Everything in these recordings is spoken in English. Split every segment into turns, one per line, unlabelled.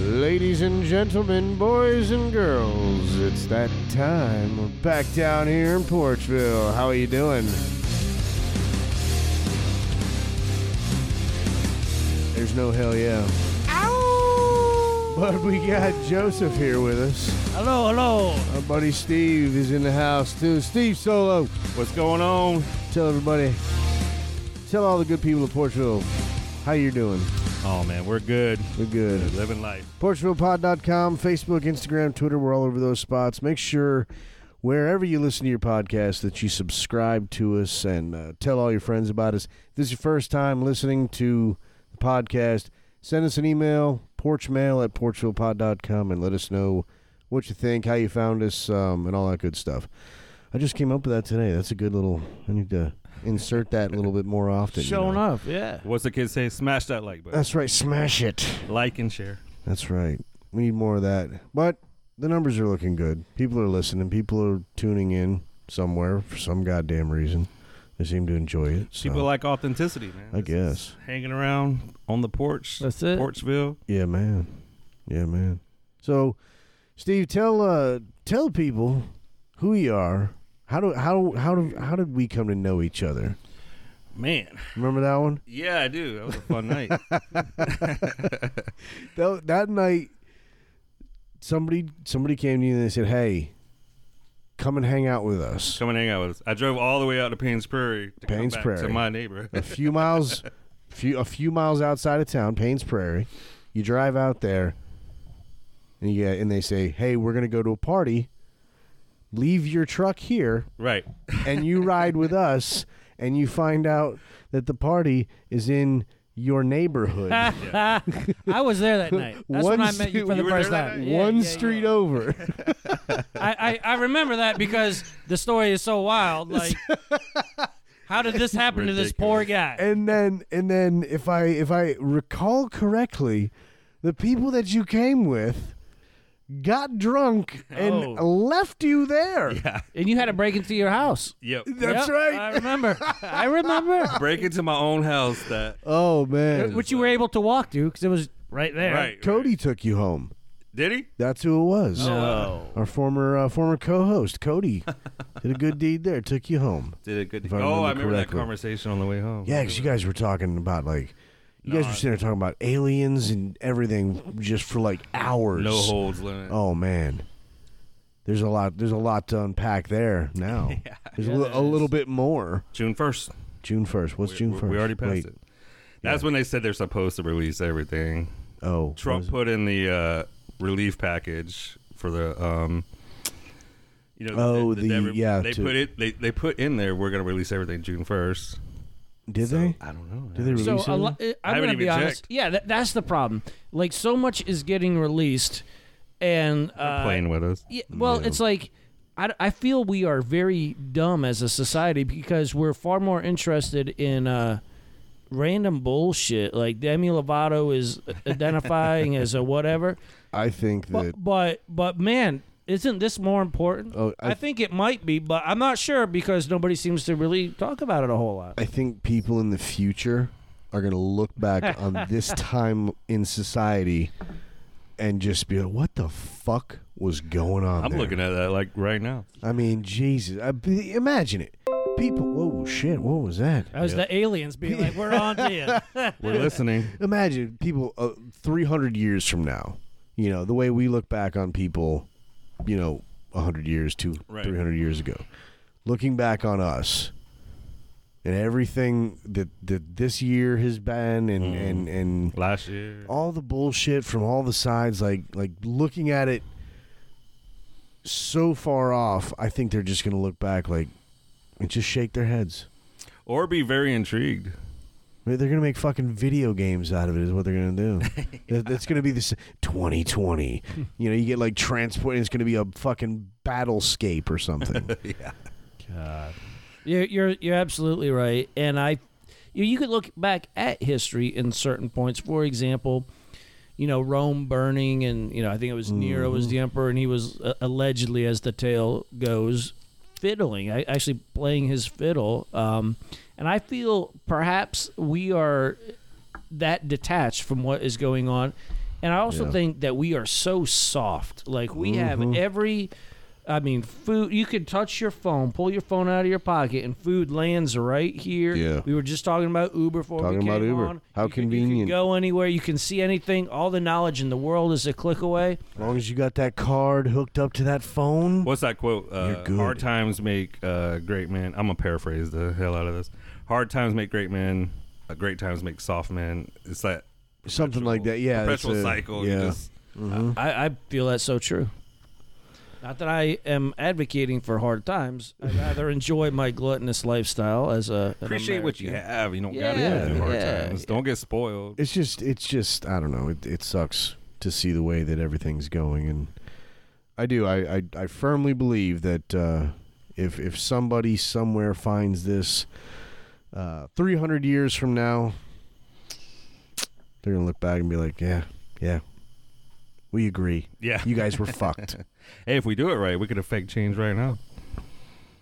Ladies and gentlemen, boys and girls, it's that time. We're back down here in Porchville. How are you doing? There's no hell yeah. But we got Joseph here with us.
Hello, hello.
Our buddy Steve is in the house too. Steve Solo,
What's going on?
tell everybody, tell all the good people of Porchville how you're doing.
Oh man, we're good.
We're good.
We're living life.
PorchvillePod.com, Facebook, Instagram, Twitter. We're all over those spots. Make sure wherever you listen to your podcast that you subscribe to us and uh, tell all your friends about us. If this is your first time listening to the podcast, send us an email, porchmail at porchvillepod.com, and let us know what you think, how you found us, um, and all that good stuff. I just came up with that today. That's a good little. I need to insert that a little bit more often. you
Showing
know.
up, yeah.
What's the kid say? Smash that like button.
That's right. Smash it.
like and share.
That's right. We need more of that. But the numbers are looking good. People are listening. People are tuning in somewhere for some goddamn reason. They seem to enjoy it. So.
People like authenticity, man.
Uh, I
This is
guess.
Hanging around on the porch.
That's it.
Porchville.
Yeah, man. Yeah, man. So, Steve, tell uh, tell people who you are. How do how how do, how did we come to know each other?
Man.
Remember that one?
Yeah, I do. That was a fun night.
That, that night, somebody somebody came to you and they said, "Hey, come and hang out with us."
Come and hang out with us. I drove all the way out to Payne's Prairie to come
Payne's
back
Prairie.
to my neighbor.
a few miles few a few miles outside of town, Payne's Prairie. You drive out there and you get, and they say, "Hey, we're going to go to a party. Leave your truck here
right.
and you ride with us." And you find out that the party is in your neighborhood.
I was there that night. That's
One
when I met
stu-
you for
You
the
were
first
there that
time.
night?
Yeah,
One
yeah,
street
yeah.
over.
I, I, I remember that because the story is so wild. Like, how did this happen to this poor guy?
and then and then if I if I recall correctly, the people that you came with got drunk and
Oh.
left you there.
And you had to break into your house.
Yep.
That's
Yep,
right.
I remember. I remember.
Break into my own house that
Oh man.
Which you were able to walk to because it was right there.
Right.
Cody took you home.
Did he?
That's who it was.
Oh.
Our former uh, former co-host Cody did a good deed there. Took you home.
Did it good
I
Oh, I
remember
remember
correctly.
that conversation on the way home.
Yeah, because you guys were talking about like you guys were sitting there talking about aliens and everything just for like hours.
No holds limit.
Oh man. There's a lot. There's a lot to unpack there now. there's a, li- a little bit more.
June first.
June first. What's June
We-
first?
We already passed it. That's when they said they're supposed to release everything.
Oh,
Trump put in the uh, relief package for the, um, you know,
Oh, the-
Denver-
yeah,
They
to-
put it. They, they put in there. We're gonna release everything June first.
did they?
I don't know.
Did they release
So
it?
a lo- uh, I'm
haven't
gonna
even
be honest.
checked.
Yeah, that, that's the problem. Like so much is getting released, and uh,
playing with us.
Yeah, well, it's like I, I feel we are very dumb as a society because we're far more interested in uh, random bullshit. Like Demi Lovato is identifying as a whatever,
I think that.
but but, but man. Isn't this more important?
Oh, I-
I, think it might be, but I'm not sure because nobody seems to really talk about it a whole lot.
I think people in the future are going to look back on this time in society and just be like, "What the fuck was going on?"
I'm
there?"
looking at that like right now.
I mean, Jesus! I, b- imagine it. People. Whoa, shit! What was that?
That was the aliens being like, "We're on to you."
We're listening.
Imagine people uh, 300 years from now. You know the way we look back on people. You know, 100 years to
Right.
300 years ago, looking back on us. And everything that, that this year has been, and,
Mm.
and, and
Last year.
all the bullshit from all the sides like like looking at it so far off i think they're just gonna look back like and just shake their heads
Or be very intrigued.
I mean, they're gonna make fucking video games out of it is what they're gonna do That- that's gonna be this 2020 you know you get like transport and it's gonna be a fucking battlescape or something
You're, you're you're absolutely right, and I, you, you could look back at history in certain points. For example, you know Rome burning, and you know I think it was Nero was the emperor, and he was uh, allegedly, as the tale goes, fiddling, I, actually playing his fiddle. Um, and I feel perhaps we are that detached from what is going on And I also
Yeah.
think that we are so soft. Like we have every I mean, food you can touch your phone, pull your phone out of your pocket and food lands right here.
Yeah.
We were just talking about Uber before
Talking
we came
about Uber.
on.
How
You can- you can
convenient.
go anywhere, you can see anything. All the knowledge in the world is a click away.
As long as you got that card hooked up to that phone.
What's that quote? Uh,
You're good.
Hard times make uh, great men. I'm gonna paraphrase the hell out of this. Hard times make great men. Uh, great times make soft men. It's that
Something
perpetual-
like that. Yeah. it's
perpetual
a-
cycle. You
Yeah.
just-
Mm-hmm.
I, I feel that's so true. Not that I am advocating for hard times. I rather enjoy my gluttonous lifestyle as a an
appreciate what you
American.
have. You don't
Yeah,
gotta have the hard
yeah,
times. Don't get spoiled.
it's just it's just I don't know. It it sucks to see the way that everything's going, and I do I I, I firmly believe that uh, if if somebody somewhere finds this uh, 300 years from now, they're gonna look back and be like, yeah, yeah, we agree.
Yeah.
You guys were fucked.
Hey, if we do it right, we could affect change right now.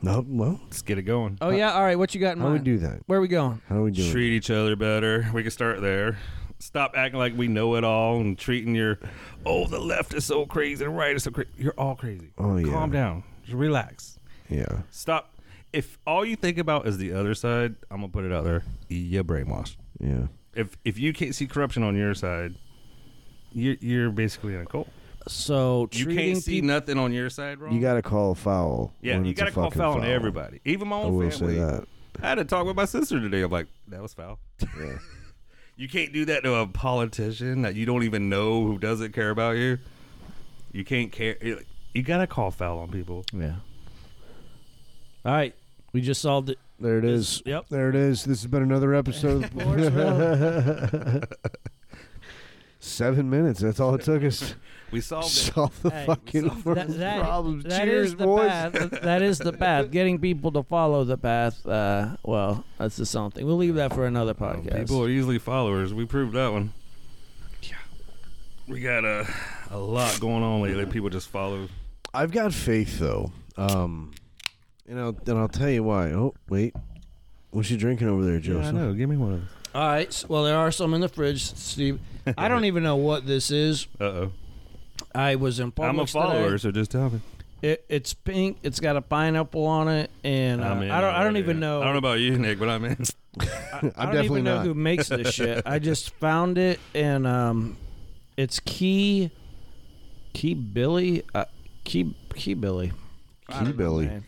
No, well,
Let's get it going.
Oh yeah, all right. What you got in
how do we
mind?
do that?
Where are we going?
How do we do it?
treat each other better. We can start there. Stop acting like we know it all and treating your oh the left is so crazy, the right is so crazy. You're all crazy.
Oh, yeah.
Calm down. Just relax.
Yeah.
Stop. If all you think about is the other side, I'm gonna put it out there. You're brainwashed.
Yeah.
If if you can't see corruption on your side, you're you're basically in a cult.
So
You
treating
can't see
people,
nothing on your side, wrong.
You got to call a foul.
yeah.
when
You
it's a
gotta call
fucking
foul on everybody, even my
I
own
will
family.
say that.
I had a talk with my sister today. I'm like, that was foul.
Yeah.
You can't do that to a politician that you don't even know who doesn't care about you. You can't care. you- You gotta call foul on people.
Yeah. All right, we just solved it.
There it is.
Yep.
There it is. This has been another episode. Seven minutes. That's all it took us.
We solved it.
Solve the
Oh, Hey,
fucking
solved
That,
world's
that-
problems.
that
Cheers,
is the
boys.
path. That is the path. Getting people to follow the path. Uh, well, that's the something. We'll leave that for another podcast.
People are easily followers. We proved that one. Yeah. We got a a lot going on lately. People just follow.
I've got faith though, um, and I'll and I'll tell you why. Oh wait, what's you drinking over there, Joseph?
Give me one of those.
All right. s- Well, there are some in the fridge, Steve. I don't even know what this is.
Uh oh.
I was in Publix
I'm a follower,
today.
so just tell me.
It, it's pink. It's got a pineapple on it, and uh,
I'm in
I don't. I don't
already.
even know.
I don't know about you, Nick, but I'm in.
I'm
I don't
definitely
even know
not.
who makes this shit. I just found it, and um, it's Key, Key Billy, uh, Key Key Billy, I
Key
don't know,
Billy.
man.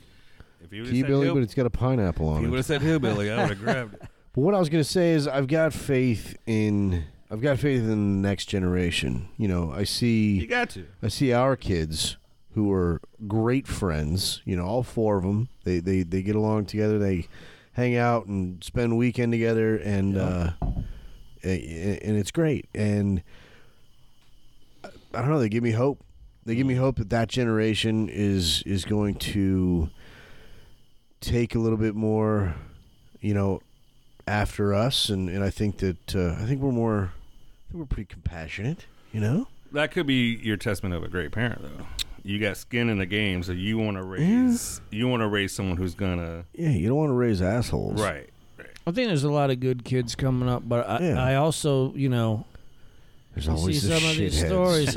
If you would've
Key
said
Billy,
hill-
but it's got a pineapple
if
on
you would
it.
have said hillbilly, I would have grabbed it.
But what I was gonna say is, I've got faith in. I've got faith in the next generation. You know, I see.
You got to.
I see our kids who are great friends. You know, all four of them. They they they get along together. They hang out and spend weekend together, and uh, a- and it's great. And I- I don't know. They give me hope. They give me hope that that generation is is going to take a little bit more. You know, after us, and and I think that uh, I think we're more. I think we're pretty compassionate. You know.
That could be your testament of a great parent, though. You got skin in the game, so you want to raise you want to raise someone who's gonna
Yeah, you don't want to raise assholes.
right.
I think there's a lot of good kids coming up, but I,
Yeah.
I also, you know,
There's
you see
always
some
the
of these
shitheads.
stories.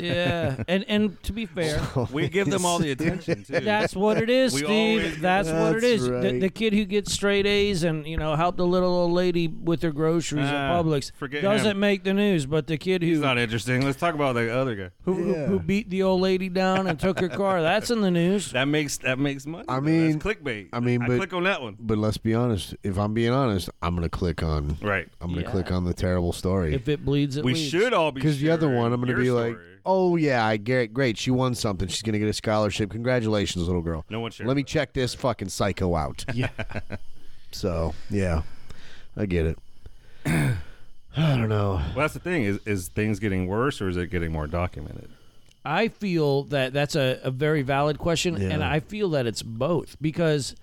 Yeah, and and to be fair.
We give them all the attention too.
That's what it is,
We always-
Steve. That's, what it
That's
is. The,
right.
the kid who gets straight A's and you know helped the little old lady with her groceries
Ah,
at Publix
forget
doesn't
him.
make the news, but the kid who
He's not interesting. Let's talk about the other guy.
who, who-
Yeah.
who beat the old lady down and took her car. That's in the news.
That makes that makes money.
I
though.
mean-
That's clickbait.
I mean,
I
but-
click on that one.
But let's be honest. If I'm being honest, I'm gonna click on.
Right.
I'm gonna
Yeah.
click on the terrible story
If it bleeds, it
we
leads.
should all
because
be
the other
sharing
one, I'm gonna
your
be
story.
like, "Oh yeah, I get great. She won something. She's gonna get a scholarship. Congratulations, little girl.
No one shared
Let me
that.
check this fucking psycho out."
Yeah.
So yeah, I get it. I don't know.
Well, that's the thing is is things getting worse or is it getting more documented?
I feel that that's a, a very valid question,
Yeah.
and I feel that it's both because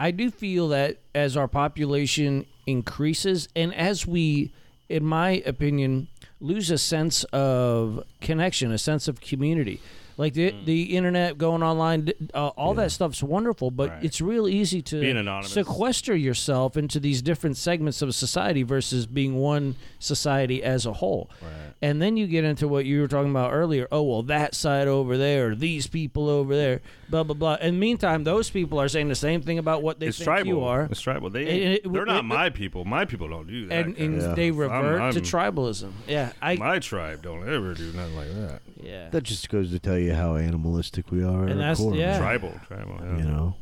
I do feel that as our population increases and as we, in my opinion, lose a sense of connection, a sense of community, Like the
Mm.
the internet, going online, uh, all that stuff's wonderful, but
Right.
it's real easy to
Being anonymous.
sequester yourself into these different segments of society versus being one society as a whole.
Right.
And then you get into what you were talking about earlier. Oh well, that side over there, these people over there, blah blah blah. And meantime, those people are saying the same thing about what they
it's
think
tribal.
you are,
It's tribal. They
And it-
they're not
it-
my people. My people don't do that.
and,
kind
and
of
Yeah.
they
stuff. I'm-
revert to
I'm-
tribalism. Yeah, I
My tribe don't ever do nothing like that.
yeah.
That just goes to tell you how animalistic we are at
And
our
that's-
core. man.
yeah.
Tribal, tribal. Yeah.
You know,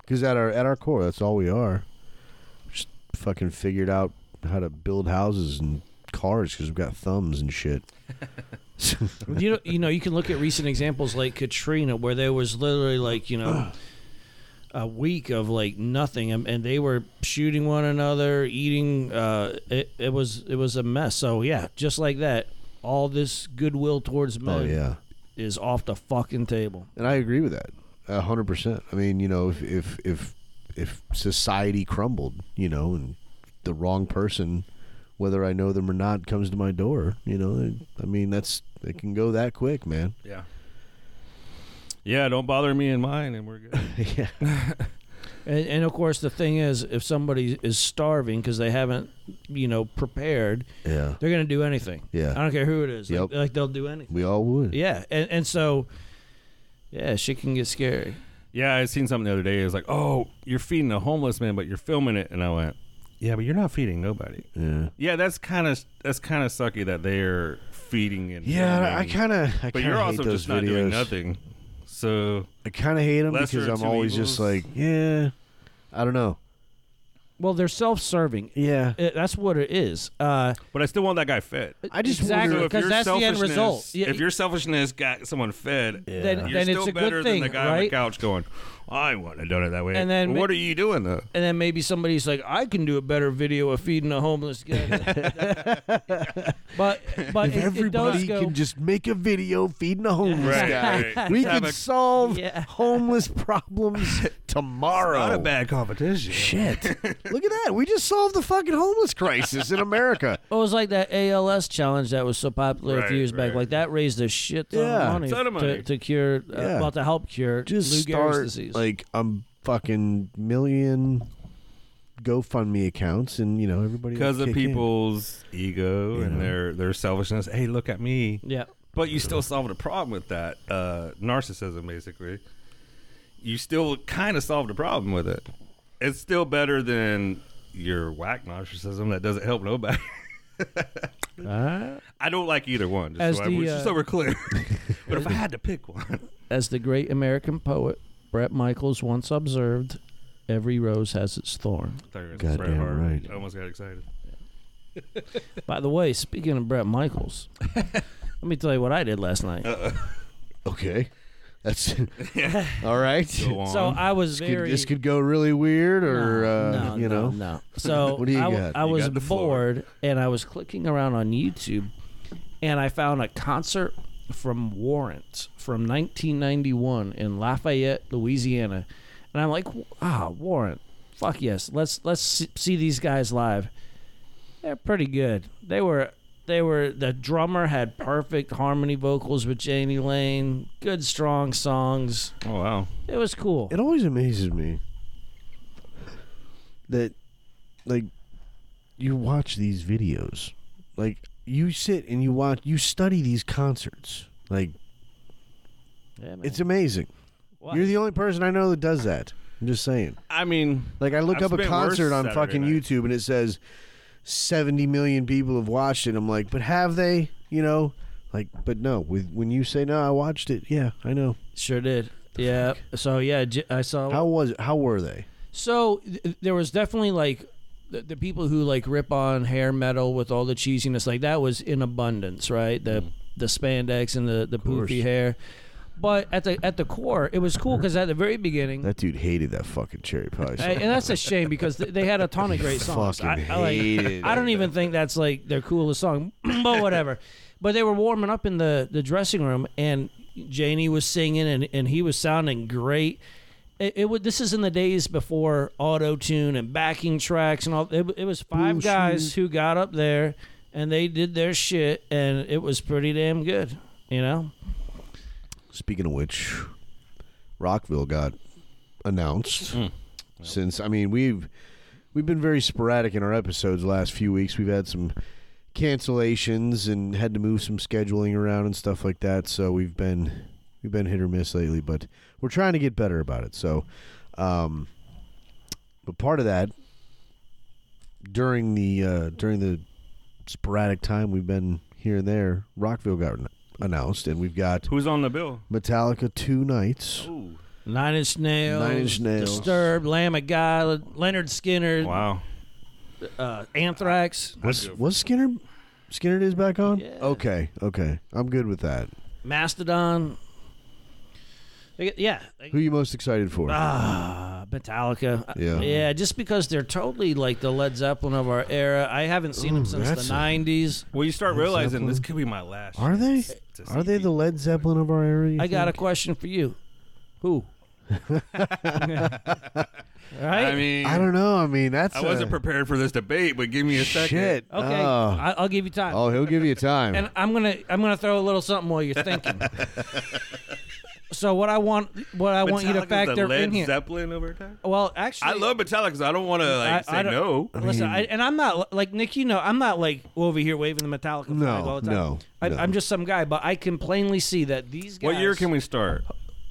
because at our at our core, that's all we are. Just fucking figured out how to build houses and cars because we've got thumbs and shit.
you know, you know, you can look at recent examples like Katrina, where there was literally like you know a week of like nothing, and, and they were shooting one another, eating. Uh, it, it was it was a mess. So yeah, just like that, all this goodwill towards men
Oh yeah,
is off the fucking table.
and I agree with that a hundred percent. I mean, you know, if if if if society crumbled, you know, and the wrong person, whether I know them or not, comes to my door, you know, I mean, that's it can go that quick, man.
Yeah. Yeah, don't bother me and mine, and we're good.
yeah.
And, and of course, the thing is, if somebody is starving because they haven't, you know, prepared,
Yeah.
they're gonna do anything.
Yeah.
I don't care who it is. Like-
Yep.
Like, they'll do anything.
We all would.
Yeah, and and so, yeah, shit can get scary.
yeah, I seen something the other day. It was like, oh, you're feeding a homeless man, but you're filming it, and I went, yeah, but you're not feeding nobody.
Yeah.
Yeah, that's kind of that's kind of sucky that they're feeding and filming.
I kind of. I
But
kinda
you're
hate
also
those
just
videos.
not doing nothing. So
I kind of hate them
Lesser
because
of
I'm
two
always just
evils.
like, yeah, I don't know.
Well, they're self-serving.
Yeah.
Uh, That's what it is. Uh,
But I still want that guy fed.
I just
So
Exactly.
wonder-
if
Because
your
that's the end
selfishness-
result. Yeah,
If your selfishness got someone fed,
Then-
you're
then it's
still
a good
better
thing,
than the guy on the
right?
couch going, I wouldn't have done it that way.
And then
Well,
ma-
what are you doing though?
and then maybe somebody's like, "I can do a better video of feeding a homeless guy." but but
if
it, it does
everybody
go.
can just make a video feeding a homeless
Right,
guy,
right.
we
Have
could
a-
solve
Yeah.
homeless problems tomorrow.
Not a bad competition.
Shit. Look at that. We just solved the fucking homeless crisis in America.
it was like that ALS challenge that was so popular a
Right,
few years back.
right.
Like that raised a shit ton
Yeah.
of money,
Ton of money.
To, to cure, uh,
Yeah.
well, to help cure
Just
Lou
start
Gehrig's disease.
like a fucking million GoFundMe accounts, and you know everybody will
Because of
kick in.
people's ego and
know.
their their selfishness. Hey, look at me.
yeah,
But you still solved a problem with that uh, narcissism, basically. You still kind of solved a problem with it. It's still better than your whack narcissism that doesn't help nobody. I don't like either one. Just,
As
so, I,
the,
just so
uh,
we're clear. but if I had to pick one,
as the great American poet Bret Michaels once observed, "Every rose has its thorn."
I thought you were gonna
Goddamn
say Bret Hart.
right.
I almost got excited.
By the way, speaking of Brett Michaels, let me tell you what I did last night.
Okay. That's all right.
Go on.
so I was
This could,
very.
this could go really weird, or
No,
uh,
no,
you
no,
know,
no. So
What do you
I, w-
got?
I
You
was
got the floor.
bored and I was clicking around on YouTube, and I found a concert from Warrant from 1991 in Lafayette, Louisiana, and I'm like, ah, Warrant, fuck yes, let's let's see, see these guys live. They're pretty good. They were. They were the drummer had perfect harmony vocals with Janie Lane, good strong songs.
oh wow,
It was cool.
it always amazes me that, like, you watch these videos, like you sit and you watch, you study these concerts, like
Yeah, man.
it's amazing.
What?
You're the only person I know that does that. I'm just saying.
I mean,
Like I look
I've
up a
spent worse
concert on
Saturday
fucking
nights.
YouTube and it says 70 million people have watched it. I'm like, but have they? You know, like, but no. With when you say no, I watched it. Yeah, I know.
Sure did. Yeah. So yeah, j- I saw.
How was it? How were they?
So th- there was definitely like the, the people who like rip on hair metal with all the cheesiness, like that was in abundance, right? The the spandex and the the
Mm. course. Mm.
poofy hair. But at the at the core, it was cool because at the very beginning,
That dude hated that fucking cherry pie.
Hey, and that's a shame because th- they had a ton of great songs. I,
Fucking
I, like,
hated
I don't even think that's like their coolest song, but whatever. But they were warming up in the, the dressing room, and Janie was singing, and, and he was sounding great. It, it would. This is in the days before auto tune and backing tracks and all. It, it was five
Bullshit.
guys who got up there and they did their shit, and it was pretty damn good. You know.
Speaking of which, Rockville got announced. Since I mean we've we've been very sporadic in our episodes the last few weeks. We've had some cancellations and had to move some scheduling around and stuff like that. So we've been we've been hit or miss lately, but we're trying to get better about it. So, um, but part of that during the uh, during the sporadic time we've been here and there, Rockville got an- announced, and we've got
Who's on the bill?
Metallica two nights.
Ooh,
Nine Inch Nails,
Nine Inch Nails.
Disturbed, Lamb of God, Leonard Skinner,
wow.
uh, Anthrax,
Was was Skinner Skinner is back on?
Yeah.
Okay, okay, I'm good with that.
Mastodon. They get- Yeah, they-
Who you most excited for?
Ah, Metallica.
Yeah.
yeah, just because they're totally like the Led Zeppelin of our era. I haven't seen them
Ooh,
since
that's a-
the '90s.
Well, you start realizing
Zeppelin.
this could be my last.
Are they?
chance to see
Are they the
people.
Led Zeppelin of our area? you
I got a
think?
question for you. Who? right.
I mean,
I don't know. I mean, that's
I wasn't
a,
prepared for this debate, but give me a second.
Shit.
okay,
Oh.
I, I'll give you time.
Oh, he'll give you time.
and I'm gonna I'm gonna throw a little something while you're thinking. so what I want what I want you to
Metallica's
factor
the Led
in here.
Zeppelin over time.
well, actually,
I love Metallica, so I don't want to like,
I-
say
I don't-
no.
Listen, I, and I'm not like Nick. You know, I'm not like over here waving the Metallica flag
No,
all the time.
no,
I,
no.
I'm just some guy, but I can plainly see that these guys.
What year can we start?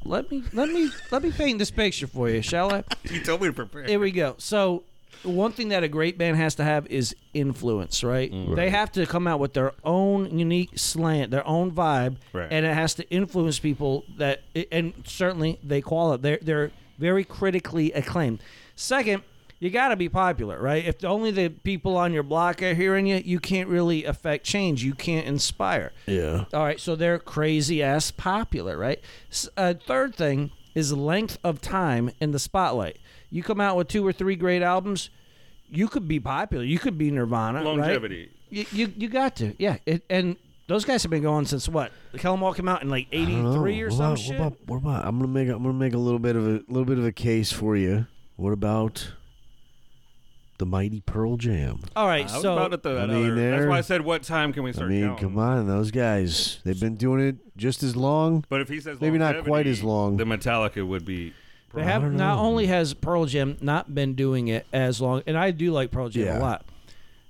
Let me let me let me paint this picture for you, shall I?
You told me to prepare.
Here we go. So, one thing that a great band has to have is influence, right? They have to come out with their own unique slant, their own vibe,
Right.
and it has to influence people that, and certainly they qual They're, they're very critically acclaimed. Second, you got to be popular, right? If only the people on your block are hearing you, you can't really affect change. You can't inspire.
yeah.
All right, so they're crazy ass popular, right? S- uh, third thing is length of time in the spotlight. You come out with two or three great albums, you could be popular. You could be Nirvana. right?
Longevity.
You, you you got to, yeah. It, and those guys have been going since what? Kill 'Em All came out in like '83 or
what
some
about,
shit.
What about, what about- I'm gonna make I'm gonna make a little bit of a little bit of a case for you. What about the mighty Pearl Jam?
All right,
I was
so
about to throw
I
that
mean,
out there. That's
they're-
why I said, what time can we
I
start?
mean,
counting?
come on, those guys. They've been doing it just as long.
But if he says
Maybe not quite as
longevity,
long.
the Metallica would be.
They have
don't
not
know.
only has Pearl Jam not been doing it as long, and I do like Pearl Jam
Yeah.
a lot.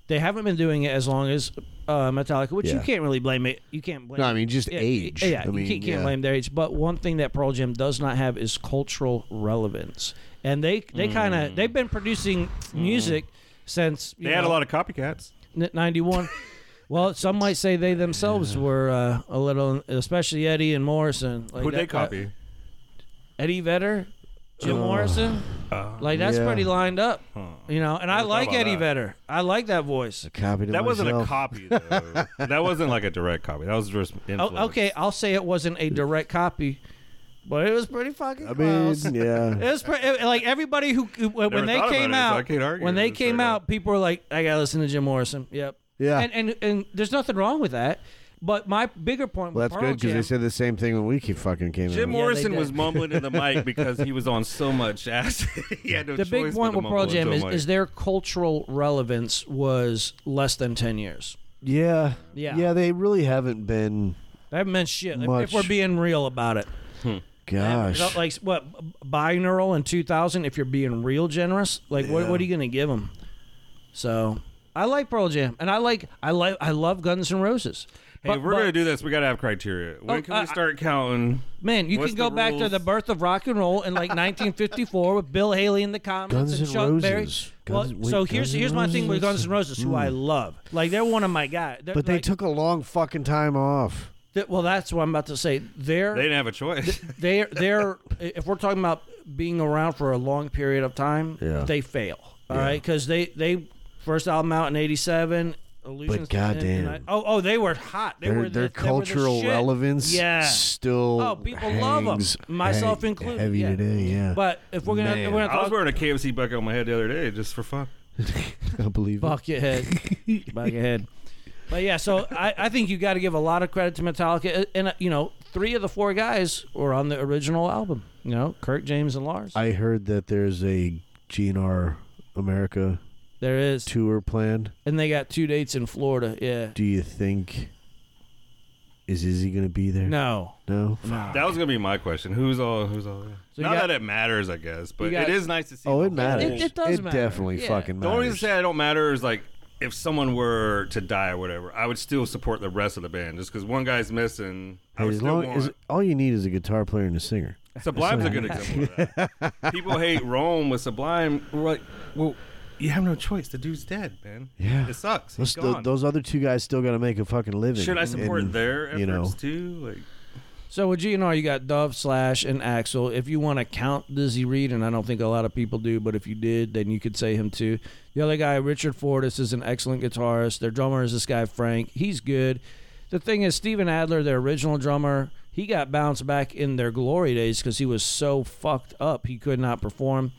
They haven't been doing it as long as uh, Metallica, which you
Yeah.
can't really blame it. You can't blame.
No, I mean just
yeah,
age.
Yeah,
I mean,
you can't, can't
yeah.
blame their age. But one thing that Pearl Jam does not have is cultural relevance, and they they kind of they've been producing music since you
Mm. Mm-hmm. They had a
know,
lot of copycats.
N- 91. well, some might say they themselves were uh, a little, especially Eddie and Morrison. Like uh,
Who'd they
that- that-
copy?
Eddie Vedder, Jim Morrison.
Uh,
Like that's
Yeah.
pretty lined up,
Huh.
you know. And
I
I,
never thought
like
about
Eddie
that.
Vedder. I like that voice.
A copy to
that wasn't a
myself.
copy, though. that wasn't like a direct copy. That was just influence.
Oh, okay, I'll say it wasn't a direct copy, but it was pretty fucking
I mean,
close.
yeah.
It was pre- it- like everybody who who- when they
thought about
came
it, so I
out
can't argue
when they
with it,
came
so I
out, people were like, "I gotta listen to Jim Morrison." Yep.
Yeah.
And and and there's nothing wrong with that. But my bigger point.
Well,
with
that's
Pearl
good because they
Jam-
said the same thing when we keep fucking came
Jim
out.
Yeah, they
Morrison was
did.
mumbling in the mic because he was on so much acid. he had no
the
choice
big
but
point
to
with Pearl
mumble
Jam
into
is,
a mic.
is their cultural relevance was less than ten years.
Yeah.
Yeah.
Yeah. They really haven't been.
That meant shit. if-
Much.
If we're being real about it.
Gosh.
Felt Like what b- binaural in 2000? If you're being real generous, like what, what are you gonna give them? So I like Pearl Jam, and I like I like I love Guns N' Roses.
hey, if we're gonna do this. We gotta have criteria. When
Oh,
can
I- I-
we start counting?
man, you
what's
can go
the
back to
rules?
the birth of rock and roll in like 1954 with Bill Haley in the comments
Guns
and
N'
Chuck Berry.
Roses.
Well,
Guns- wait,
so here's
Guns N'
here's my thing with Guns
Roses? Hmm.
N' Roses, who I love. Like they're one of my guys. They're,
but they
like-
took a long fucking time off.
th- well, that's what I'm about to say. They're
They didn't have a choice.
they're they're if we're talking about being around for a long period of time,
Yeah.
they fail. All right, because they they first album out in '87. Illusions
goddamn.
and- oh, oh, they were hot. They
their
were the-
their
they were the
cultural
shit.
relevance
Yeah.
still
Oh, people love 'em,
hangs
myself
hang-
included,
heavy
yeah.
today yeah
But if we're gonna,
Man.
if we're
I
gonna
was
talk
wearing a KFC bucket on my head the other day just for fun.
I believe it.
bucket head, bucket head. But yeah, so I, I think you got to give a lot of credit to Metallica, Uh, and uh, you know, three of the four guys were on the original album. You know, Kirk, James, and Lars.
I heard that there's a GNR America
there is,
tour planned
and they got two dates in Florida. Yeah,
do you think Is Izzy going to be there?
No.
No?
No.
That was gonna be my question. Who's all? Who's all? there?
Ah, So you
Not
got-
that it matters, I guess, but
got-
it is nice to see.
Oh, it
people.
matters.
It- it does matter.
definitely
Yeah.
fucking
The
matters.
only reason I say I don't matter is like if someone were to die or whatever, I would still support the rest of the band just because one guy's missing. I would
as
still
long
want.
as all you need is a guitar player and a singer.
Sublime's a good example of that. People hate Rome with Sublime. We're like, well, you have no choice. The dude's dead, man.
Yeah.
It sucks.
Those,
He's
th-
gone.
those other two guys still got to make a fucking living.
Should I support
And-
their efforts
you know.
too? Like,
So with GNR, you got Dove, Slash, and Axel. If you want to count Dizzy Reed, and I don't think a lot of people do, but if you did, then you could say him too. The other guy, Richard Fortas, is an excellent guitarist. Their drummer is this guy Frank. He's good. The thing is, Steven Adler, their original drummer, he got bounced back in their glory days because he was so fucked up he could not perform.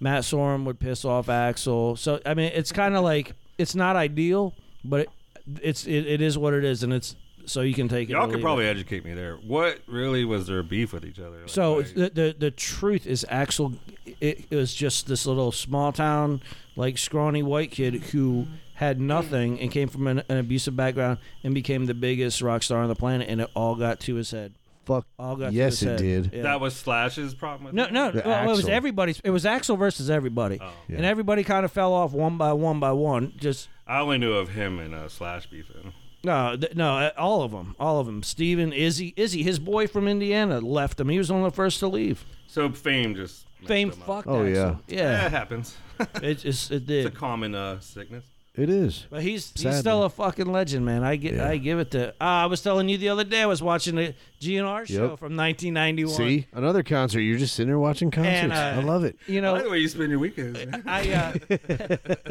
Matt Sorum would piss off Axel. So I mean, it's kind of like it's not ideal, but it, it's it, it is what it is, and it's so you can take it. or
y'all
leave
could
it.
probably educate me there. What really was their beef with each other? Like,
So
like-
it's the, the the truth is, Axel, it, it was just this little small town, like scrawny white kid who had nothing and came from an, an abusive background and became the biggest rock star on the planet, and it all got to his head.
Fuck.
All got
Yes,
to his
it
head.
did.
Yeah.
that was Slash's problem. With
no,
it?
no,
The
well, it was
Axl.
everybody's. It was Axel versus everybody,
Oh.
Yeah.
and everybody kind of fell off one by one by one. Just
I only knew of him and uh, Slash beefing.
No, th- no, uh, all of them, all of them. Steven, Izzy, Izzy, his boy from Indiana left him. He was one of the first to leave.
So fame just messed
Fame
him up.
fucked.
Oh,
Axl.
Yeah,
yeah,
it happens.
It just it
it's
did.
a common uh, sickness.
It is.
But he's he's
Sadly.
still a fucking legend, man. I get
Yeah.
I give it to. Uh, I was telling you the other day I was watching the GNR show
Yep.
from 1991.
See? Another concert. You're just sitting there watching concerts.
And, uh,
I love it.
You
I
know,
like the way you spend your weekends. man.
I, uh,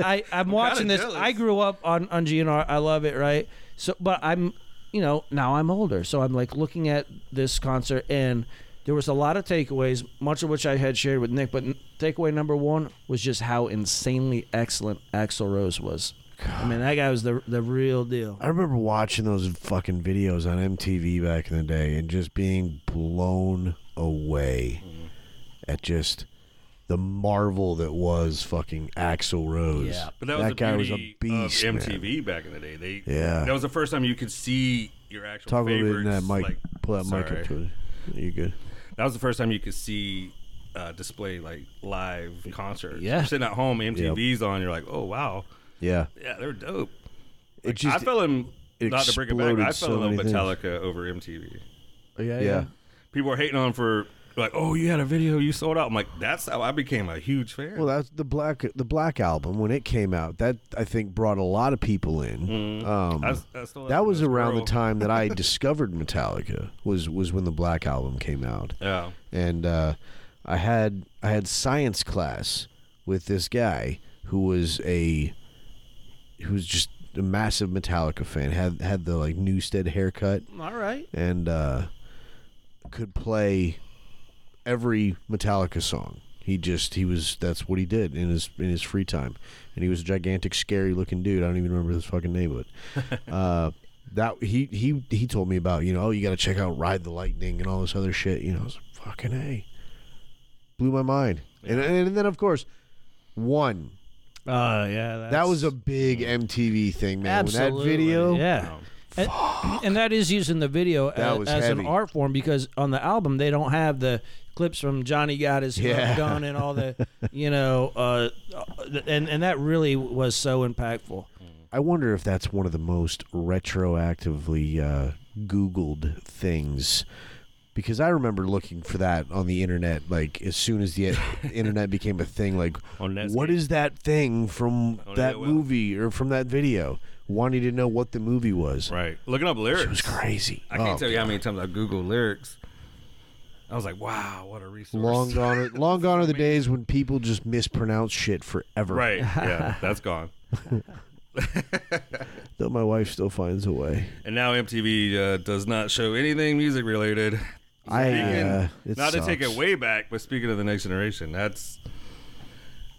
I I'm watching this.
jealous.
I grew up on on GNR. I love it, right? So, but I'm, you know, now I'm older, so I'm like looking at this concert, and there was a lot of takeaways, much of which I had shared with Nick. But n- takeaway number one was just how insanely excellent Axl Rose was. I mean, that guy was the the real deal.
I remember watching those fucking videos on MTV back in the day and just being blown away
Mm-hmm.
at just the marvel that was fucking Axl Rose.
Yeah.
But that was the
guy was a
beauty
beast.
of
man.
MTV back in the day. They
Yeah.
that was the first time you could see your actual
Talk a little bit
favorites.
in that mic.
like-
pull that mic
sorry.
up to it. You're good.
That was the first time you could see uh, display like live concerts.
Yeah.
You're sitting at home, MTV's on. You're like, oh wow,
Yeah.
yeah, they're dope.
It
Like, I fell in.
it
Not to bring it back,
exploded
I fell
so
in love with
many things.
Metallica over MTV.
yeah,
yeah.
People are hating on for like, oh, you had a video, you sold out. I'm like, that's how I became a huge fan.
Well, that's the black the black album when it came out. That I think brought a lot of people in. Um,
Mm-hmm. I s- I still have
that was
this
around
girl.
the time that I discovered Metallica. Was was when the black album came out.
Yeah.
and uh, I had I had science class with this guy who was a who was just a massive Metallica fan. had had the like Newstead haircut
All right.
and uh, could play every Metallica song. He just he was that's what he did in his in his free time, and he was a gigantic, scary looking dude. I don't even remember his fucking name, but uh, that he he he told me about you know oh you got to check out Ride the Lightning and all this other shit. You know, I was like, fucking a blew my mind, and, and then of course one
Oh yeah. That's,
that was a big MTV thing, man.
absolutely,
When that video,
Yeah. And, and that is using the video
That
as,
was
as an
heavy.
art form because on the album they don't have the clips from Johnny got his Throat
Yeah.
done and all the you know uh, and and that really was so impactful.
I wonder if that's one of the most retroactively uh, Googled things. Because I remember looking for that on the internet, like as soon as the internet became a thing, like,
On Netscape.
what is that thing from
Oh,
that
yeah, well.
movie or from that video? Wanting to know what the movie was.
Right. Looking up
It
lyrics.
was crazy.
I can't
Oh,
tell you how many times I Googled lyrics. I was like, wow, what a resource.
Long gone, are, long gone are the days when people just mispronounce shit forever.
Right. Yeah, that's gone.
Though my wife still finds a way.
And now MTV uh, does not show anything music related.
I
Speaking-
uh, it
not to take
sucks.
it way back, but speaking of the next generation, that's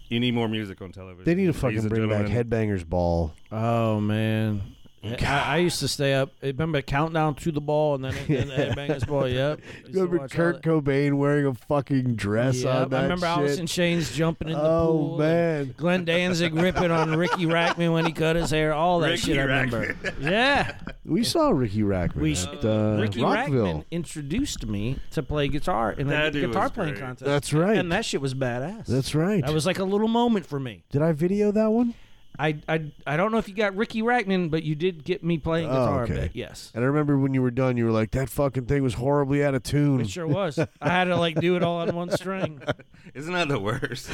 you need more music on television.
They need to
ladies
fucking
and
bring back
gentlemen.
Headbangers Ball.
Oh man, I, I used to stay up. eh, Remember countdown to the ball and then and, and bang this ball. Yep. I used to
Remember
watch all
Kurt
that.
Cobain wearing a fucking dress
Yep,
on that
I remember
shit.
Allison Chains jumping in the
Oh,
pool. and
man.
Glenn Danzig ripping on Ricky Rackman when he cut his hair. All that
Ricky
shit I remember. Yeah,
we saw Ricky Rackman
We-
at uh,
Ricky
Rockville.
Rackman introduced me to play guitar in a
That dude
guitar
was
playing
great.
contest.
That's right.
and that shit was badass.
That's right.
that was like a little moment for me.
Did I video that one?
I, I I don't know if you got Ricky Rackman, but you did get me playing
Oh,
guitar.
okay.
a bit. Yes,
And I remember when you were done, you were like, "That fucking thing was horribly out of tune."
it sure was. I had to like do it all on one string.
Isn't that the worst?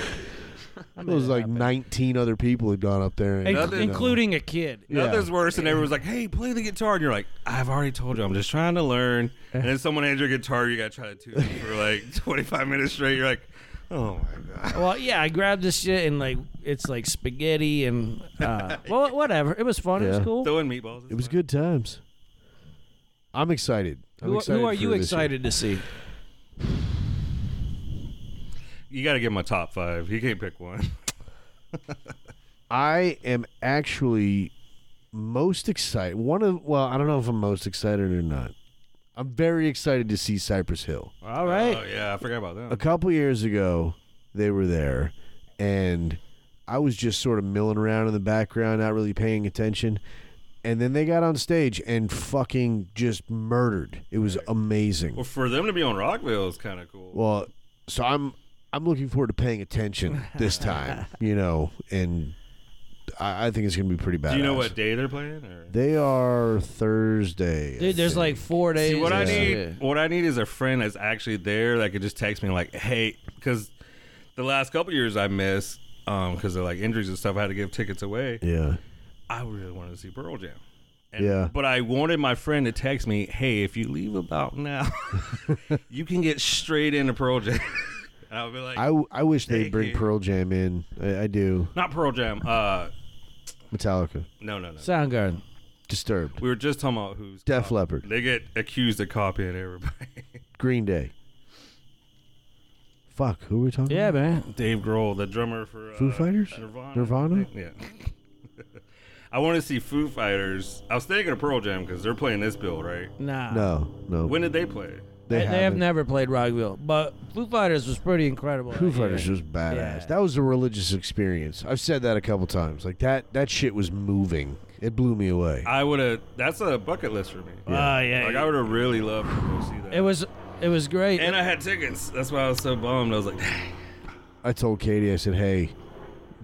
I
It
made
was
it
like
happen.
19 other people had gone up there, and,
Inc-
Nothing-
including a kid.
Yeah.
Nothing's worse than everyone's like, "Hey, play the guitar," and you're like, "I've already told you, I'm just trying to learn."
Eh.
And then someone hands you a guitar, you gotta try to tune it for like 25 minutes straight. You're like, "Oh my god."
Well, yeah, I grabbed this shit and like it's like spaghetti and uh, well, whatever. It was fun. It was
Yeah.
cool.
Throwing meatballs. is
It was
fun.
good times. I'm excited. I'm
Who,
excited
who are
for
you
this year.
excited to see?
You got to get my top five. You can't pick one.
I am actually most excited. One of well, I don't know if I'm most excited or not. I'm very excited to see Cypress Hill.
All right.
Oh yeah, I forgot about
A
that.
couple years ago, they were there, and I was just sort of milling around in the background, not really paying attention. And then they got on stage and fucking just murdered. It was amazing.
Well, for them to be on Rockville is kind of cool.
Well, so I'm I'm looking forward to paying attention this time, you know, and I, I think it's gonna be pretty bad.
Do you know what day they're playing? Or?
They are Thursday. I
Dude, there's like
think.
four days.
See, what I
of
need,
shit.
what I need is a friend that's actually there that could just text me like, "Hey," because the last couple years I missed because of like injuries and stuff. I had to give tickets away.
yeah,
I really wanted to see Pearl Jam. And-
Yeah.
But I wanted my friend to text me, "Hey, if you leave about now, you can get straight into Pearl Jam." and I'll be like,
I, I wish they'd
Thank
bring
you.
Pearl Jam in. I, I do.
"Not Pearl Jam. Uh,
Metallica,
no, no, no."
Soundgarden.
Disturbed,
We were just talking about who's
Def
cop-
Leppard,
They get accused of copying everybody.
Green Day. Fuck, who are we talking?
Yeah,
about?
man.
Dave Grohl, the drummer for uh,
Foo Fighters?
Nirvana.
Nirvana?
Yeah. I want to see Foo Fighters. I was thinking of Pearl Jam because they're playing this bill, right?
Nah.
No, no.
When did they play?
They, they have
haven't.
never played Rockville, but Foo Fighters was pretty incredible.
Foo
that year.
Fighters was badass.
Yeah.
That was a religious experience. I've said that a couple times. Like that, that shit was moving. It blew me away.
I would have. That's a bucket list for me.
Ah, yeah.
Like I would have really loved to go see that.
it was it was great.
And I had tickets. That's why I was so bummed. I was like,
I told Katie, I said, "Hey,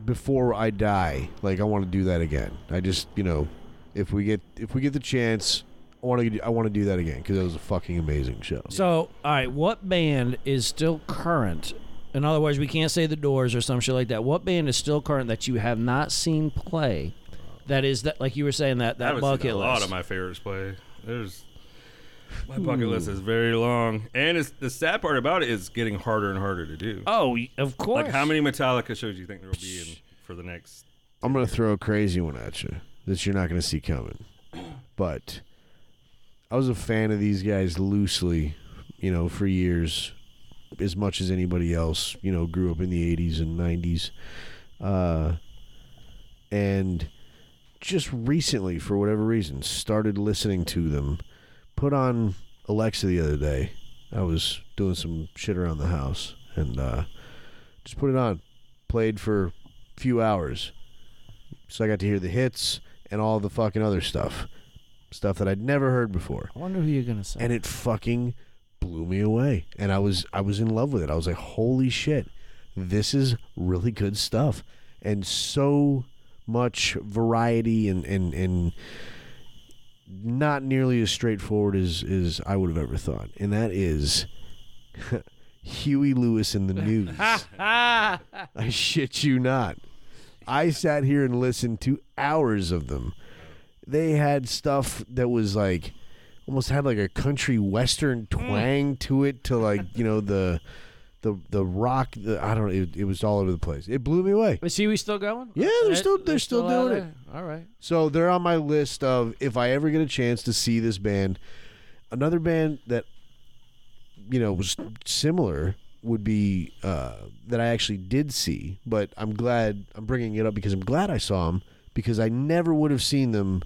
before I die, like I want to do that again. I just, you know, if we get if we get the chance, I want to I want to do that again because it was a fucking amazing show.
So, all right, what band is still current? In other words, we can't say the Doors or some shit like that. What band is still current that you have not seen play? That is that, like you were saying that
I
that
haven't seen
bucket
a
list.
lot of my favorites play. There's my bucket list is very long, and it's the sad part about it is getting harder and harder to do.
oh, y- of course.
Like, how many Metallica shows do you think there will be in for the next?
I'm gonna throw a crazy one at you that you're not gonna see coming, but I was a fan of these guys loosely, you know, for years, as much as anybody else. You know, grew up in the '80s and '90s, uh, and just recently, for whatever reason, started listening to them. Put on Alexa the other day. I was doing some shit around the house and uh, just put it on. Played for a few hours. So I got to hear the hits and all the fucking other stuff. Stuff that I'd never heard before.
I wonder who you're gonna say.
And it fucking blew me away. And I was I was in love with it. I was like, holy shit, this is really good stuff. And so much variety and, and, and not nearly as straightforward as, as I would have ever thought. And that is Huey Lewis in the news. I shit you not. I sat here and listened to hours of them. They had stuff that was like almost had like a country western twang to it to like, you know, the the the rock, the, I don't know, it, it was all over the place. It blew me away.
Is Huey still going?
Yeah, they're still- they're still
out
doing
there? All right.
So they're on my list of if I ever get a chance to see this band. Another band that you know was similar would be uh, that I actually did see, but I'm glad I'm bringing it up because I'm glad I saw them because I never would have seen them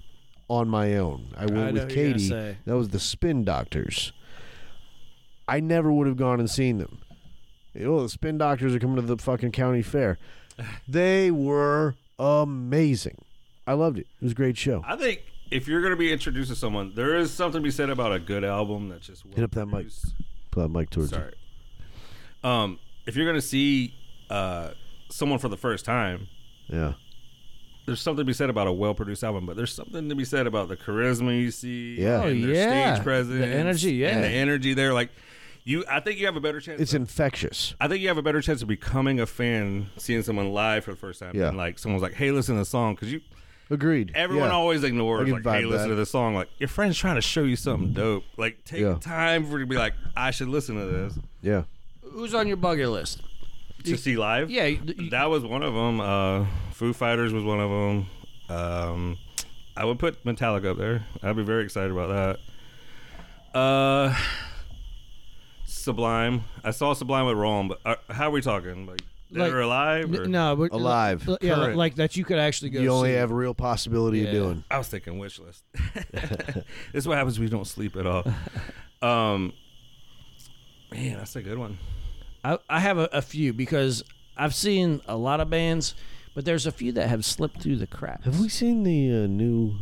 on my own. I went
know
with
who you're gonna
Katie.
say.
That was the Spin Doctors. I never would have gone and seen them. Oh, the Spin Doctors are coming to the fucking county fair. They were amazing. I loved it. It was a great show.
I think if you're going to be introduced to someone, there is something to be said about a good album that's just well
Hit up that mic.
produced.
Put that mic towards you.
Sorry. Um, if you're going to see uh, someone for the first time,
Yeah.
there's something to be said about a well-produced album, but there's something to be said about the charisma you see,
Yeah.
and
Oh,
their
yeah.
stage presence,
The energy, yeah.
and the energy there. Like you, I think you have a better chance.
It's infectious.
I think you have a better chance of becoming a fan seeing someone live for the first time.
Yeah.
and like someone's like, "Hey, listen to the song," because you
Agreed.
everyone
Yeah.
always
I
ignores
can
like, "Hey,
vibe
listen
that.
to this song." Like your friend's trying to show you something dope. Like take
Yeah.
time for it to be like, "I should listen to this."
Yeah.
Who's on your bucket list?
to see live.
Yeah, you- you-
that was one of them. Uh, Foo Fighters was one of them. Um, I would put Metallica up there. I'd be very excited about that. Uh, Sublime. I saw Sublime with Rome, but uh, how are we talking? Like, they
Like,
were alive? Or?
N- no, but
Alive,
Li- yeah,
current.
like that you could actually go.
You only
see.
have a real possibility
Yeah.
of doing.
I was thinking wish list. this is what happens when you don't sleep at all. Um, man, that's a good one.
I, I have a, a few because I've seen a lot of bands, but there's a few that have slipped through the cracks.
Have we seen the uh, new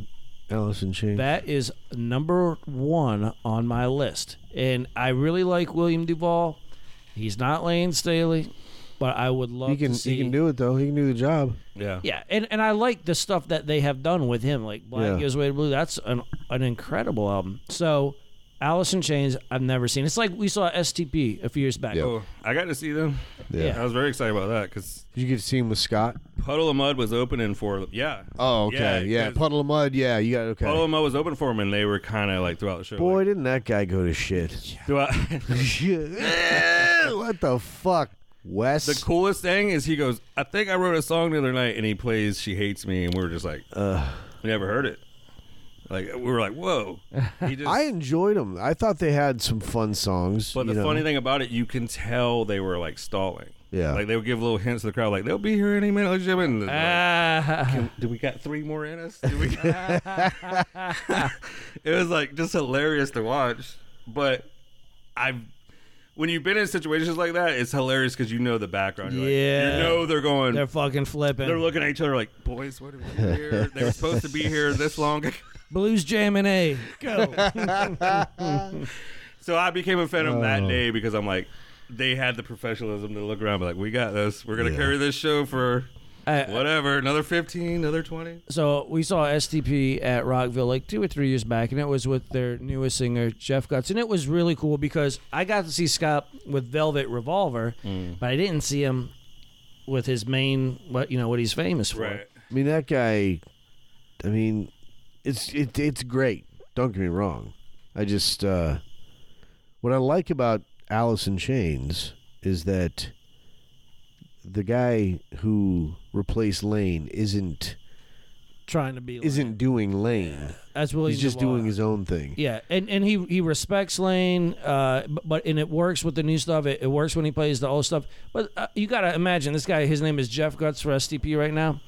Alice in Chains?
That is number one on my list, and I really like William Duvall. He's not Lane Staley, but I would love
he can
to see.
he can do it though. He can do the job.
Yeah.
Yeah, and, and I like the stuff that they have done with him, like Black
Yeah.
Gives Way to Blue. That's an an incredible album. So, Alice in Chains, I've never seen. It's like we saw STP a few years back.
Yeah.
Oh, I got to see them.
Yeah.
I was very excited about that because
Did you get to see him with Scott?
Puddle of Mud was opening for them. Yeah.
Oh, okay. Yeah.
'cause
Puddle of mud. Yeah, you got okay.
Puddle of Mud was open for them, and they were kind of like throughout the show.
Boy,
like,
didn't that guy go to shit.
throughout-
what the fuck, Wes?
the coolest thing is he goes, I think I wrote a song the other night, and he plays She Hates Me, and we were just like, we never heard it. Like, we were like, whoa. He just,
I enjoyed him. I thought they had some fun songs.
but the
you know?
funny thing about it, you can tell they were like stalling.
Yeah.
Like, they would give little hints to the crowd, like, they'll be here any minute. ladies and gentlemen. Like,
Ah,
do we got three more in us? Do we got... it was like just hilarious to watch. But I've when you've been in situations like that, it's hilarious because you know the background. You're like-
Yeah.
you know they're going. They're,
they're fucking flipping.
looking at each other like, boys, what are we doing here? they were supposed to be here this long.
Blues Jam and A. Go.
so I became a fan of them
Oh.
that day because I'm like, they had the professionalism to look around, and be like, we got this. We're gonna
Yeah.
carry this show for.
I-
Whatever, another fifteen, another twenty.
Uh, so we saw STP at Rockville like two or three years back, and it was with their newest singer Jeff Guts, and it was really cool because I got to see Scott with Velvet Revolver, but I didn't see him with his main what you know what he's famous for.
I mean, that guy. I mean, it's it, it's great. Don't get me wrong. I just uh, what I like about Alice in Chains is that the guy who replaced Lane isn't
Trying to be like,
isn't doing Lane.
that's William
He's just
Duvall.
doing his own thing.
Yeah, and, and he, he respects Lane, uh, b- but and it works with the new stuff. It, it works when he plays the old stuff. But uh, you gotta imagine this guy. His name is Jeff Guts for STP right now.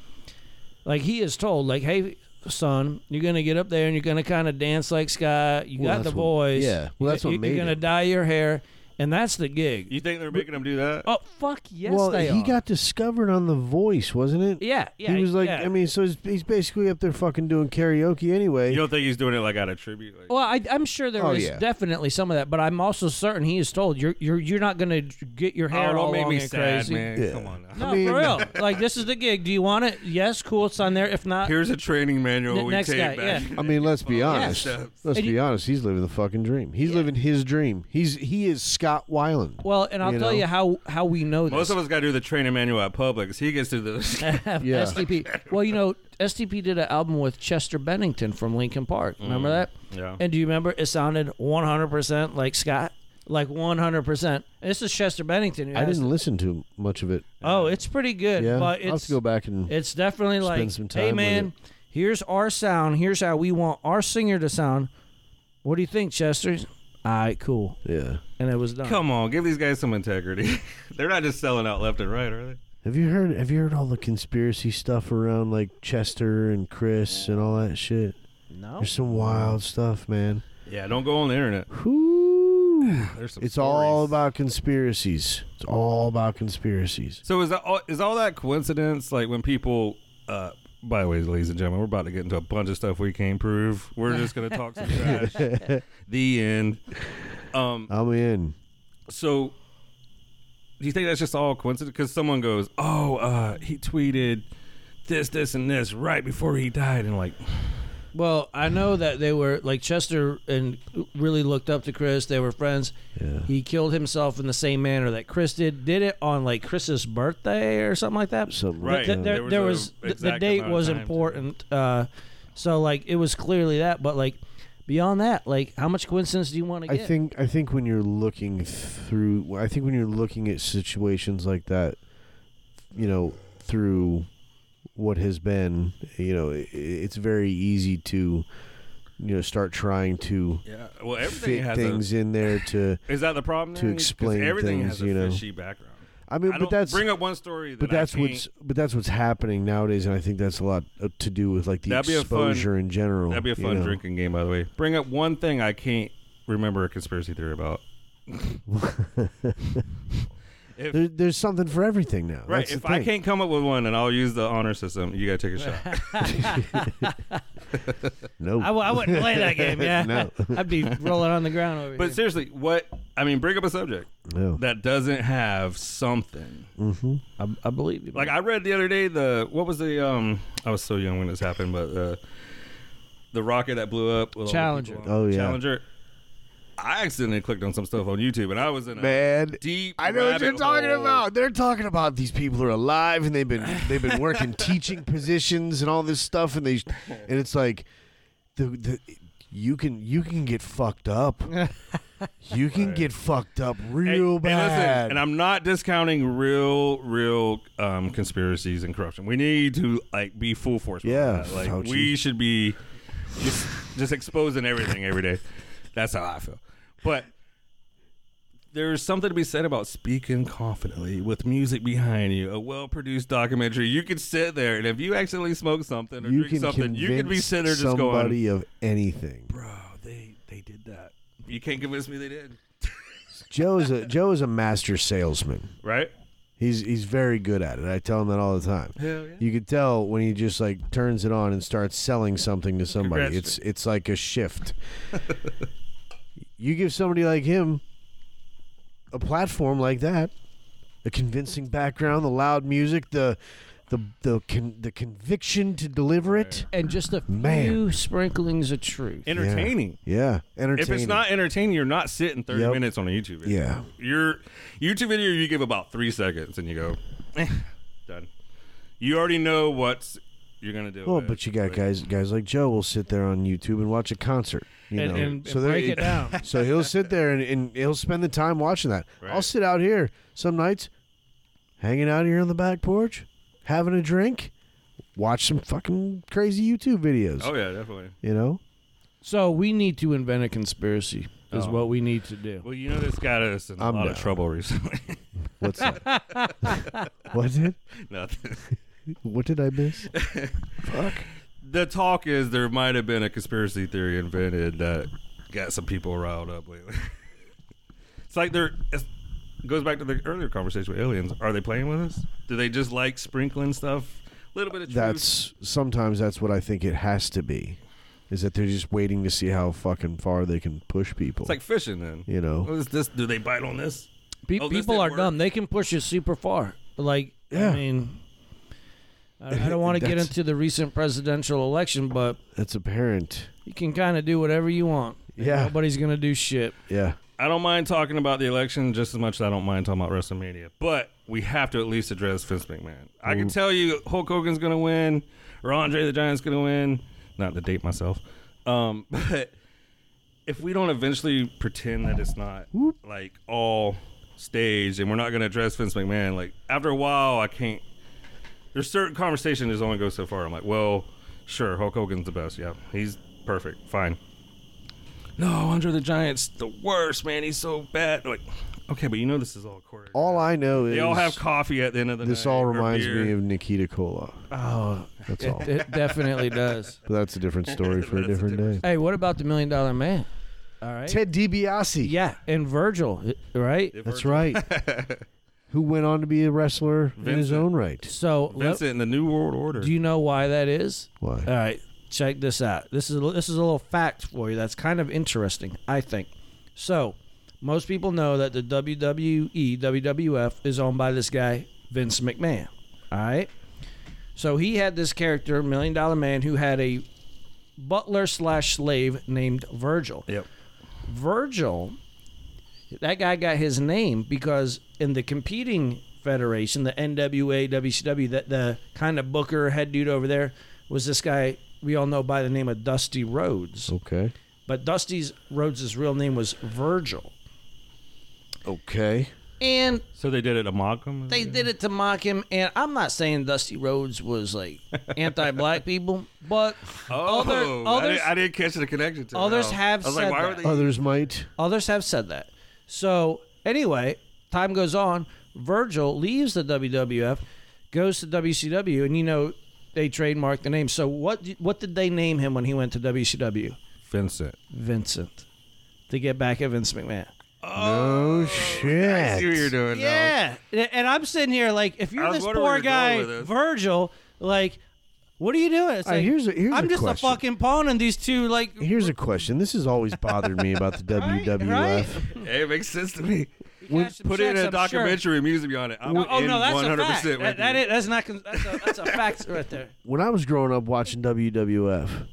Like he is told, like, hey, son, you're gonna get up there and you're gonna kind of dance like Scott. You
Well,
got the
that's what-
voice.
yeah. Well, that's what
you,
made
You're gonna
it.
dye your hair, and that's the gig.
You think they're making them do that?
oh fuck yes,
well,
they
he
are.
got discovered on The Voice, wasn't it?
yeah yeah.
he was like,
yeah.
I mean, so he's, he's basically up there fucking doing karaoke anyway.
You don't think he's doing it like out of tribute? Like,
Well, I, I'm sure there is
Oh, yeah.
definitely some of that, but I'm also certain he is told you're you're you're not gonna get your
oh,
hair
don't
all
make
long
me
and
sad,
crazy.
man.
Yeah.
Come on. Now.
No,
I mean-
for real. Like this is the gig. Do you want it? Yes, cool. It's on there. If not,
Here's a training manual
N-
we
next
take
guy,
back.
I mean, let's be
Follow the
honest.
steps.
Let's
And
be
you-
honest. He's living the fucking dream. He's living his dream. He's he is Scott Weiland.
well, and I'll
You
tell
know.
you how how we know
Most
this.
of us got to do the training manual at Publix. He gets to the.
Yeah.
STP. Well, you know, STP did an album with Chester Bennington from Lincoln Park.
Mm.
Remember that?
yeah.
And do you remember it sounded 100% like Scott? Like 100%. And This is Chester Bennington. who
I
has-
didn't listen to much of it.
Oh, it's pretty good,
Yeah,
but
I'll have
it's
to go back and
It's definitely
Spend
like,
some
hey
time with
man, here's our sound. Here's how we want our singer to sound. What do you think, Chester? All right, cool.
yeah.
And it was done.
Come on, give these guys some integrity. They're not just selling out left and right, are they?
Have you heard? Have you heard all the conspiracy stuff around like Chester and Chris and all that shit?
No.
There's some wild stuff, man.
Yeah, don't go on the internet.
Whew.
There's some
It's all
stories.
about conspiracies. It's all about conspiracies.
So is that all, is all that coincidence? Like when people, uh, by the way, ladies and gentlemen, we're about to get into a bunch of stuff we can't prove. We're just gonna talk some trash. the end. Um.
I'm in.
So, do you think that's just all coincidence? Because someone goes, "Oh, uh, he tweeted this, this, and this right before he died," and like,
Well, I know that they were like Chester and really looked up to Chris. They were friends.
Yeah.
He killed himself in the same manner that Chris did. Did it on like Chris's birthday or something like that.
Something
Right.
Like
Th-
that.
there,
There
there,
was a
was, th- the
exact
date
amount of
was
time to-
important. Uh, so like it was clearly that, but like beyond that, like how much coincidence do you want to
I
get?
think I think when you're looking through, I think when you're looking at situations like that, you know, through what has been, you know, i it's very easy to, you know, start trying to
"Yeah, well, everything
fit
has
things in there to.
a." Is that the problem?
to
then? 'Cause
explain
everything has
things,
a
you know.
fishy background.
I mean,
I
but
don't,
that's
bring up one story, that
but
I
that's
can't-
what's but that's what's happening nowadays, and I think that's a lot uh, to do with like the
That'd be a fun-
exposure in general.
That'd be a
you
fun
know.
drinking game, by the way. Bring up one thing I can't remember a conspiracy theory about. if,
There, there's something for everything now.
right,
That's the
if I
thing.
can't come up with one, and I'll use the honor system, you gotta take a shot.
no,
I, w- I wouldn't play that game. Yeah,
No.
I'd be rolling on the ground over
but
here.
seriously, what? I mean, bring up a subject
no.
that doesn't have something.
mm-hmm.
I, I believe you.
Like I read the other day, the what was the um? I was so young when this happened, but uh, the rocket that blew up. with all the people
Challenger.
on it.
Oh, yeah.
Challenger. I accidentally clicked on some stuff on YouTube, and I was in a
Man,
deep.
I know what you're
rabbit
talking
hole.
about. They're talking about these people are alive and they've been they've been working teaching positions and all this stuff and they and it's like the, the you can you can get fucked up. You can get fucked up
Hey,
real
hey, listen,
bad.
and I'm not discounting real, real um, conspiracies and corruption. We need to like be full force. with
Yeah,
that. like
Fauci.
we should be just, just exposing everything every day. That's how I feel. But there's something to be said about speaking confidently with music behind you, a well-produced documentary. You could sit there, and if you accidentally smoke something or
you
drink
can
something,
convince
you could be sitting there just going,
somebody of anything.
"Bro, they they did that. You can't convince me they did,
Joe is a Joe is a master salesman.
right?
He's he's very good at it. I tell him that all the time.
Hell yeah.
You could tell when he just like turns it on and starts selling something to somebody. it's
Congrats,
it's like a shift. you give somebody like him a platform like that, the convincing background, the loud music, the the the con- the conviction to deliver it.
and just a few
Man.
sprinklings of truth.
Entertaining."
Yeah,
If
entertaining.
it's not entertaining, you're not sitting 30
Yep.
minutes on a YouTube video.
yeah,
Your YouTube video, you give about three seconds and you go, "Eh, done. You already know what's you're going to do.
well, but you got guys guys like Joe will sit there on YouTube and watch a concert. You
and,
know,
and,
so
and
there-
break it down.
So he'll sit there and, and he'll spend the time watching that. I'll
Right.
sit out here some nights, hanging out here on the back porch, having a drink, watch some fucking crazy YouTube videos.
Oh, yeah, definitely.
You know,
So we need to invent a conspiracy. Is
Oh.
what we need to do.
Well, you know, this got us in a
I'm
lot of
down.
trouble recently.
what's that? What's it?
Nothing.
What did I miss? Fuck.
The talk is there might have been a conspiracy theory invented that got some people riled up lately. it's like they're. It's, goes back to the earlier conversation with aliens. Are they playing with us? Do they just like sprinkling stuff? A little bit of truth.
That's sometimes that's what I think it has to be, is that they're just waiting to see how fucking far they can push people.
It's like fishing then.
you
What
know,
is this? Do they bite on this?
Pe-
Oh, this
people
didn't
are
work.
dumb. They can push you super far. Like
Yeah.
I mean, I, I don't want to get
That's-
into the recent presidential election, but
that's apparent.
you can kind of do whatever you want. and
Yeah.
nobody's gonna do shit.
Yeah.
I don't mind talking about the election just as much as I don't mind talking about WrestleMania, but we have to at least address Vince McMahon. I can tell you Hulk Hogan's going to win, or Andre the Giant's going to win. Not to date myself. Um, but if we don't eventually pretend that it's not like all staged and we're not going to address Vince McMahon, like after a while, I can't. There's certain conversation that's only go so far. I'm like, well, sure, Hulk Hogan's the best. Yeah, he's perfect. Fine. No, Andre the Giant's the worst, man. He's so bad. Like, Okay, but you know this is all choreographed.
All I know is
they all have coffee at the end of the night.
this all
or
reminds
beer.
me of Nikita Koloff.
Oh,
That's all.
it, it definitely does.
But that's a different story for a
That's a
different
different
day.
Hey, what about the Million Dollar Man? All right.
Ted DiBiase.
yeah, and Virgil, right?
If
That's
we're-
right. Who went on to be a wrestler in his
Vincent.
own right.
So, let-
Vincent in the New World Order.
do you know why that is?
Why?
All right, check this out. This is a, this is a little fact for you that's kind of interesting, I think. So, most people know that the E, WWE WWF is owned by this guy Vince McMahon. All right, so he had this character Million Dollar Man who had a butler slash slave named Virgil.
yep.
Virgil, that guy got his name because in the competing federation, the NWA, WCW, that the kind of booker head dude over there was this guy we all know by the name of Dusty Rhodes.
Oh.
Okay.
But Dusty Rhodes' real name was Virgil.
Okay.
And
So they did it amalgam.
they did it to mock him. And I'm not saying Dusty Rhodes was like anti black people, but
Oh,
other-
I,
others,
didn't, I didn't catch the connection to
others
it. Oh.
have
I was like,
said
why
that.
were they?
Others might.
Others have said that. So anyway, time goes on. Virgil leaves the WWF, goes to WCW, and you know they trademarked the name. So what what did they name him when he went to WCW?
Vincent.
Vincent, to get back at Vince McMahon.
Oh, shit.
I see what you're doing. now.
Yeah, and- and I'm sitting here like, if
I
you're
was
this
wondering where
poor
you're going
guy,
with this.
Virgil, like. What are you doing? It's
Uh,
like,
here's a- here's
I'm
a
just
question.
a fucking pawn in these two. Like,
Here's a question. This has always bothered me about the
Right,
WWF.
right?
Hey, it makes sense to me.
You cash some
Put in
checks,
a
I'm sure.
documentary music on it. I'm
Oh, oh,
in
no, that's
100%
a fact.
with
That, that
you.
is, that's not. con- That's a, that's a fact right there.
When I was growing up watching WWF,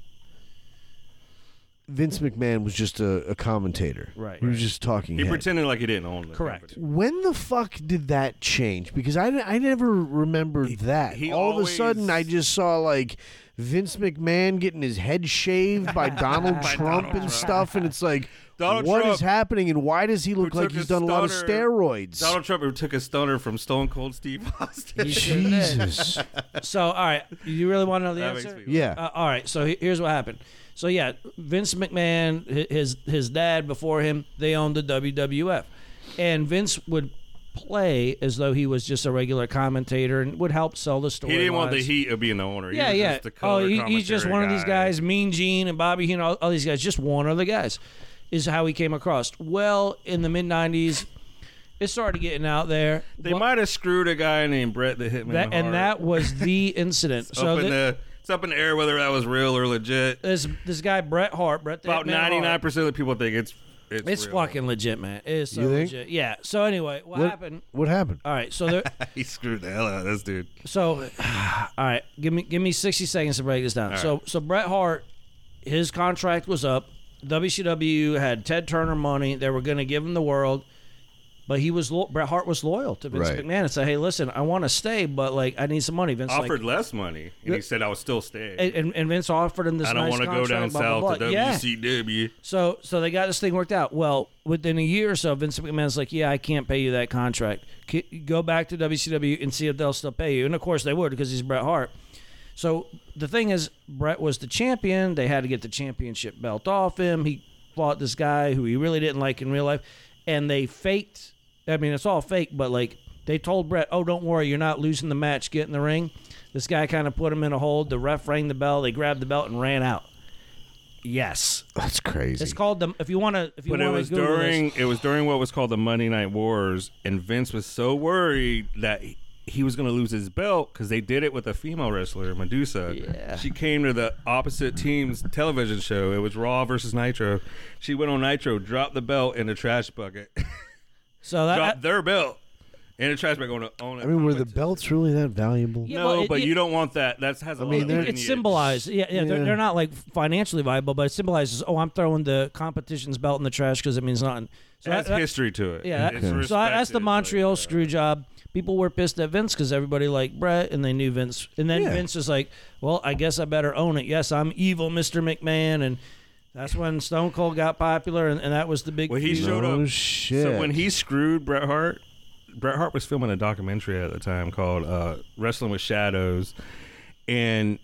Vince McMahon was just a, a commentator.
Right.
He was just talking.
He
head.
pretended like he didn't own the
Correct.
company.
when the fuck did that change? Because I, I never remembered that.
he
All of a
always-
sudden, I just saw like Vince McMahon getting his head shaved by Donald
By
Trump
Donald
and
Trump.
stuff, and it's like, what is
Donald Trump,
happening, and why does he look
who
like
took
he's
his
done a lot of
stoner-
steroids?
Donald Trump who took a stunner from Stone Cold Steve Austin.
Jesus,
So, all right, you really want to know the
That
answer?
makes me-
yeah.
Uh, all right, so he- here's what happened. So yeah, Vince McMahon, hi- his his dad before him, they owned the WWF, and Vince would play as though he was just a regular commentator and would help sell the story.
he didn't want the heat of being the owner. He
Yeah,
was
yeah.
Just the
oh,
color
he, he's just
commentary
one of these
guy.
guys, Mean Gene and Bobby Heenan, all, all these guys, just one of the guys, is how he came across. Well, in the mid '90s, it started getting out there.
They
Well,
might have screwed a guy named Brett the Hitman.
that, and
Hart
that was the incident.
up
so
in
thi-
the it's up in the air whether that was real or legit.
this this guy Bret Hart, Bret the
About
Hitman
ninety nine
Hart,
percent of the people think it's it's,
It's
real.
fucking legit, man. It's so
You think?
legit. Yeah. So anyway, what,
What-
happened?
What happened?
All right. So there.
He screwed the hell out of this dude.
so all right. Give me give me sixty seconds to break this down. So so Bret Hart, his contract was up. WCW had Ted Turner money. They were going to give him the world. But he was lo- Bret Hart was loyal to Vince
Right.
McMahon and said, "Hey, listen, I want to stay, but like I need some money." Vince like,
Offered less money, and he said I would still stay.
and, and- and Vince offered him this.
I don't
nice
want to go
contract,
down
blah,
south
blah, blah.
to
Yeah.
WCW.
So so they got this thing worked out. Well, within a year or so, Vince McMahon's like, yeah, I can't pay you that contract. C- Go back to WCW and see if they'll still pay you. And of course they would because he's Bret Hart. So the thing is, Bret was the champion. They had to get the championship belt off him. He fought this guy who he really didn't like in real life, and they faked. I mean, it's all fake, but like they told Bret, "Oh, don't worry, you're not losing the match. Get in the ring." This guy kind of put him in a hold. The ref rang the bell. They grabbed the belt and ran out. Yes.
That's crazy.
It's called the. If you want to, if you
But
want
it
to
was during it was during what was called the Monday Night Wars, and Vince was so worried that he- he was going to lose his belt because they did it with a female wrestler, Medusa.
Yeah.
She came to the opposite team's television show. It was Raw versus Nitro. She went on Nitro, dropped the belt in a trash bucket,
so that
dropped their belt in a trash bucket on a. On a
I mean, were the
competition.
belts really that valuable?
Yeah,
No,
well, it-
but
it-
you don't want that. That has a
mean,
lot of
they're-
it
lineage.
symbolizes. Yeah, yeah,
Yeah.
They're, they're not like financially viable, but it symbolizes. Oh, I'm throwing the competition's belt in the trash because it means nothing. So
It has
that- that-
history to it.
Yeah,
It's
that, so I, that's the
respected,
Montreal
like, uh,
screw job. People were pissed at Vince because everybody liked Brett and they knew Vince. And then
Yeah.
Vince is like, "Well, I guess I better own it. Yes, I'm evil, Mr. McMahon." And that's when Stone Cold got popular, and, and that was the big.
Well, he
feud.
showed
Oh
up.
shit!
So when he screwed Bret Hart, Bret Hart was filming a documentary at the time called uh, "Wrestling with Shadows," and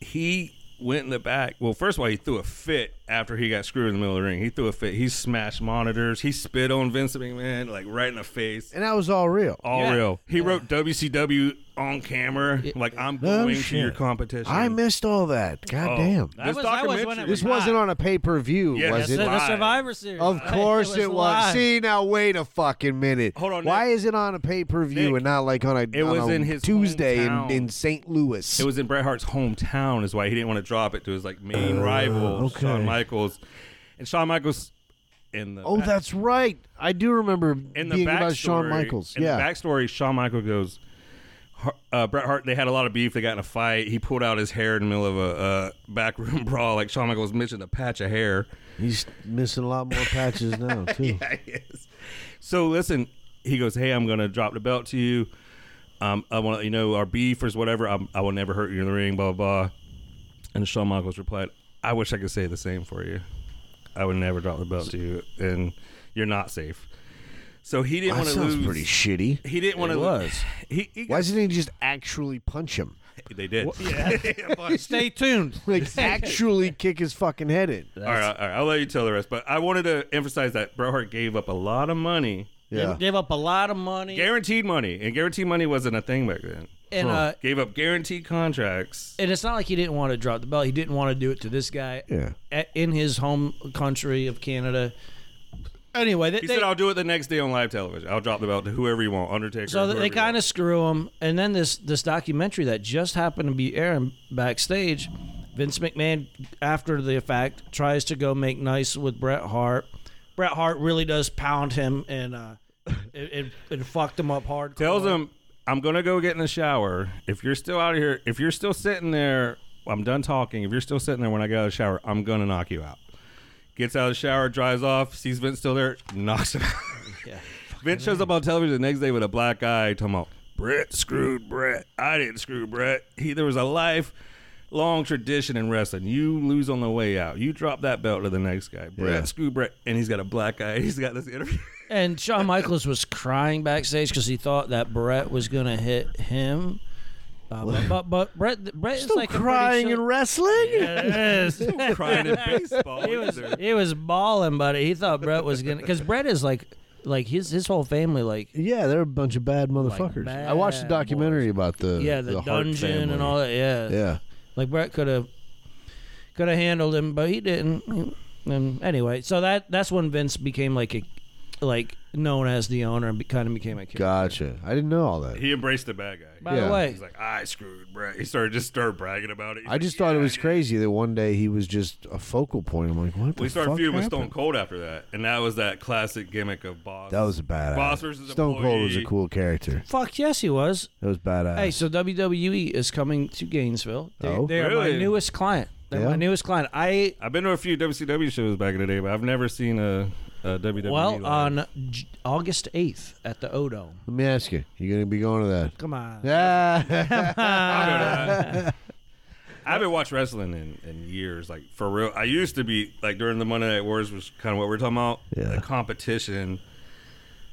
he went in the back. Well, first of all, he threw a fit after he got screwed in the middle of the ring. He threw a fit. He smashed monitors. He spit on Vince McMahon like right in the face.
and that was all real.
All
Yeah.
real. He wrote WCW on camera. Like I'm
Oh,
going to
shit.
your competition.
I missed all that. God
Oh,
damn.
That
This
was- that was when it
documentary-
This
was
wasn't
hot.
on a pay per view,
Yes.
was
That's
it?
the- the
live?
Survivor Series.
Of
right?
course it was.
live.
See now, wait a fucking minute.
Hold on,
Why is it on a pay per view
Nick,
and not like on a,
it
on
was
a
in his
Tuesday in,
hometown.
in St. Louis?
It was in Bret Hart's hometown, is why he didn't want to drop it to his like main rival,
Uh, okay.
Shawn Michaels. And Shawn Michaels in the
oh,
back-
that's right. I do remember
in the
being
backstory,
about Shawn Michaels.
In
yeah,
the backstory, Shawn Michaels goes. Har- Uh, Bret Hart, they had a lot of beef. They got in a fight. He pulled out his hair in the middle of a uh, backroom brawl. Like Shawn Michaels mentioned, a patch of hair.
he's missing a lot more patches now too.
Yes. So listen, he goes, "Hey, I'm gonna drop the belt to you. Um, I want to, you know, our beef or whatever. I'm, I will never hurt you in the ring. Blah blah." blah. And Shawn Michaels replied, "I wish I could say the same for you. I would never drop the belt to you, and you're not safe." So he didn't
That
want to
sounds
lose.
pretty shitty.
he didn't want
It
to
was.
He, he
Why
got,
doesn't he just actually punch him?
they did. Yeah.
Stay tuned.
Like actually kick his fucking head in.
all, right, all right. I'll let you tell the rest, but I wanted to emphasize that Bret Hart gave up a lot of money,
Yeah.
Gave up a lot of money.
guaranteed money, and guaranteed money wasn't a thing back then.
and uh,
gave up guaranteed contracts.
and it's not like he didn't want to drop the belt. He didn't want to do it to this guy
Yeah.
at, in his home country of Canada. Anyway, they,
He
they-
said, "I'll do it the next day on live television. I'll drop the belt to whoever you want, Undertaker."
so
whoever
they
you
kind
want."
of screw him. And then this this documentary that just happened to be airing backstage, Vince McMahon after the fact tries to go make nice with Bret Hart. Bret Hart really does pound him and uh, it, it, it fucked him up hard.
tells him, "I'm gonna go get in the shower. If you're still out of here, if you're still sitting there, I'm done talking. If you're still sitting there when I get out of the shower, I'm gonna knock you out." Gets out of the shower, drives off, sees Vince still there, knocks him out.
Yeah.
Vince shows up on television the next day with a black eye, talking about Brett screwed Brett. I didn't screw Brett. He there was a life long tradition in wrestling. You lose on the way out. You drop that belt to the next guy. Brett
Yeah.
screwed Brett, and he's got a black eye. He's got this interview.
And Shawn Michaels was crying backstage because he thought that Brett was gonna hit him. Uh, but, but but Brett Brett is
Still
like
crying
a
and wrestling.
wrestling.
Crying in baseball.
he was
either.
he was balling, buddy. He thought Brett was gonna because Brett is like like his his whole family like
Yeah, they're a bunch of bad motherfuckers. I watched the
bad
documentary about the
yeah the,
Hart
dungeon
family.
and all that yeah
Yeah,
like Brett could have could have handled him, but he didn't. And anyway, so that that's when Vince became like a like known as the owner and kind of became a kid.
gotcha. I didn't know all that.
He embraced the bad guy.
By
Yeah.
the way,
He's like, I screwed Brett. He started just start bragging about it. He's
I
like,
just thought it
"Yeah,
was
I
crazy that one day he was just a focal point. I'm like, what the
We started
fuck
feuding with Stone
happened?
Cold after that, and that was that classic gimmick of boss.
That was a badass.
Boss versus
Stone Cold was a
employee.
cool character.
Fuck yes, he was.
That was badass.
Hey, so WWE is coming to Gainesville. They,
Oh.
they are my
Really?
newest client. They're
Yeah.
my newest client. I
I've been to a few WCW shows back in the day, but I've never seen a, a E WWE.
well
live.
on J- August eighth at the Odo.
Let me ask you, you gonna be going to that?
Come on.
Yeah.
I'll go to that. I haven't watched wrestling in, in years, like for real. I used to be like during the Monday Night Wars was kind of what we're talking about.
Yeah.
The competition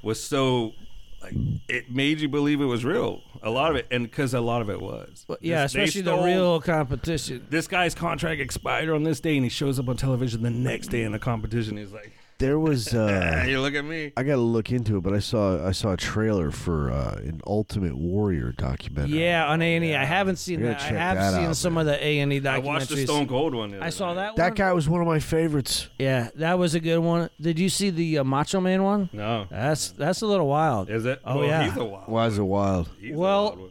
was so like it made you believe it was real. A lot of it, and because a lot of it was.
But yeah,
This- they
especially the
stole-
real competition.
This guy's contract expired on this day, and he shows up on television the next day in the competition. He's like,
there was.
"Ah,
Uh,
"You look at me."
I gotta look into it, but I saw I saw a trailer for uh, an Ultimate Warrior documentary.
Yeah, on A and E. I haven't seen
You're
that.
gonna
I
check
have
that
seen
out,
some of the A and E documentaries.
I watched the Stone Cold one. the
I
other
saw
night.
that,
that
one.
guy was one of my favorites.
Yeah, that was a good one. Did you see the uh, Macho Man one?
No,
That's that's a little wild.
is it?
Oh
Well,
yeah.
he's a wild.
Why is it wild?
he's a
Well-
wild one.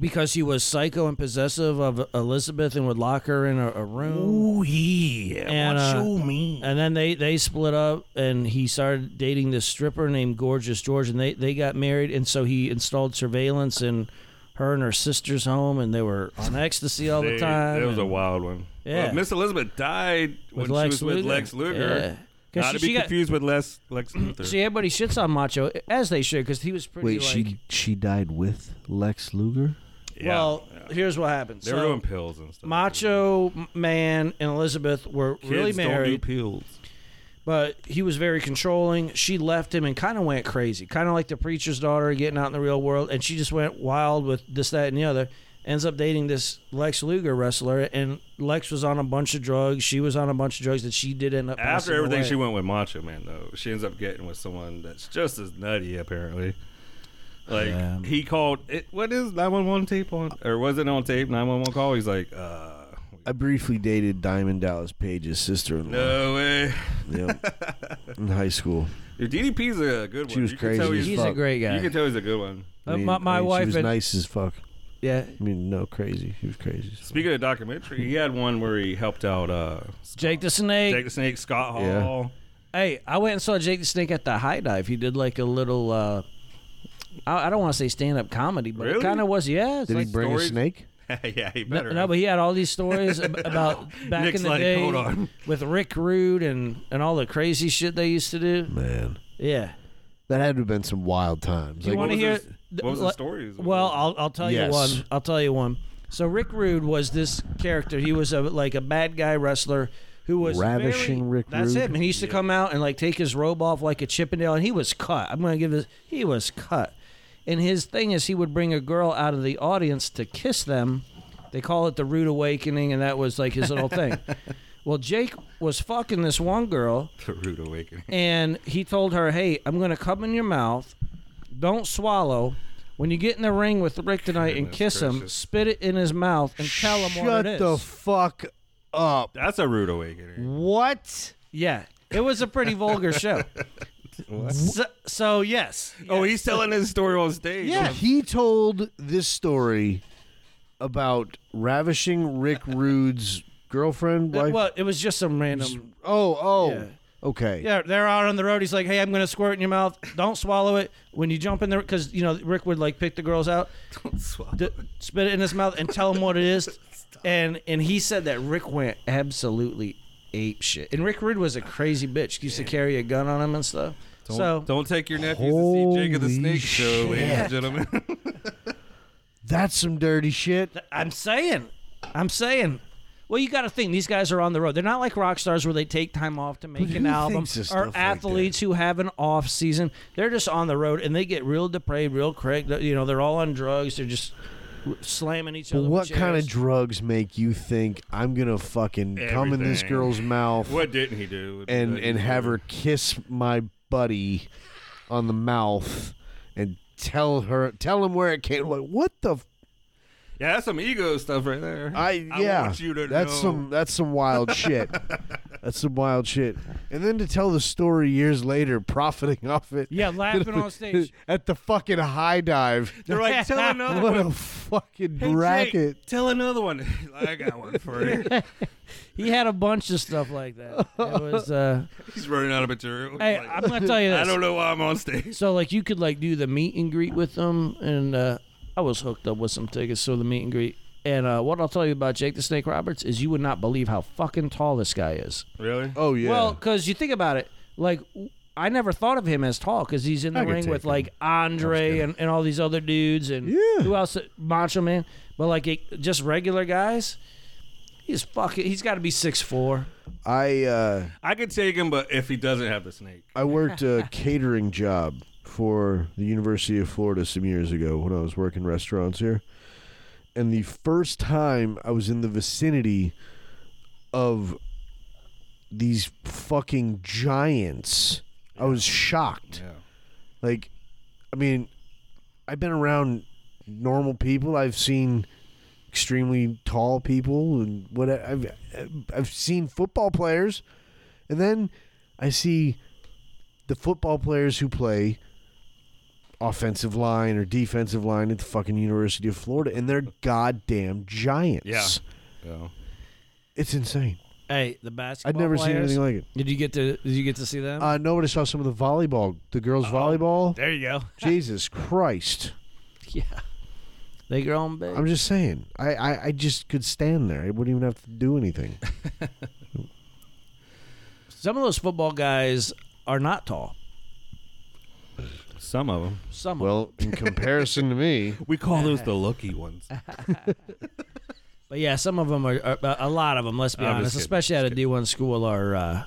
because he was psycho and possessive of Elizabeth and would lock her in a, a room.
Ooh, yeah.
And,
what
uh,
you mean?
And then they, they split up, and he started dating this stripper named Gorgeous George, and they, they got married. And so he installed surveillance in her and her sister's home, and they were on ecstasy all the
They-
time.
That was a
and-
wild one.
Yeah.
Well, Miss Elizabeth died when she was with Lex Luger.
Yeah.
Not
'Cause she,
to be
she got-
confused with Les, Lex Luthor.
see, everybody shits on Macho as they should because he was pretty.
Wait,
like,
she she died with Lex Luger.
Yeah.
Well,
Yeah.
here's what happened.
they were
So-
doing pills and stuff.
Macho Man and Elizabeth were
Kids
really
don't
married,
do pills.
but he was very controlling. She left him and kind of went crazy, kind of like the preacher's daughter getting out in the real world, and she just went wild with this, that, and the other. ends up dating this Lex Luger wrestler, and Lex was on a bunch of drugs. She was on a bunch of drugs that she did end up
After
passing
everything
away.
she went with Macho Man though, she ends up getting with someone that's just as nutty apparently. Like
Yeah.
he called it what is nine one one tape on or was it on tape, nine one one call? He's like, uh
I briefly dated Diamond Dallas Page's sister-in-law.
no way.
Yep. In high school.
Dude, DDP's a good one.
She was
you
crazy
Can tell
as
he's,
He's
fuck.
a great guy.
You can tell he's a good one.
Uh, my my
she
wife
was
and
nice as fuck.
yeah,
I mean, no, crazy. He was crazy. as fuck.
Speaking of documentary, he had one where he helped out uh
Jake the Snake.
Jake the Snake, Scott Hall.
Yeah.
Hey, I went and saw Jake the Snake at the High Dive. He did like a little. uh I, I don't want to say stand up comedy, but it
Really?
kind of was. Yeah, it's
Did
like
he bring
stories-
a snake?
yeah, he
No,
better.
no, but he had all these stories ab- about back
Nick's
in the
like,
day
"Hold on."
with Rick Rude and and all the crazy shit they used to do.
Man,
Yeah.
that had to have been some wild times.
Do you
Like,
want to
was
hear?
his- what was the
like-
stories?
Well, I'll, I'll tell
Yes.
you one. I'll tell you one. So Rick Rude was this character. He was a like a bad guy wrestler who was
Ravishing
very-
Rick
That's
Rude.
him. And he used to come out and like take his robe off like a Chippendale, and he was cut. I'm gonna give this. He was cut. And his thing is he would bring a girl out of the audience to kiss them. They call it the Rude Awakening, and that was like his little thing. Well, Jake was fucking this one girl
the rude awakening.
and he told her, "Hey, I'm gonna come in your mouth. Don't swallow. When you get in the ring with Rick tonight and
Goodness
kiss him,
gracious.
spit it in his mouth and tell him what
shut
it is."
the fuck up.
That's a rude awakening.
What?
yeah, it was a pretty vulgar show. so, so yes,
Oh, he's telling his story on stage.
Yeah, he told this story about ravishing Rick Rude's girlfriend.
Th-
Wife.
well, it was just some random.
Oh, oh,
Yeah.
okay.
Yeah, they're out on the road. He's like, "Hey, I'm gonna squirt it in your mouth. Don't swallow it when you jump in there, because you know Rick would like pick the girls out." d- spit it in his mouth and tell him what it is. And and he said that Rick went absolutely ape shit. And Rick Rude was a crazy bitch. He used to carry a gun on him and stuff.
Don't,
so
don't take your nephews to see Jake of the
Holy
Snake show, ladies
shit.
and gentlemen.
That's some dirty shit.
I'm saying, I'm saying. Well, you got to think these guys are on the road. They're not like rock stars where they take time off to make
Who
an album,
thinks of stuff
or
like
athletes who have an off season. They're just on the road and they get real depraved, real crazy. You know, they're all on drugs. They're just slamming each other. with
what kind of
chairs.
drugs make you think I'm gonna fucking come in this
Everything.
girl's mouth
what didn't he do?
Oh, and and have her kiss my buddy on the mouth and tell her tell him where it came? Like what the? F-
Yeah, that's some ego stuff right there.
I yeah.
want you to
that's
know.
some that's some wild shit. That's some wild shit. And then to tell the story years later, profiting off it.
Yeah, laughing on stage.
at the fucking high dive.
They're like, tell another
What
one.
a fucking
Hey, Jake,
racket.
tell another one. I got one for you.
He had a bunch of stuff like that. It was. Uh,
He's running out of material.
hey,
Like,
I'm gonna tell you this.
I don't know why I'm on stage.
So like you could like do the meet and greet with them, and uh, I was hooked up with some tickets to the meet and greet. And uh, what I'll tell you about Jake the Snake Roberts is you would not believe how fucking tall this guy is.
Really?
Oh yeah.
Well, because you think about it, like w- I never thought of him as tall because he's in the
I could
ring with
take him.
like Andre and, and all these other dudes and
Yeah.
who else? Macho Man, but like it, just regular guys. He's fucking. He's got to be six four.
I uh,
I could take him, but if he doesn't have the snake,
I worked a catering job for the University of Florida some years ago when I was working restaurants here. And the first time I was in the vicinity of these fucking giants, I was shocked.
yeah.
Like, I mean, I've been around normal people. I've seen extremely tall people, and what I've I've seen football players, and then I see the football players who play offensive line or defensive line at the fucking University of Florida, and they're goddamn giants.
Yeah. yeah.
it's insane.
Hey, the basketball.
I'd never seen
players.
anything like it.
Did you get to? Did you get to see them?
Uh, nobody saw some of the volleyball, the girls' volleyball.
there you go.
Jesus Christ.
Yeah. They grow 'em big.
I'm just saying. I, I, I just could stand there. I wouldn't even have to do anything.
Some of those football guys are not tall.
Some of them.
Some of them.
Well, in comparison to me,
We call those the lucky ones.
But yeah, some of them are, are a lot of them, let's be
I'm just
honest,
kidding,
especially at a D1 school are uh,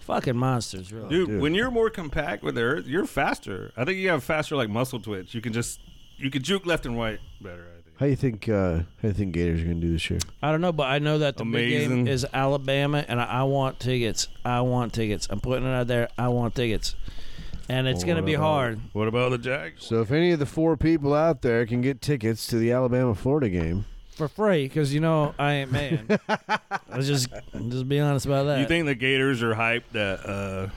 fucking monsters, really.
dude,
dude.
when you're more compact with the earth, you're faster. I think you have faster like muscle twitch. You can just you can juke left and right better. I think.
How you think? Uh, how you think Gators are going to do this year?
I don't know, but I know that the big game
Amazing.
is Alabama, and I, I want tickets. I want tickets. I'm putting it out there. I want tickets, and it's
Well,
going to
what
be
about-
hard.
What about the Jags?
So if any of the four people out there can get tickets to the Alabama Florida game,
for free because you know I ain't man. Let's just just be honest about that.
You think the Gators are hyped that uh,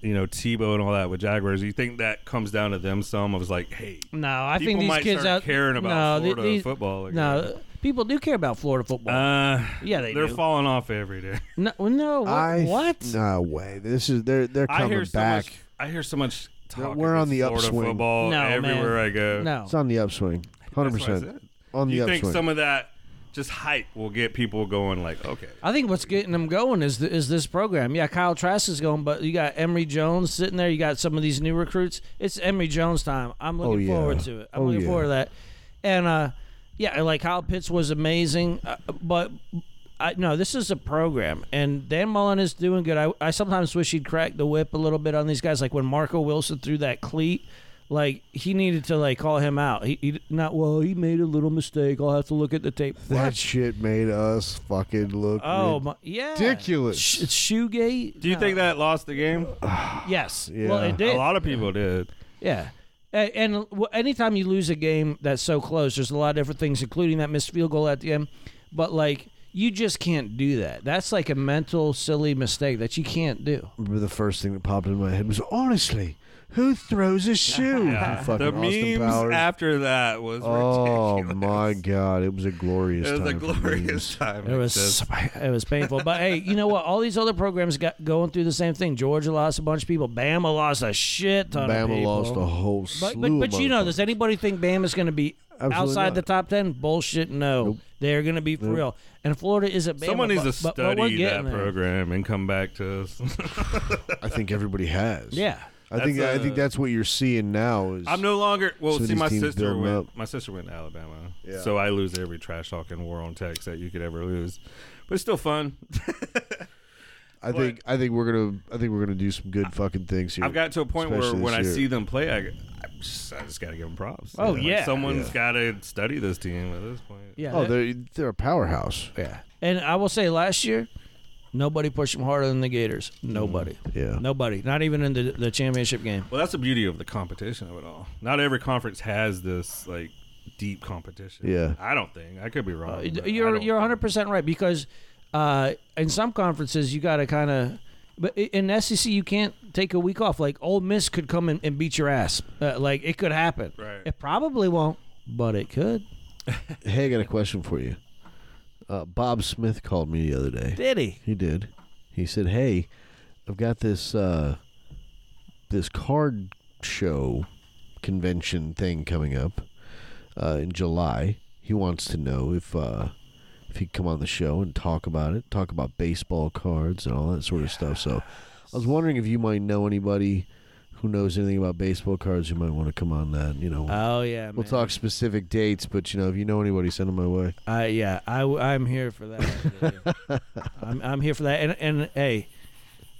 you know Tebow and all that with Jaguars? You think that comes down to them? Some of us like, hey,
No, I
people
think these
might
kids
start
out
caring
no,
about
the-
Florida
these-
football. again.
No, people do care about Florida football.
uh,
yeah, they
they're
do.
falling off every day.
no, well, no, what?
I
what?
No way. This is they're they're
I
coming
hear so
back.
much. I hear so much talk.
We're on
against
the
Florida
upswing.
Football
No,
everywhere
man.
I go.
No.
It's on the upswing. Hundred
That's what I
percent
said.
on the
you
upswing.
think some of that just hype will get people going like okay
I think what's getting them going is the, is this program. Yeah, Kyle Trask is going, but you got Emory Jones sitting there. You got some of these new recruits. It's Emory Jones time. I'm looking
Oh, yeah.
forward to it. I'm
Oh,
looking
yeah.
forward to that. And uh, yeah, like Kyle Pitts was amazing, uh, but I no, this is a program, and Dan Mullen is doing good. I, I sometimes wish he'd crack the whip a little bit on these guys, like when Marco Wilson threw that cleat. Like he needed to like call him out. He, he not well. He made a little mistake. I'll have to look at the tape.
that shit made us fucking look
Oh my, yeah,
ridiculous.
Sh- it's Shoegate.
do you think that lost the game
Uh,
Yes.
Yeah.
Well, it did.
a lot of people did
Yeah. A- And w- anytime you lose a game that's so close, there's a lot of different things, including that missed field goal at the end. But like, you just can't do that. That's like a mental silly mistake that you can't do.
remember the first thing that popped in my head was honestly, who throws a shoe? Fucking
the
Austin
memes
Powers.
after that was
oh
ridiculous
my god, it was a glorious.
it was a
time for memes.
glorious time
It was
Just-
it was painful. But hey, you know what? All these other programs got going through the same thing. Georgia lost a bunch of people. Bama lost a shit ton of
Bama
people.
lost a whole
But but,
slew
but
of
you know,
motherfuckers.
does anybody think Bama's going to be
Absolutely
outside
not.
the top ten? Bullshit. No, they're going to be for real. And Florida isn't. Bama,
someone needs to
but, but- but
study
we're getting
that
there.
program and come back to us
I think everybody has.
Yeah,
I think I
That's,
think
uh,
that's what you're seeing now is
i'm no longer well
Some of
see
these
my
teams
sister
building
went
up.
my sister went to alabama
Yeah.
so i lose every trash talking war on text that you could ever lose but it's still fun
I think I think we're gonna I think we're gonna do some good fucking things here.
I've got to a point where
Especially
when
this
I
year.
see them play, I, I just, I just got to give them props.
Oh, yeah.
someone's
Yeah.
got to study this team at this point.
yeah.
Oh,
that-
they're they're a powerhouse.
yeah. And I will say, last year, nobody pushed them harder than the Gators. Nobody.
Mm, Yeah.
Nobody. Not even in the, the championship game.
Well, that's the beauty of the competition of it all. Not every conference has this like deep competition.
Yeah.
I don't think. I could be wrong. but I
Uh, You're
don't
you're
think-
100 percent right because uh, in some conferences you got to kind of. But i- in SEC, you can't take a week off. Like Ole Miss could come in and beat your ass. Uh, like it could happen.
Right.
It probably won't, but it could.
Hey, I got a question for you. Uh, Bob Smith called me the other day.
Did he?
He did. He said, "Hey, I've got this uh, this card show convention thing coming up uh, in July. He wants to know if uh, if he'd come on the show and talk about it, talk about baseball cards and all that sort of stuff. So, I was wondering if you might know anybody who knows anything about baseball cards who might want to come on that. You know,
Oh yeah.
we'll
man.
talk specific dates, but you know, if you know anybody, send them my way.
I yeah, I am here for that. I'm I'm here for that. And and hey,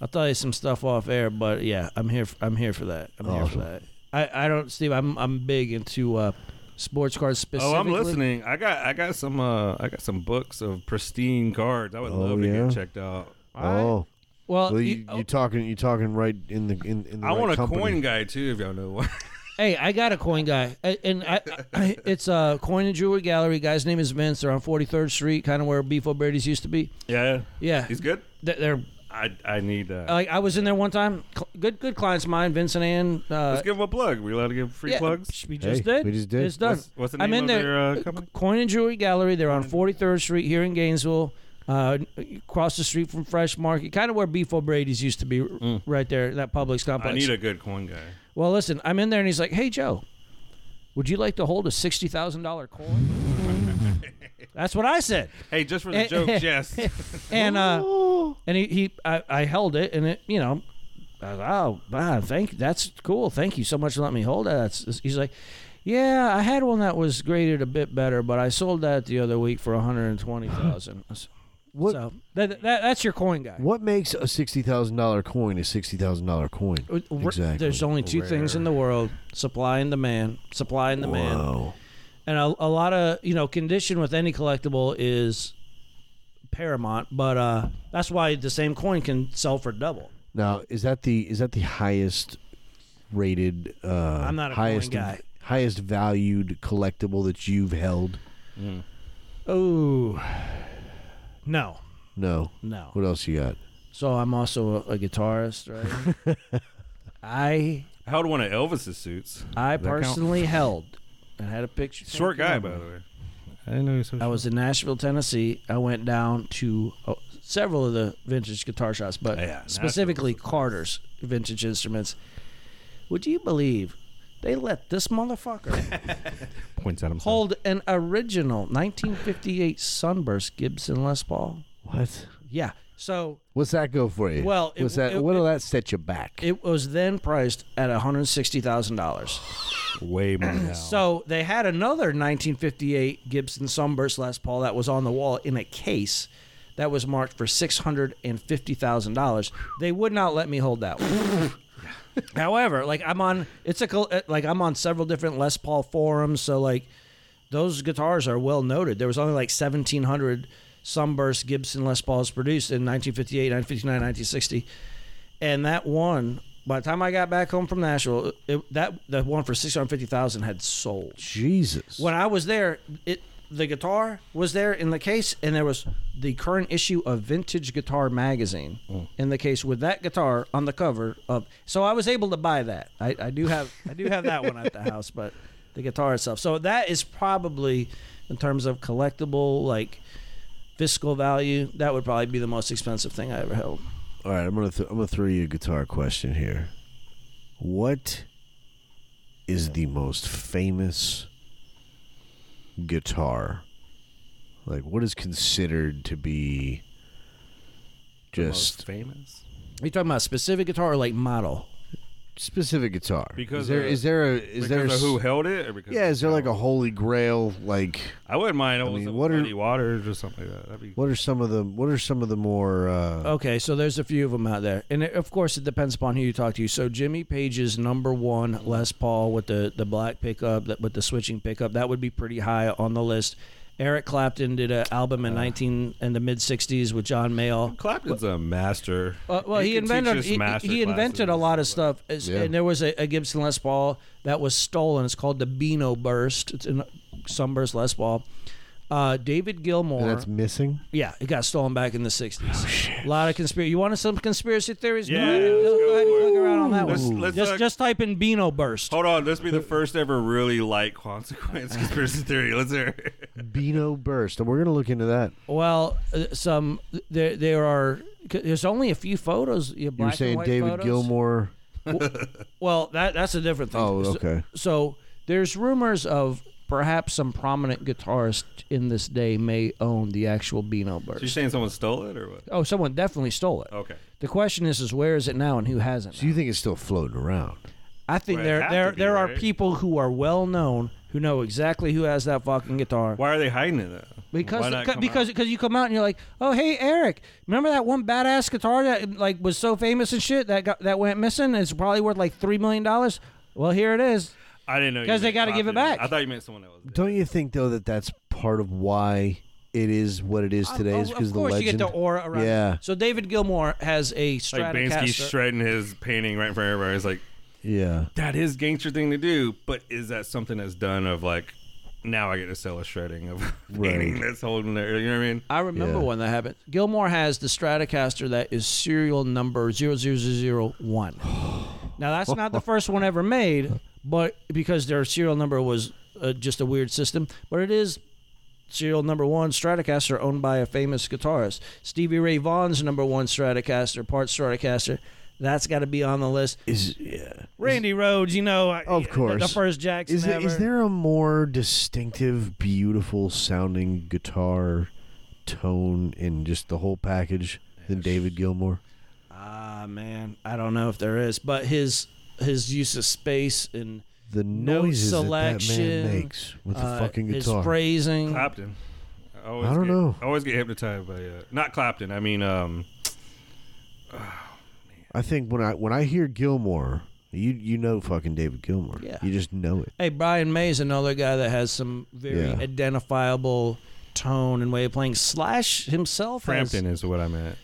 I'll tell you some stuff off air, but yeah, I'm here. For, I'm here for that. I'm
Awesome.
here for that. I, I don't, Steve. I'm I'm big into uh, sports cards
Oh,
specifically.
I'm listening. I got I got some uh I got some books of pristine cards. I would
Oh,
love to
yeah?
get checked out.
oh.
Well,
Well,
Uh, you-
you, you talking you talking right in the in, in the
I
right
want a
company.
coin guy too, if y'all know one.
oh, Hey, I got a coin guy, I- and I, I it's a coin and jewelry gallery. Guy's name is Vince. They're on 43rd Street, kind of where Beef O'Brady's used to be.
yeah,
Yeah,
he's good.
They're- they're
I I need that.
like I was in there one time. Cl- Good good clients of mine, Vince and Ann. Uh,
Let's give him a plug. We allowed to give free
yeah,
plugs.
We just
Hey,
did.
we just did.
It's done.
What's, what's the name
I'm in
of
there.
your uh, company?
Coin and Jewelry Gallery. They're on 43rd Street here in Gainesville, uh, across the street from Fresh Market, kind of where Beef O'Brady's used to be, r- right there, that Publix
Mm.
complex.
I need a good coin guy.
well, listen, I'm in there, and he's like, "Hey, Joe, would you like to hold a sixty thousand dollar coin?" That's what I said,
Hey, just for the joke, yes.
and
Oh.
uh, and he, he I, I held it, and it, you know. I was, oh, wow, thank you. That's cool. Thank you so much for letting me hold that. That's, he's like, yeah, I had one that was graded a bit better, but I sold that the other week for 120000
What
So that, that, that's your coin guy.
what makes a sixty thousand dollar coin a sixty thousand dollar coin?
R- r-
Exactly.
There's only two things in the world supply and demand. Supply and demand.
Wow.
and a, a lot of you know condition with any collectible is paramount but uh that's why the same coin can sell for double
Now, is that the is that the highest rated? Uh,
I'm not a coin
highest
guy.
Highest valued collectible that you've held?
oh no
No.
no
What else you got?
so i'm also a, a guitarist right i
I held one of Elvis's suits.
i
Does that count?
personally held and had a picture
Short
Thank
guy,
you.
by the way. I didn't know he was so
I was in Nashville, Tennessee. I went down to uh, several of the vintage guitar shops, but
Yeah, Nashville's
specifically Carter's Vintage Instruments. Would you believe they let this motherfucker
Points at himself.
hold an original 1958 Sunburst Gibson Les Paul?
What?
Yeah. So
What's that go for you?
Well, it-
what's that?
it-
what'll
it-
that set you back?
it was then priced at $160,000.
Way more now.
So they had another 1958 Gibson Sunburst Les Paul that was on the wall in a case that was marked for six hundred and fifty thousand dollars. They would not let me hold that one. However, like I'm on, it's a col- uh, like I'm on several different Les Paul forums, so like those guitars are well noted. There was only like 1,700 Sunburst Gibson Les Pauls produced in 1958, 1959, 1960, and that one. By the time I got back home from Nashville, it, that the one for 650,000 had sold.
Jesus.
When I was there, it the guitar was there in the case, and there was the current issue of Vintage Guitar Magazine in the case with that guitar on the cover of. So I was able to buy that. I, I do have I do have that one at the house, but the guitar itself. So that is probably in terms of collectible like fiscal value. That would probably be the most expensive thing I ever held.
All right, I'm gonna th- I'm gonna throw you a guitar question here. What is the most famous guitar? Like, what is considered to be
Most
just
famous.
Are you talking about specific guitar or like model?
specific guitar?
Because
is there
of-
is there a is
because
there a
of
s-
who held it? Or because
Yeah,
of
is there like
how-
a holy grail? Like,
I wouldn't mind. I
mean,
mean,
what
what
are-
Waters or something like that. That'd be
what are some of the what are some of the more? Uh,
Okay, so there's a few of them out there, and it, of course it depends upon who you talk to. So Jimmy Page's number one Les Paul with the the black pickup, that with the switching pickup, that would be pretty high on the list. Eric Clapton did an album
Uh.
in 19 in the mid 60s with John Mayall.
Clapton's a master.
Uh, well, he,
can teach
invented
us
he,
master
he invented a
classes.
lot of stuff, It's-
Yeah.
and there was a, a Gibson Les Paul that was stolen. It's called the Beano Burst. It's in Sunburst Les Paul. Uh, David Gilmore.
that's missing.
Yeah, it got stolen back in the '60s. A lot of conspiracy. You want some conspiracy theories?
Oh, Yeah,
Go ahead,
let's
go
go
ahead and
for it.
click around on that
Let's-
one.
let's,
just,
uh,
just type in Beano burst.
Hold on, let's be the first ever really light consequence conspiracy theory. Let's hear. it.
Beano burst, and we're gonna look into that.
Well, uh, some there there are. There's only a few photos. You,
You were saying David Gilmour.
Well, that that's a different thing.
Oh,
So-
okay.
So there's rumors of perhaps some prominent guitarist in this day may own the actual Beano
So you're
burst.
saying someone stole it or what?
Oh, someone definitely stole it.
Okay.
The question is, is where is it now and who hasn't?
Do you think it's still floating around?
I think
Well, it
there
had
there
to be,
there are
right?
people who are well known who know exactly who has that fucking guitar
Why are they hiding it though? Why
because
not
c-
come
because because you come out and you're like, oh hey Eric, remember that one badass guitar that like was so famous and shit that got that went missing? It's probably worth like three million dollars. Well, here it is.
out? I didn't know. you
'Cause they
meant
gotta give it
Clapton.
back.
I thought you meant someone that was. dead.
Don't you think though that that's part of why it is what it is today? is
Of-
because
of
the
course,
legend.
you get the aura around. it.
Yeah.
So David Gilmour has a
Like
Stratocaster.
Bansky shredding his painting right in front of everybody. It's like
yeah,
that is gangster thing to do, but is that something that's done of like now I get to sell a shredding of painting that's holding there? You know what I mean?
I remember
Yeah.
when that happened. Gilmore has the Stratocaster that is serial number 00001. now, that's not the first one ever made, but because their serial number was uh, just a weird system, but it is serial number one Stratocaster owned by a famous guitarist. Stevie Ray Vaughan's number one Stratocaster, part Stratocaster. That's got to be on the list.
is yeah.
Randy Rhodes, you know, I-
Of
the- the
course.
first Jackson
Is there,
ever.
is there a more distinctive, beautiful sounding guitar tone in just the whole package than David Gilmour?
Ah man, I don't know if there is, but his his use of space and
The
Note
noises that that
selection,
man makes with the
uh,
fucking
his
guitar.
phrasing.
Clapton. I, always
Mm. I don't
get-
know.
I always get hypnotized by uh, not Clapton. I mean, um,
I think when I when I hear Gilmour, You you know fucking David Gilmour.
Yeah.
You just know it.
Hey, Brian May is another guy that has some very
Yeah.
identifiable tone and way of playing. Slash himself, has-
Frampton Mm-hmm. is what I meant.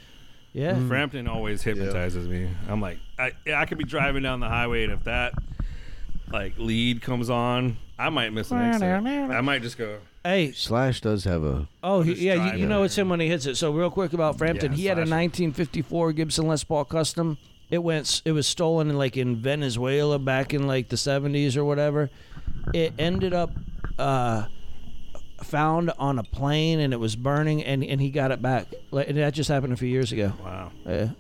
yeah,
Mm.
Mm.
Frampton always hypnotizes me. I'm like, I, I could be driving down the highway, and if that like lead comes on, I might miss an exit. I might just go.
hey,
Slash does have a
Oh, he,
Just
yeah, you,
drive
you
it.
know it's him when he hits it. So real quick about Frampton,
Yeah,
he had a
flash.
1954 Gibson Les Paul Custom. It went, s- it was stolen in like in Venezuela back in like the 70s or whatever. It ended up uh, found on a plane and it was burning, and, and he got it back. Like and that just happened a few years ago.
Wow.
Yeah.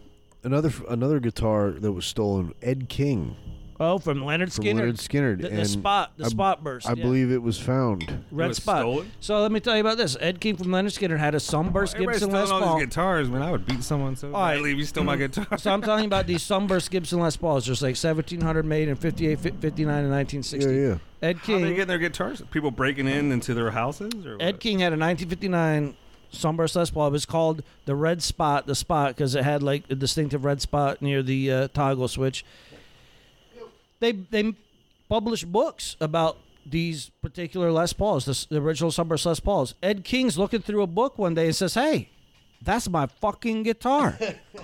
another another guitar that was stolen. Ed King
Oh, from Leonard
from
Skinner.
Leonard Skinner.
the, the
and
spot, the
I-
spot burst.
I
yeah.
believe it was found.
Oh, It
red
was
spot.
stolen?
So let me tell you about this. Ed King from Leonard Skinner had a sunburst
Everybody's
Gibson Les
stealing all
Paul.
these guitars, man. I would beat someone so.
All right. Mm.
I leave you steal my guitar.
So I'm talking about these sunburst Gibson Les Pauls. There's like 1700 made in 58, 59, and 1960.
Yeah, yeah.
Ed
How are they
King.
getting their guitars? People breaking in into their houses? Or
Mm. Ed
what?
King had a 1959 sunburst Les Paul. It was called the Red Spot, the spot because it had like a distinctive red spot near the uh, toggle switch. They they published books about these particular Les Pauls, this, the original sunburst Les Pauls. Ed King's looking through a book one day and says, "Hey." That's my fucking guitar.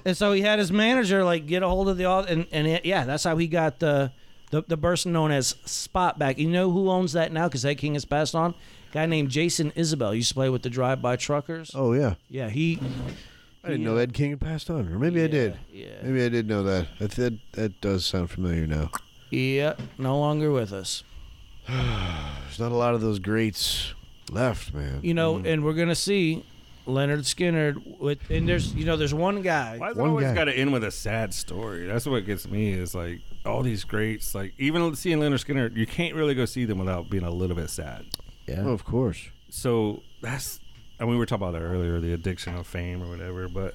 and so he had his manager like get a hold of the author, and, and it- yeah, that's how he got the, the the person known as Spot back. You know who owns that now? Because that king has passed on. guy named Jason Isabel used to play with the Drive By Truckers.
Oh yeah.
Yeah, he.
I didn't
Yeah.
know Ed King had passed on, or maybe I
Yeah,
did.
yeah.
Maybe I did know that. That that, that does sound familiar now.
Yeah, no longer with us.
There's not a lot of those greats left, man.
You know, and we're gonna see Leonard Skinner with, and there's you know there's one guy.
Why is it
One
always
guy.
got to end with a sad story? That's what gets me. Is like all these greats, like even seeing Leonard Skinner, you can't really go see them without being a little bit sad.
Oh, of course.
So that's, and we were talking about that earlier, the addiction of fame or whatever. But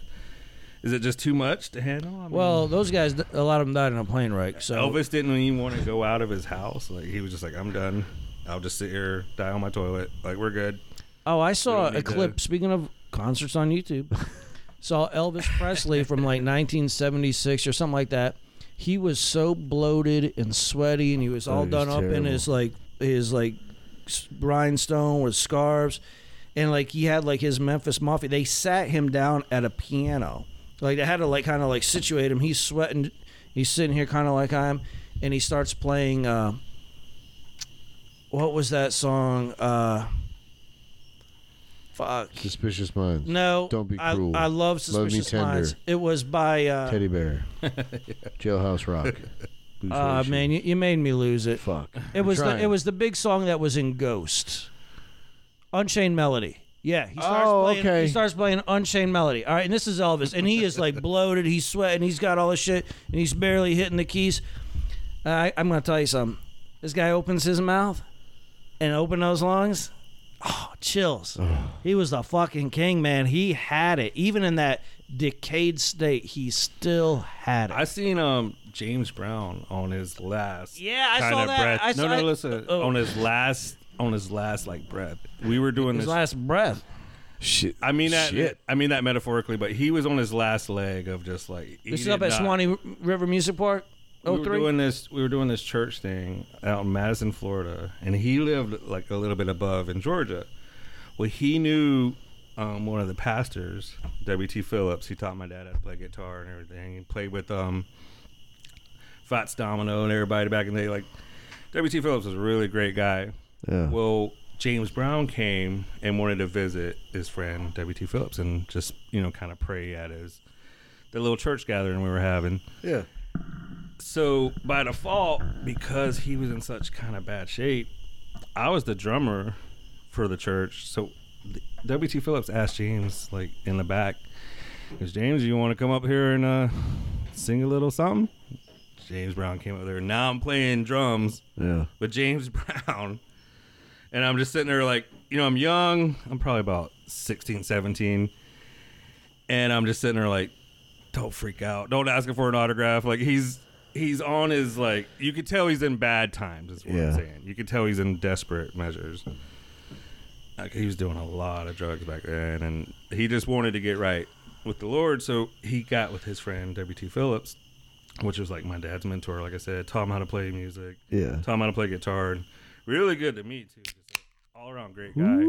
is it just too much to handle? I mean,
Well, those guys, a lot of them died in a plane wreck. So
Elvis didn't even want to go out of his house. Like he was just like, I'm done. I'll just sit here, die on my toilet. Like we're good.
Oh, I saw
don't
a
need to-
clip. Speaking of concerts on YouTube, saw Elvis Presley from like 1976 or something like that. He was so bloated and sweaty, and he was
Oh,
he
all
was
done up in
terrible.
his like his like s- rhinestone with scarves, and like he had like his Memphis Mafia. They sat him down at a piano, like they had to like kind of like situate him. He's sweating, he's sitting here kind of like I'm, and he starts playing. Uh, what was that song? Uh, fuck.
Suspicious Minds.
No.
Don't be
I-
cruel.
I, love
Love me
Suspicious
tender.
Minds. It was by. Uh,
Teddy Bear. Jailhouse Rock. Blues
uh,
Horseshoe.
man, you, you made me lose it.
Fuck.
It was the, it was the big song that was in Ghost, Unchained Melody. Yeah, he starts
Oh,
playing.
okay.
He starts playing Unchained Melody. All right, and this is Elvis, and he is like bloated. He's sweating. He's got all this shit, and he's barely hitting the keys. Uh, I I'm gonna tell you something. This guy opens his mouth, and open those lungs. Oh, chills. He was the fucking king, man. He had it. Even in that decayed state, he still had it.
I seen um James Brown on his last
Yeah, I
kinda
saw that.
breath.
I
no,
saw-
no,
I-
listen.
oh.
On his last, on his last like breath. We were doing
his
this.
last breath.
Shit.
I mean that.
Shit.
I mean that metaphorically, but he was on his last leg of just like. he
This is up
did
at
not-
Swanee River Music Park.
We
Oh
were
three.
doing this. We were doing this church thing out in Madison, Florida, and he lived like a little bit above in Georgia. Well, he knew um, one of the pastors, W.T. Phillips. He taught my dad how to play guitar and everything. He played with um, Fats Domino and everybody back in the day. Like W.T. Phillips was a really great guy.
Yeah.
Well, James Brown came and wanted to visit his friend W.T. Phillips and just you know kind of pray at his the little church gathering we were having
yeah.
so by default, because he was in such kind of bad shape, I was the drummer for the church. So th- W.T. Phillips asked James, like in the back, "Is James, you want to come up here and uh, sing a little something?" James Brown came up there. Now I'm playing drums
Yeah.
with James Brown. And I'm just sitting there like, you know, I'm young. I'm probably about 16, 17. And I'm just sitting there like, don't freak out. Don't ask him for an autograph. Like he's he's on his like you could tell he's in bad times is what
Yeah.
I'm saying. You could tell he's in desperate measures. Like he was doing a lot of drugs back then and he just wanted to get right with the Lord, so he got with his friend WT Phillips which was like my dad's mentor. Like I said, taught him how to play music,
Yeah.
taught him how to play guitar, and really good to me too. Just like, all around great guy.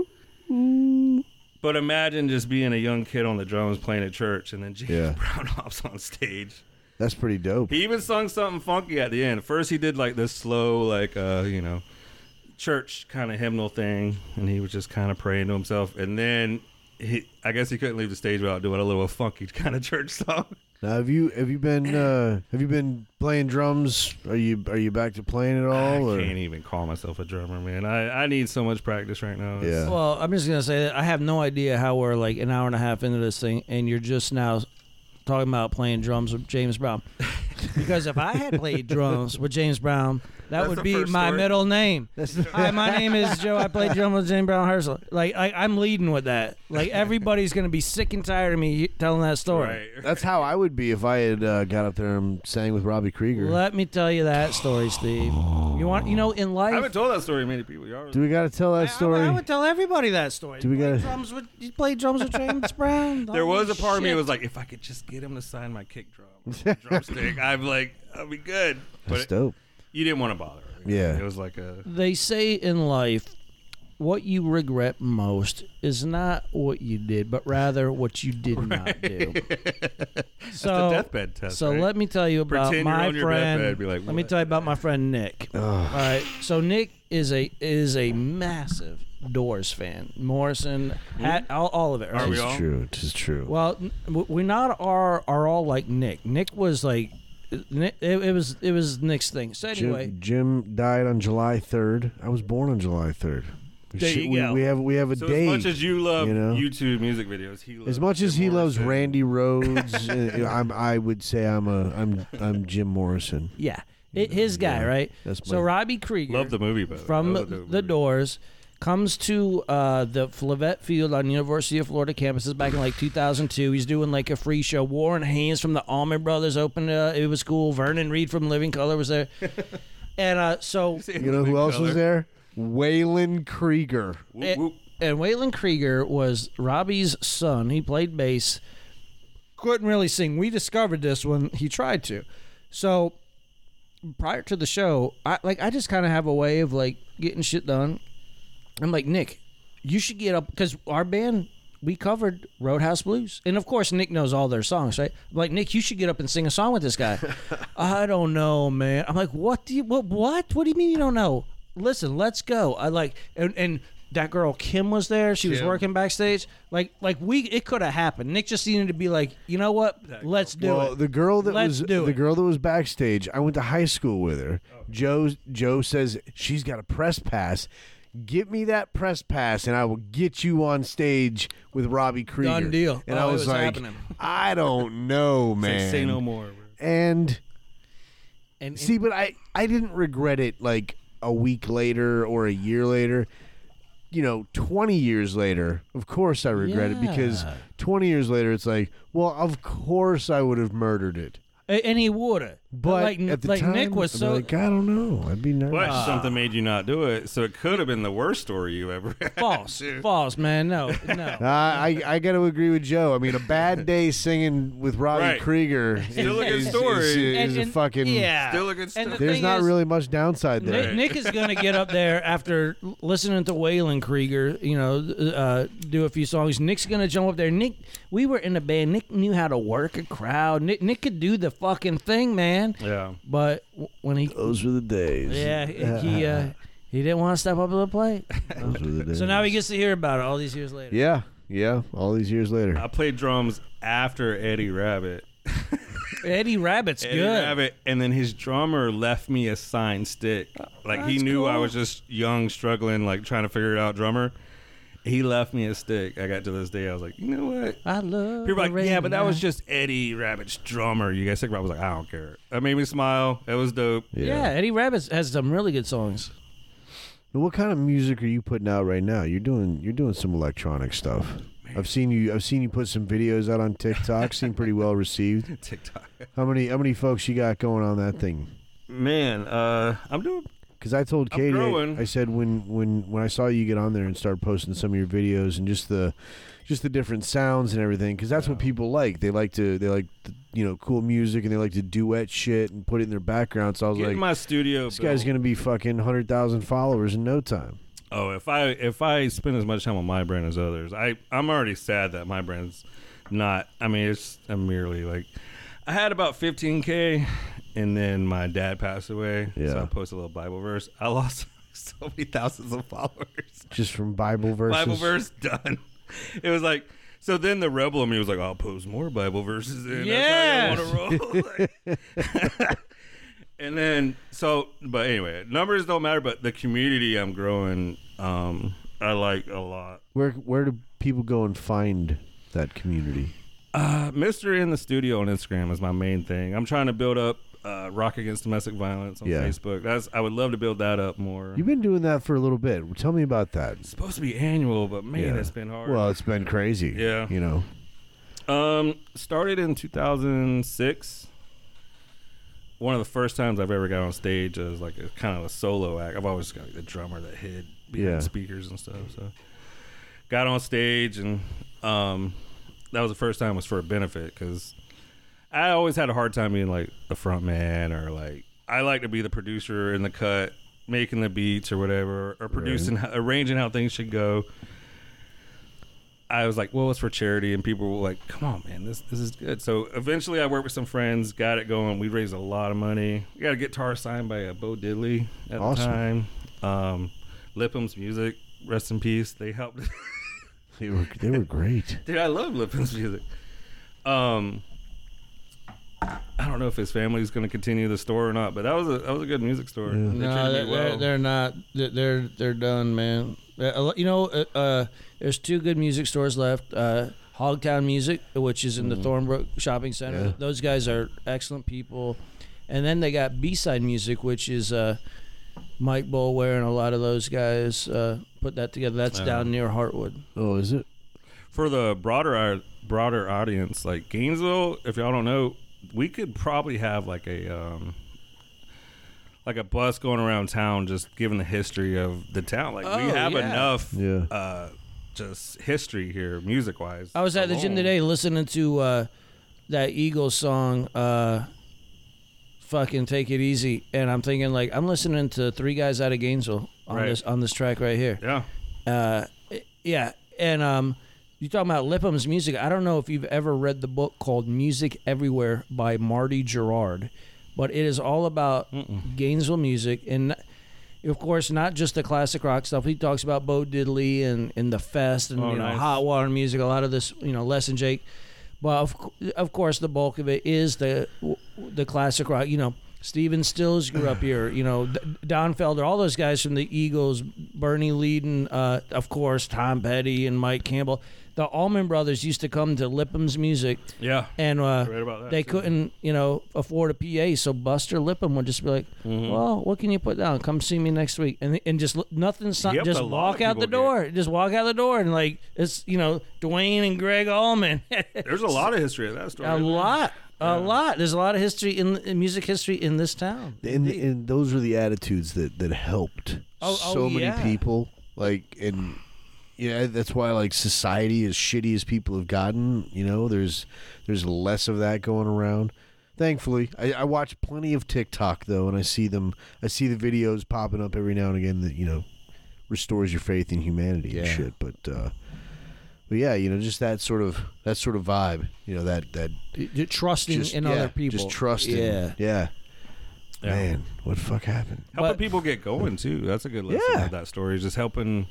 But imagine just being a young kid on the drums playing at church, and then James
Yeah.
Brown hops on stage.
That's pretty dope.
He even sung something funky at the end. First, he did like this slow, like uh, you know, church kind of hymnal thing, and he was just kind of praying to himself. And then he, I guess, he couldn't leave the stage without doing a little funky kind of church song.
Now, have you have you been uh, have you been playing drums? Are you are you back to playing at all?
I
or-
can't even call myself a drummer, man. I, I need so much practice right now. It's-
Yeah.
Well, I'm just gonna say that I have no idea how we're like an hour and a half into this thing, and you're just now talking about playing drums with James Brown. because if I had played drums with James Brown, that
That's
would
the
be
first
my
story.
middle name. Hi, my name is Joe. I played drums with James Brown Herschel. Like I, I'm leading with that. Like everybody's gonna be sick and tired of me telling that story.
Right.
That's how I would be if I had uh, got up there and sang with Robbie Krieger.
Let me tell you that story, Steve. You want you know in
I
life.
haven't told that story to many people. Y'all
Do we got to tell that
I- I
story?
would- I, would tell everybody that story.
Do we
Play
gotta-
drums with you play drums with James Brown?
there
Holy
was a part of me
shit.
that was like, if I could just get him to sign my kick drum, drumstick, I'm like, I'll be good. But
That's
it-
dope.
you didn't want to bother. her.
Yeah.
It was like a.
They say in life, what you regret most is not what you did, but rather what you did not do. so,
It's a deathbed test.
so
right?
let me tell you about
Pretend you're
my
on your
friend.
deathbed, be like,
let me
"What
tell you about my friend Nick. All right, so Nick is a is a massive Doors fan. Morrison, hat, all, all of it.
Hmm? Are
right?
we all?
It's true. It's true.
Well, n- w- we not are are all like Nick. Nick was like, Nick, it, it was it was Nick's thing. So
Jim,
anyway,
Jim died on July 3rd. I was born on July 3rd.
There you
we,
go.
we have we have a
So
date.
as much as you love
you know?
YouTube music videos, he loves
As much as
Jim
he loves
Morrison.
Randy Rhodes, uh, I'm, I would say I'm a I'm I'm Jim Morrison.
yeah, it, his guy,
Yeah,
right?
that's
so
my-
Robbie Krieger
Love the movie, by the way.
from
Love
the,
movie.
Doors comes to uh, the Flavette Field on University of Florida campuses back in like 2002. He's doing like a free show. Warren Haynes from the Allman Brothers opened. Uh, it was cool. Vernon Reed from Living Color was there, and uh, so
You know who else was there? Waylon Krieger.
Whoop, whoop.
and Waylon Krieger was Robbie's son. He played bass, couldn't really sing. We discovered this when he tried to. So prior to the show, I like I just kind of have a way of like getting shit done. I'm like Nick, you should get up because our band we covered Roadhouse Blues, and of course Nick knows all their songs, right? I'm like Nick, you should get up and sing a song with this guy. I don't know, man. I'm like, what do you what what what do you mean you don't know? Listen, let's go. I like and and. That girl Kim was there. She was
Kim.
working backstage. Like, like we, it could have happened. Nick just needed to be like, you know what? Let's do
well,
it.
the girl that
Let's
was
do
the
it.
girl that was backstage. I went to high school with her. Joe Joe says she's got a press pass. Get me that press pass, and I will get you on stage with Robbie Krieger.
Done deal.
And
Oh,
I
it
was,
was
like,
happening.
I don't know,
Say,
man.
say no more. bro.
And
And,
see, but I I didn't regret it like a week later or a year later. You know, twenty years later, of course I regret it because
Yeah.
twenty years later it's like, well, of course I would have murdered it.
A- and he would have.
But
like,
at the
like
time,
Nick was
I'd be
so
like, I don't know. I'd be nervous.
But
Ah.
something made you not do it, so it could have been the worst story you ever had.
false, false, man. No, no.
Uh, I, I I got to agree with Joe. I mean, a bad day singing with Robbie
Right.
Krieger
Still a good
is, is-
story.
is- is
And-
a
and-
fucking.
yeah.
Still a good story.
And the
There's
thing
not
is,
really much downside there.
Nick, Nick is gonna get up there after l- listening to Waylon Krieger, you know, uh, do a few songs. Nick's gonna jump up there. Nick, we were in a band. Nick knew how to work a crowd. Nick, Nick could do the fucking thing, man.
Yeah.
But w- when he,
Those were the days.
yeah, he uh, he didn't want to step up to the plate.
Those were the days.
So now he gets to hear about it all these years later.
Yeah, yeah. All these years later.
I played drums after Eddie Rabbit.
Eddie Rabbit's
Eddie
good.
Rabbit, and then his drummer left me a signed stick. Like he
that's
knew I
cool.
was just young, struggling, like trying to figure it out. Drummer, he left me a stick. I got to this day. I was like, you know what?
I love.
People are
the
like, yeah, but that was
rain."
just Eddie Rabbit's drummer. You guys think about? it?" I was like, I don't care. That made me smile. That was dope.
Yeah, Eddie Rabbit has some really good songs.
Now, What kind of music are you putting out right now? You're doing you're doing some electronic stuff. I've seen you I've seen you put some videos out on TikTok. Seem pretty well received.
TikTok.
How many how many folks you got going on that thing?
Man, uh, I'm doing
Because I told
I'm
Katie, I,
growing.
I said when when when I saw you get on there and start posting some of your videos and just the just the different sounds and everything, because that's what
Yeah.
people like. They like to they like the, you know cool music and they like to duet shit and put it in their background. So I was
Get
like,
in my studio.
this guy's
built.
gonna be fucking hundred thousand followers in no time.
Oh, if I if I spend as much time on my brand as others, I I'm already sad that my brand's not. I mean, it's I'm merely like I had about 15k, and then my dad passed away. so
Yeah.
I posted a little Bible verse. I lost so many thousands of followers.
Just from Bible verses.
Bible verse done. It was like so. Then the rebel in me was like, "I'll post more Bible verses in. That's how I want to roll." Like- and then so, but anyway, numbers don't matter. But the community I'm growing, um, I like a lot.
Where where do people go and find that community?
Uh, Mystery in the Studio on Instagram is my main thing. I'm trying to build up uh, Rock Against Domestic Violence on
Yeah.
Facebook. That's I would love to build that up more.
You've been doing that for a little bit. Tell me about that.
it's supposed to be annual, but man,
Yeah.
it's been hard.
Well, it's been crazy.
Yeah.
You know.
Um, started in 2006. One of the first times I've ever got on stage as like a kind of a solo act. I've always got like, the drummer that hid behind
Yeah.
speakers and stuff. So got on stage and um, that was the first time it was for a benefit because I always had a hard time being like the front man or like I like to be the producer in the cut, making the beats or whatever, or producing, arranging how things should go. I was like, well, it's for charity, and people were like, come on, man, this this is good. So eventually, I worked with some friends, got it going. We raised a lot of money. We got a guitar signed by uh, Bo Diddley at
Awesome.
the time. Um, Lipham's music, rest in peace. They helped.
They were they were great.
Dude, I love Lipham's music. Um, I don't know if his family's going to continue the store or not, but that was a that was a good music store.
Yeah.
They
no,
treated
they're,
me
they're,
well.
they're not. They're- They're they're done, man. Uh, a lo- You know, uh, uh, there's two good music stores left. Uh, Hogtown Music, which is in the Thornbrook Shopping Center.
Yeah.
Those guys are excellent people. And then they got B-side Music, which is uh, Mike Bulware and a lot of those guys uh, put that together. That's
Uh-huh.
down near Hartwood.
Oh, is it?
for the broader broader audience, like Gainesville, if y'all don't know, we could probably have like a um, like a bus going around town, just giving the history of the town. Like we
Oh,
have
yeah.
enough,
Yeah.
uh, just history here, music wise.
I was at the gym today listening to uh, that Eagles song, uh, "Fucking Take It Easy," and I'm thinking like I'm listening to three guys out of Gainesville on
Right.
this on this track right here.
Yeah,
Uh, yeah, and um, you talking about Lipham's music? I don't know if you've ever read the book called "Music Everywhere" by Marty Gerard, but it is all about Gainesville music and. Of course, not just the classic rock stuff. He talks about Bo Diddley and, and the fest and
Oh,
you know
nice.
hot water music. A lot of this, you know, Less and Jake. But of cou- of course, the bulk of it is the the classic rock. You know, Steven Stills grew up here. You know, D- Don Felder, all those guys from the Eagles, Bernie Leadon, uh, of course, Tom Petty and Mike Campbell. The Allman Brothers used to come to Lipham's music,
yeah.
and uh,
Right about that.
they
too.
couldn't, you know, afford a PA. So Buster Lipham would just be like,
Mm-hmm.
"Well, what can you put down? Come see me next week." And and just l- nothing, so-
Yep,
just
a lot of
walk out the
people
door, just walk out the door, and like it's you know Dwayne and Greg Allman,
There's a lot of history of that story.
a
isn't there?
lot, a lot. There's a lot of history in, in music history in this town.
And and those were the attitudes that that helped
Oh, oh,
so many
yeah.
people. Like and yeah, that's why like society as shitty as people have gotten, you know, there's there's less of that going around. Thankfully, I, I watch plenty of TikTok though, and I see them. I see the videos popping up every now and again that you know restores your faith in humanity and
Yeah.
shit. But uh, but yeah, you know, just that sort of that sort of vibe. You know that that
Trusting
just
in
yeah,
other people,
just trusting.
Yeah,
yeah.
Yeah.
Man, what the fuck happened?
Helping
But-
people get going too. That's a good lesson
Yeah.
of that story. Is just helping.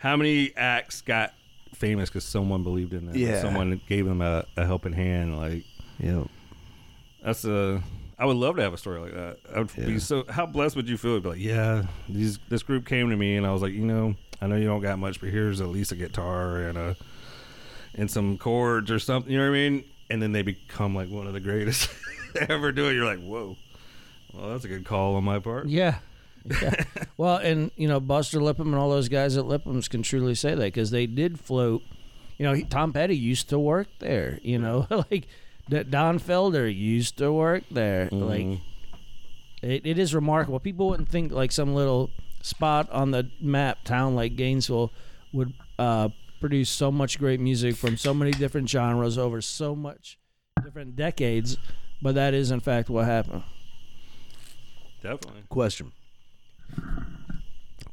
How many acts got famous because someone believed in them? and
Yeah.
someone gave them a, a helping hand. Like
Yeah.
that's a. I would love to have a story like that. I would
Yeah.
be so. How blessed would you feel? to Be like, yeah, these this group came to me and I was like, you know, I know you don't got much, but here's at least a guitar and a and some chords or something. You know what I mean? And then they become like one of the greatest to ever do it. You're like, whoa. Well, that's a good call on my part.
yeah. yeah. well, and you know Buster Lipham and all those guys at Lipham's can truly say that because they did float. You know, he, Tom Petty used to work there. You know, like D- Don Felder used to work there. Like It, it is remarkable. People wouldn't think like some little spot on the map town like Gainesville would uh, produce so much great music from so many different genres over so much different decades, but that is in fact what happened.
Definitely.
Question.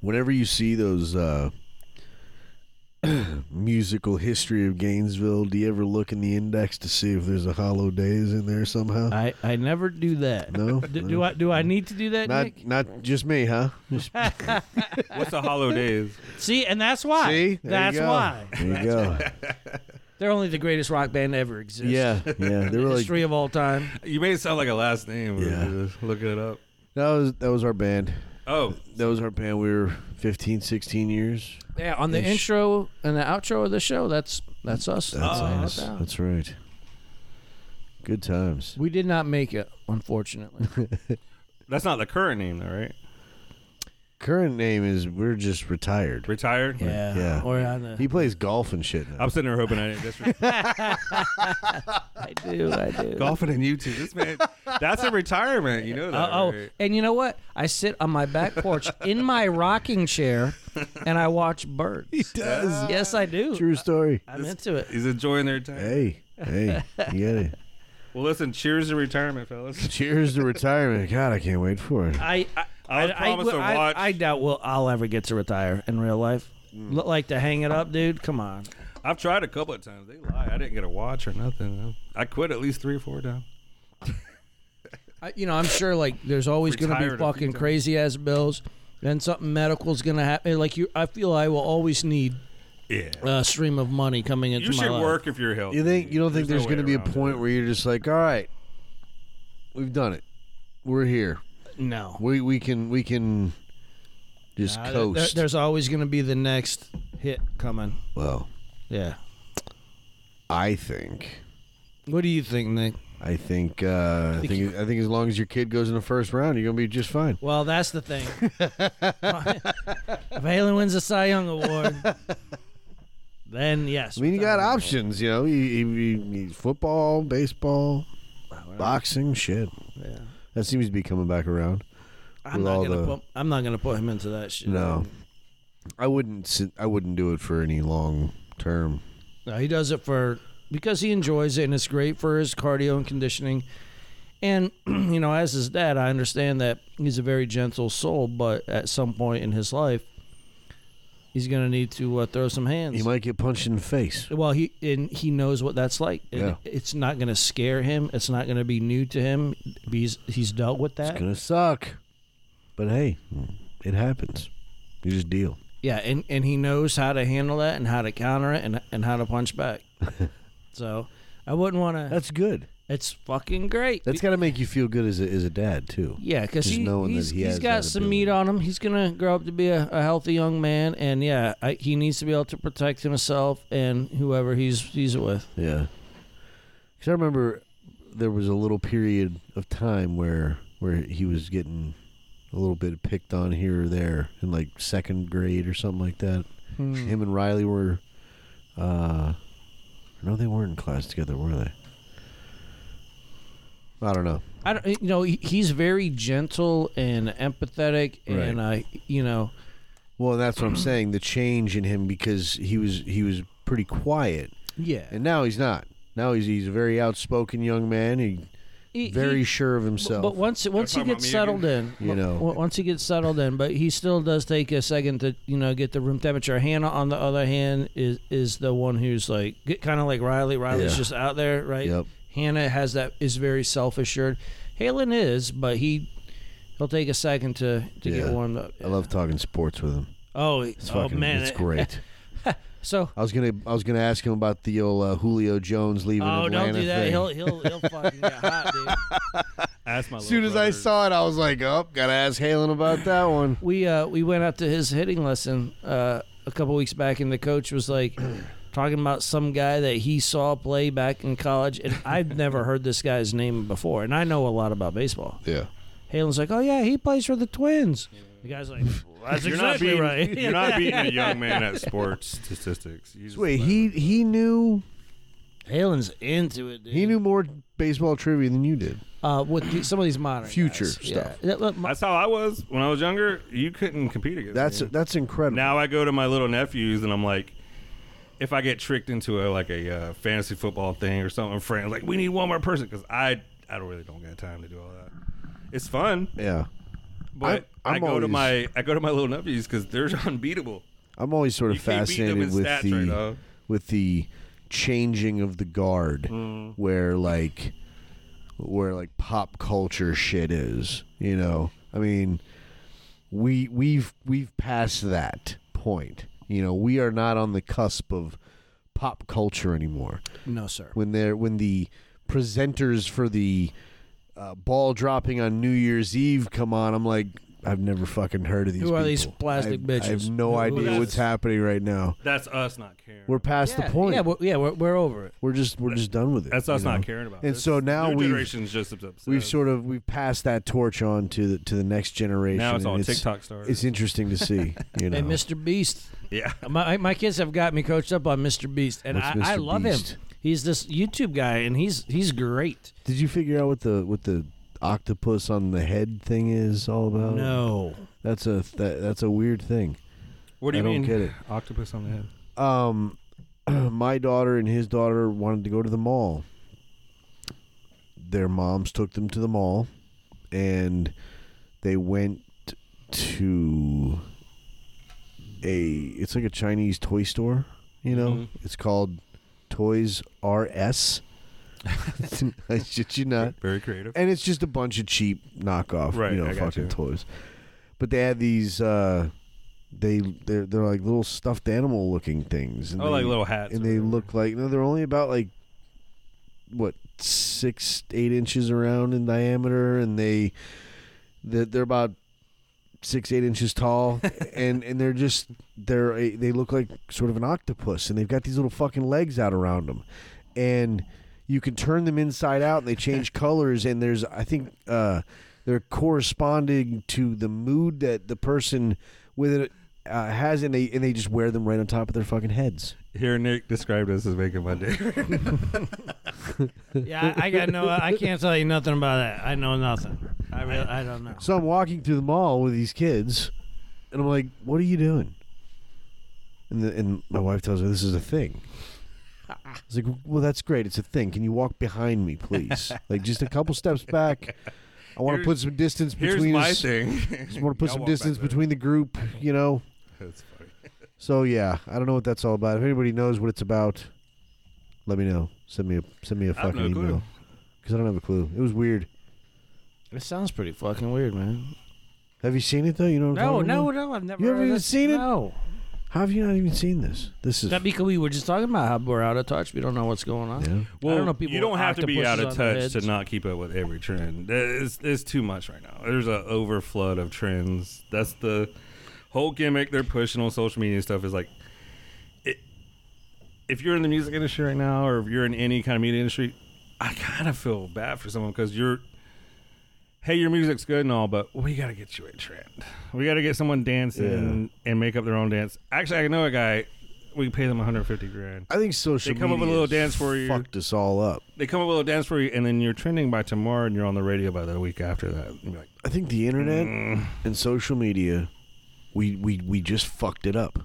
Whenever you see those uh, musical history of Gainesville, do you ever look in the index to see if there's a hollow days in there somehow?
I, I never do that.
no,
Do,
no.
do I do I need to do that,
Not
Nick?
not just me, huh? Just-
What's a hollow days?
See, and that's why.
See, There you
that's
go.
why
There you go.
they're only the greatest rock band to ever exist.
yeah, yeah. They're really
history of all time.
You made it sound like a last name.
Yeah.
Yeah. Just look it up.
that was that was our band.
Oh,
That was our band. We were 15, 16 years.
Yeah, on the
Ish.
intro and the outro of the show, that's that's us.
That's
Oh,
us.
down.
That's right. Good times.
We did not make it, unfortunately.
that's not the current name, though, right?
Current name is we're just retired.
Retired.
yeah,
Yeah.
Or on the,
He plays golf and shit now.
I'm sitting there hoping I didn't disrespect
I do, I do.
golfing and YouTube. This man, that's a retirement. You know that.
Uh, oh,
right?
and you know what? I sit on my back porch in my rocking chair, and I watch birds. He
does.
Yes, I do.
True story.
I'm into it.
He's enjoying their time.
Hey, hey, you got it.
Well, listen, cheers to retirement, fellas.
Cheers to retirement. God, I can't wait for it.
I I,
I was promised to
I-
watch-
I doubt we'll, I'll ever get to retire in real life.
Mm.
Look like to hang it up, dude. Come on.
I've tried a couple of times. They lie. I didn't get a watch or nothing. I quit at least three or four times.
I, you know, I'm sure like there's always going to
Retired
be
a few
fucking
times.
crazy ass bills, and something medical's going to happen. Like you, I feel I will always need
Yeah.
a stream of money coming into
You
my
should
life.
work if you're healthy.
You think you don't think there's,
no
going to
way
be a
around
point
it.
where you're just like, all right, we've done it. We're here.
No,
We we can we can just
Uh, there-
coast.
there's always going to be the next hit coming.
well,
Yeah.
I think.
What do you think, Nick?
I think uh, I
Think
think I think as long as your kid goes in the first round, you're gonna be just fine.
Well, that's the thing. if Halen wins the Cy Young Award, then yes.
I mean, you got options, you know. You, you, you, you- football, baseball, boxing, shit.
Yeah.
That seems to be coming back around.
I'm
with
not
all
gonna
the-
put. I'm not gonna put him into that shit.
No, I wouldn't. sit- I wouldn't do it for any long term.
No, he does it for because he enjoys it and it's great for his cardio and conditioning. And you know, as his dad, I understand that he's a very gentle soul, but at some point in his life, he's going to need to uh, throw some hands.
You might get punched in the face.
well, he and he knows what that's like. And
Yeah.
It's not going to scare him. It's not going to be new to him. He's he's dealt with that.
It's gonna suck, but hey, it happens. You just deal.
Yeah, and, and he knows how to handle that and how to counter it and and how to punch back. so, I wouldn't want to.
That's good.
It's fucking great.
That's gotta make you feel good as a, as a dad too.
Yeah, because
Just
he,
knowing that
he's,
he
he's
has
got
that
some meat
ability.
on him. He's gonna grow up to be a, a healthy young man, and yeah, I, he needs to be able to protect himself and whoever he's he's with.
Yeah. Because I remember there was a little period of time where where he was getting a little bit picked on here or there in like second grade or something like that.
Hmm.
Him and Riley were, uh, no, they weren't in class together, were they? I don't know.
I don't, you know, he, he's very gentle and empathetic, and I, you know,
Well, that's what I'm saying. The change in him because he was he was pretty quiet,
yeah,
and now he's not. Now he's he's a very outspoken young man. He
He-
very
he-
sure of himself.
But once once he
talking about
gets
me
settled in,
You
on-
know.
on- once he gets settled in, but he still does take a second to you know get the room temperature. Hannah, on the other hand, is is the one who's like kind of like Riley. Riley's
Yeah.
just out there, right?
Yep.
Hannah has that is very self assured. Halen is, but he he'll take a second to to
Yeah.
get warmed up.
I love talking sports with him.
Oh,
It's
oh
fucking,
man,
it's great.
So.
I was gonna, I was gonna ask him about the old uh, Julio Jones leaving
Oh,
Atlanta
don't do that.
thing.
He'll he'll he'll fucking get hot, dude.
Ask my
as soon as I saw it, I was like, "Oh, gotta ask Halen about that one."
we uh, we went out to his hitting lesson uh, a couple weeks back, and the coach was like talking about some guy that he saw play back in college, and I've never heard this guy's name before, and I know a lot about baseball.
Yeah,
Halen's like, oh yeah, he plays for the Twins. The guy's like, that's
you're not
exactly
beating,
right.
You're not beating a young man at sports statistics. You just
wait,
let-
he he knew
Halen's into it. Dude.
He knew more baseball trivia than you did.
uh, what the, some of these modern
Future
guys.
stuff.
Yeah. Yeah, look, my-
That's how I was when I was younger. You couldn't compete against.
That's
me.
that's incredible.
now I go to my little nephews and I'm like, if I get tricked into a like a uh, fantasy football thing or something, friend, like we need one more person because I I don't really don't got time to do all that. It's fun,
yeah,
but i
I'm
go to
always-
my I go to my little nephews because they're unbeatable.
I'm always sort of
You can't beat them in
fascinated with
stats
the
right now.
with the changing of the guard,
Mm.
where like where like pop culture shit is. You know, I mean, we we've we've passed that point. You know, we are not on the cusp of pop culture anymore.
no sir.
when they're when the presenters for the uh, ball dropping on New Year's Eve come on, I'm like, I've never fucking heard of these.
Who are
people.
these plastic
I, I have
bitches?
no
Who-
idea
that's-
what's happening right now.
That's us not caring.
We're past
yeah,
the point.
Yeah, we're, yeah, we're, we're over it.
we're just we're just done with it.
that's us
you know?
not caring about.
And
this.
so now
New
we've-
generation's just obsessed.
We've sort of we've passed that torch on to the to the next generation.
now it's
and
all TikTok stars.
It's interesting to see. You know,
Hey, Mr. Beast.
yeah,
My my kids have got me coached up on Mr. Beast, and
What's
I,
Mr.
I love
Beast?
him. He's this YouTube guy, and he's he's great.
did you figure out what the what the octopus on the head thing is all about?
No,
that's a that, that's a weird thing.
what do
I
you
don't
mean?
get it.
Octopus on the head.
um, my daughter and his daughter wanted to go to the mall. Their moms took them to the mall, and they went to a. It's like a Chinese toy store. You know,
Mhm.
it's called Toys R Us. I shit you not.
Very creative.
And it's just a bunch of cheap knockoff,
Right,
you know,
I got
fucking
you.
toys. But they had these uh they they're, they're like little stuffed animal looking things and
Oh,
they,
like little hats.
and
or
they
whatever.
look like no they're only about like what 6 8 inches around in diameter and they they're, they're about 6 8 inches tall and and they're just they're a, they look like sort of an octopus and they've got these little fucking legs out around them and you can turn them inside out and they change colors and there's i think uh they're corresponding to the mood that the person with it uh, has and they and they just wear them right on top of their fucking heads
Here, Nick described us as making my day.
yeah, I, I got no. I can't tell you nothing about that. I know nothing. I really, I don't know.
So I'm walking through the mall with these kids, and I'm like, "What are you doing?" And the, and my wife tells me this is a thing. I was like, "Well, that's great. It's a thing. Can you walk behind me, please? like just a couple steps back. I want to
Here's-
put some distance
Here's
between
my
us.
thing.
Just want to put
Y'all
some
walk back
distance
there.
between the group, you know."
That's funny.
So yeah, I don't know what that's all about. If anybody knows what it's about, let me know. Send me a send me a
I have
fucking
no clue.
email because I don't have a clue. It was weird.
It sounds pretty fucking weird, man.
Have you seen it though? You know what I'm
No,
talking
no,
about?
no. I've never.
You haven't
heard of
even
this.
seen it?
No.
How have you not even seen this? This is
That because we were just talking about how we're out of touch. We don't know what's going on.
yeah.
Well,
I don't know people
you don't
with
have to be
octopuses
out of
on their
touch to
heads.
not keep up with every trend. It's, it's too much right now. There's a overflood of trends. That's the whole gimmick they're pushing on social media and stuff is like, it, if you're in the music industry right now or if you're in any kind of media industry, I kind of feel bad for someone because you're, hey, your music's good and all, but we got to get you a trend. We got to get someone dancing and make up their own dance. Actually, I know a guy. We pay them 150 grand.
I think social
They come up with a
media
little dance for you.
fucked us all up.
they come up with a dance for you, and then you're trending by tomorrow, and you're on the radio by the week after that. And you're like,
I think the internet
mm,
and social media, we, we we just fucked it up.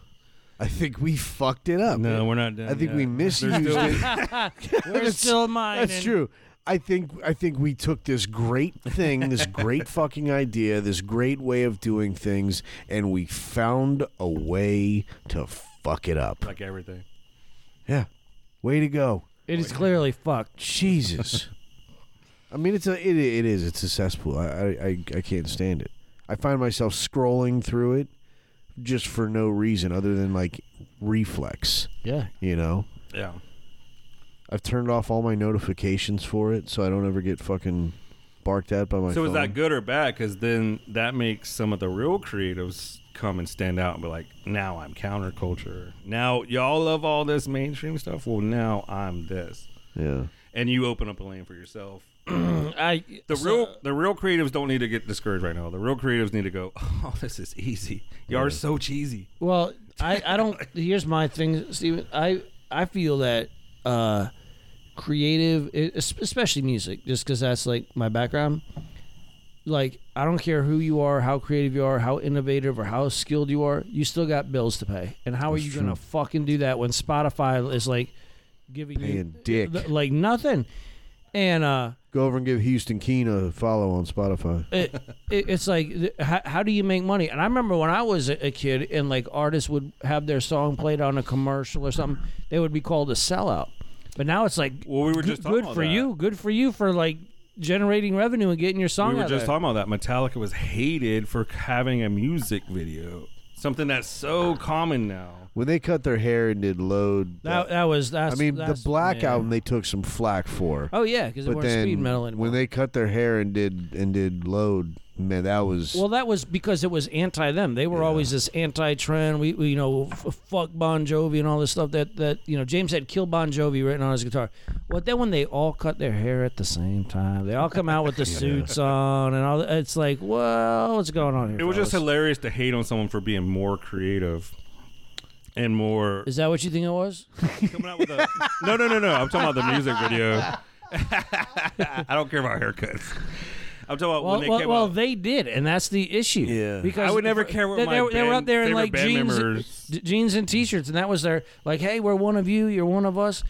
I think we fucked it up.
no, we're not done.
I think
yet.
we misused it.
We're
That's-
still mining.
That's true. I think I think we took this great thing, this great fucking idea, this great way of doing things, and we found a way to fuck it up.
like everything.
Yeah, way to go.
It is clearly fucked.
Jesus. I mean, it's a it, it is it's a cesspool. I, I I- I can't stand it. I find myself scrolling through it just for no reason other than like reflex.
Yeah.
You know,
Yeah,
I've turned off all my notifications for it so I don't ever get fucking barked at by my.
so
phone.
is that good or bad? Because then that makes some of the real creatives come and stand out and be like, now I'm counterculture. Now y'all love all this mainstream stuff. Well, now I'm this,
Yeah.
and you open up a lane for yourself.
I
The
so-
real the real creatives don't need to get discouraged right now. The real creatives need to go, oh, this is easy. Y'all are so cheesy.
Well, I, I don't. here's my thing, Steven. I I feel that uh, creative, e- es- especially music, just because that's like my background. Like, I don't care who you are, how creative you are, how innovative or how skilled you are, you still got bills to pay. And how
That's
are you
true.
going to fucking do that when Spotify is like giving
Paying
you
dick.
like nothing? And uh,
Go over and give Houston Keen a follow on Spotify.
it, it, it's like th- how, how do you make money and i remember when i was a a kid and like artists would have their song played on a commercial or something they would be called a sellout but now it's like
Well, we were
g-
just talking
good
about
for
that.
you good for you for like generating revenue and getting your song
we were
out
just
there.
talking about that. Metallica was hated for having a music video, something that's so common now.
When they cut their hair and did load,
that, that was that's,
I mean, the
that's-
Black
yeah.
album they took some flack for.
oh yeah because it
but
weren't
then
speed metal anymore
when they cut their hair and did and did load, man, that was
Well, that was because it was anti them. They were always this anti trend. We, we, you know, f- fuck Bon Jovi and all this stuff. That that you know, James had "Kill Bon Jovi" written on his guitar. What then when they all cut their hair at the same time? They all come out with the suits on and all. that. It's like, well, what's going on here?
It was just
fellas?
hilarious to hate on someone for being more creative and more
Is that what you think it was?
coming out with a no, no, no, no. I'm talking about the music video. I don't care about haircuts. I'm talking about
Well,
when they
well,
came
well,
out.
they did, and that's the issue.
Yeah.
because
I would never
the-
care what
they,
my
they, were- they were
band-
out there in
favorite
like
band
jeans,
members-
d- jeans and t-shirts, and that was their like, hey, we're one of you, you're one of us.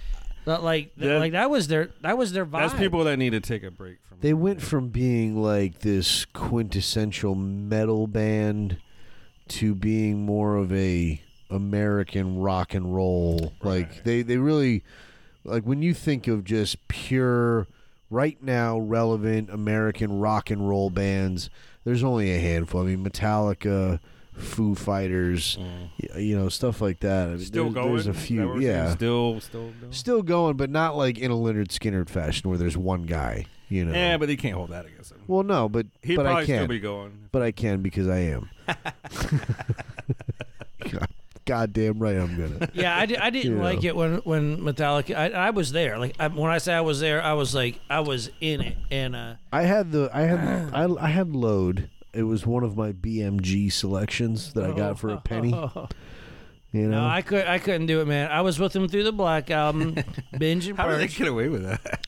That, like,
That-
like that was their that was their vibe.
That's people that need to take a break from.
They went from being like this quintessential metal band to being more of a American rock and roll. Like they, they really like when you think of just pure right now relevant American rock and roll bands, there's only a handful. I mean Metallica, Foo Fighters, y- you know, stuff like that. I mean,
Mm. still
there's,
going.
there's a
Is that what
few.
we're saying?
Yeah.
still, still going.
Still going, but not like in a Leonard Skinner fashion where there's one guy, you know.
Yeah, but they can't hold that against him.
Well, no, but
He'd
but
probably
I can.
still be going.
But I can because I am. God, goddamn right, I'm gonna.
yeah, I, di- I didn't
Yeah.
like it when when Metallica. I, I was there. Like I, when I say I was there, I was like I was in it. And uh,
I had the I had I, I had load. It was one of my BMG selections that I got for a penny. You know,
no, I could I couldn't do it, man. I was with them through the Black album, binge and
How did they
purge.
get away with that?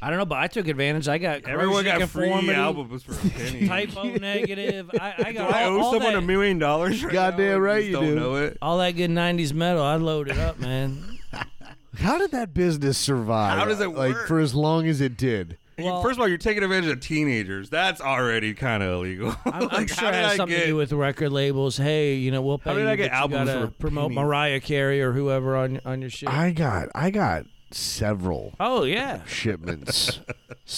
I don't know, but I took advantage. I got
Everyone
Corrosion
got free
Conformity,
albums for a penny.
Typo negative. I, I
Do
got
I
all,
owe
all
someone
that,
a million dollars? Right
Goddamn
now and
right
just
you
don't
do.
know it.
all that good '90s metal. I loaded up, man.
how did that business survive?
How does it
like
work?
for as long as it did?
You-
Well-
First of all, you're taking advantage of teenagers. That's already kind of illegal.
I'm, I'm
Like,
sure
how
it
did
has
I
something
get,
to do with record labels. Hey, you know we'll pay.
How did
you,
I get
but you
albums
gotta
for
promote
pennies?
Mariah Carey or whoever on on your shit?
I got I got several
oh yeah.
shipments,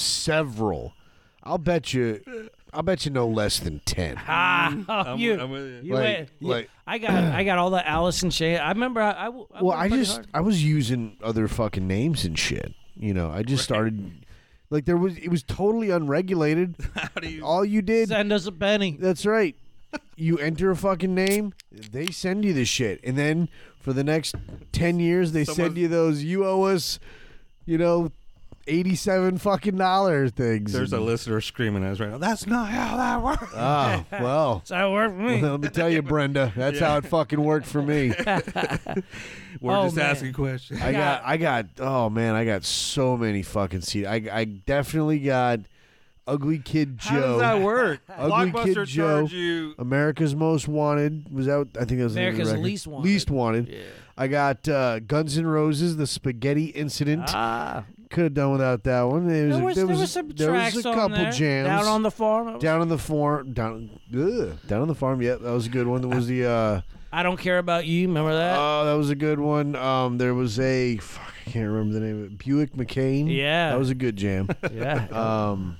several. I'll bet you, I'll bet you no less than ten.
Ah, oh,
I'm-
you,
I'm with you.
you
Like-
went- you-
like-
I got, I got all the Allison Chain. I remember, I, I, w- I
well
went
i
pretty
just
hard.
i was using other fucking names and shit you know i just started like there was it was totally unregulated
How do you?
all you did
send us a penny.
that's right you enter a fucking name they send you the shit and then for the next 10 years they send
Someone's-
you those you owe us you know 87 fucking dollar things
There's a
And-
listener screaming at us right now. That's not how that works.
oh well
So that worked for me.
let me tell you brenda that's how it fucking worked for me
We're
Oh,
just
man.
asking questions.
I got,
got-
I got, oh man, I got so many fucking seats. I, I definitely got Ugly Kid Joe.
How does that work?
Ugly
Blockbuster
Kid
charged
Joe.
you.
America's Most Wanted was out. I think that was the name of the
America's
record.
Least Wanted.
Least Wanted.
Yeah.
I got uh, Guns N' Roses, The Spaghetti Incident.
Ah,
Could have done without that one. It was,
there was,
there was-
some
there was
tracks
a
on
couple
there.
jams
down on the farm. I was-
Down on the farm. Down, ugh, down on the farm. Yep, that was a good one. That was the. Uh,
I don't care about you. Remember that?
Oh, that was a good one. Um, there was a fuck, I can't remember the name of it. Buick McCain.
Yeah.
Mm-hmm. that was a good jam.
yeah,
um,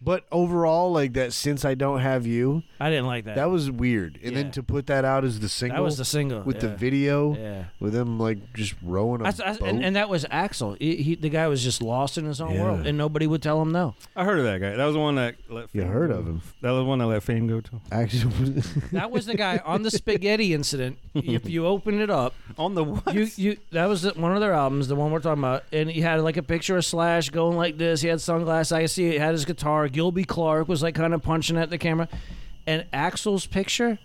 but overall, like that, since I don't have you,
I didn't like that.
that was weird. And
Yeah.
then to put that out as the single
That was the single
with the
yeah.
video,
Yeah.
with them like just rowing a
I s- I s-
boat.
and, and that was Axel. He, he, the guy was just lost in his own
Yeah.
world, and nobody would tell him no.
I heard of that guy. That was the one that let.
you
fame
heard
go.
of him?
That was the one that let fame go to.
Actually,
That was the guy on the spaghetti incident. If you open it up,
On the what?
you you that was the- one of their albums, the one we're talking about, and he had like a picture of Slash going like this. He had sunglasses. I could see. It. He had his guitar. Gilby Clark was like kind of punching at the camera, and Axel's picture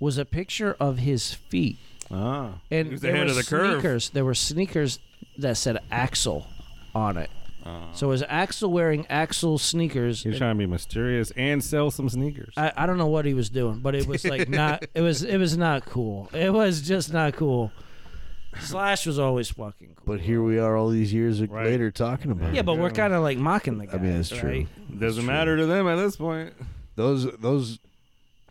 was a picture of his feet.
ah,
And
he was
there
ahead
were
of the curve.
sneakers. There were sneakers that said Axel on it.
Uh-huh.
so it was Axel wearing Axel sneakers?
He was trying to be mysterious and sell some sneakers.
I, I don't know what he was doing, but it was like not. It was it was not cool. It was just not cool. Slash was always fucking cool.
But here we are, all these years
Right.
later, talking about.
yeah,
it.
but we're kind of like mocking the guy.
I mean, that's true.
right?
Doesn't matter to them at this point.
Those those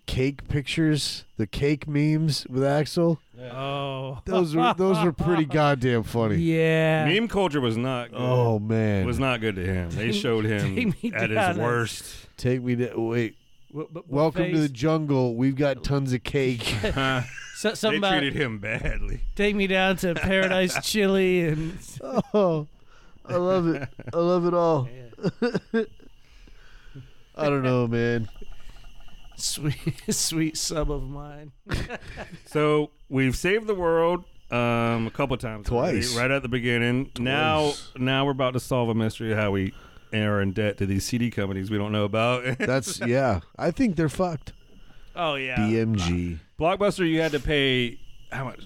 cake pictures, the cake memes with Axel.
Oh,
Those were those were pretty goddamn funny.
yeah.
Meme culture was not. Good.
Oh man,
was not good to him. They showed him
Take me
at
down.
his worst.
take me to wait.
W- w-
Welcome to
face-
the jungle. We've got tons of cake.
Huh?
So,
they
something about
treated him badly.
take me down to Paradise Chili and
oh, I love it. I love it all. I don't know, man.
sweet sweet sub of mine.
So we've saved the world um, a couple times. already,
Twice.
right at the beginning. Now, now we're about to solve a mystery of how we are in debt to these CD companies we don't know about.
That's yeah. I think they're fucked.
Oh yeah.
DMG.
Blockbuster, you had to pay how much?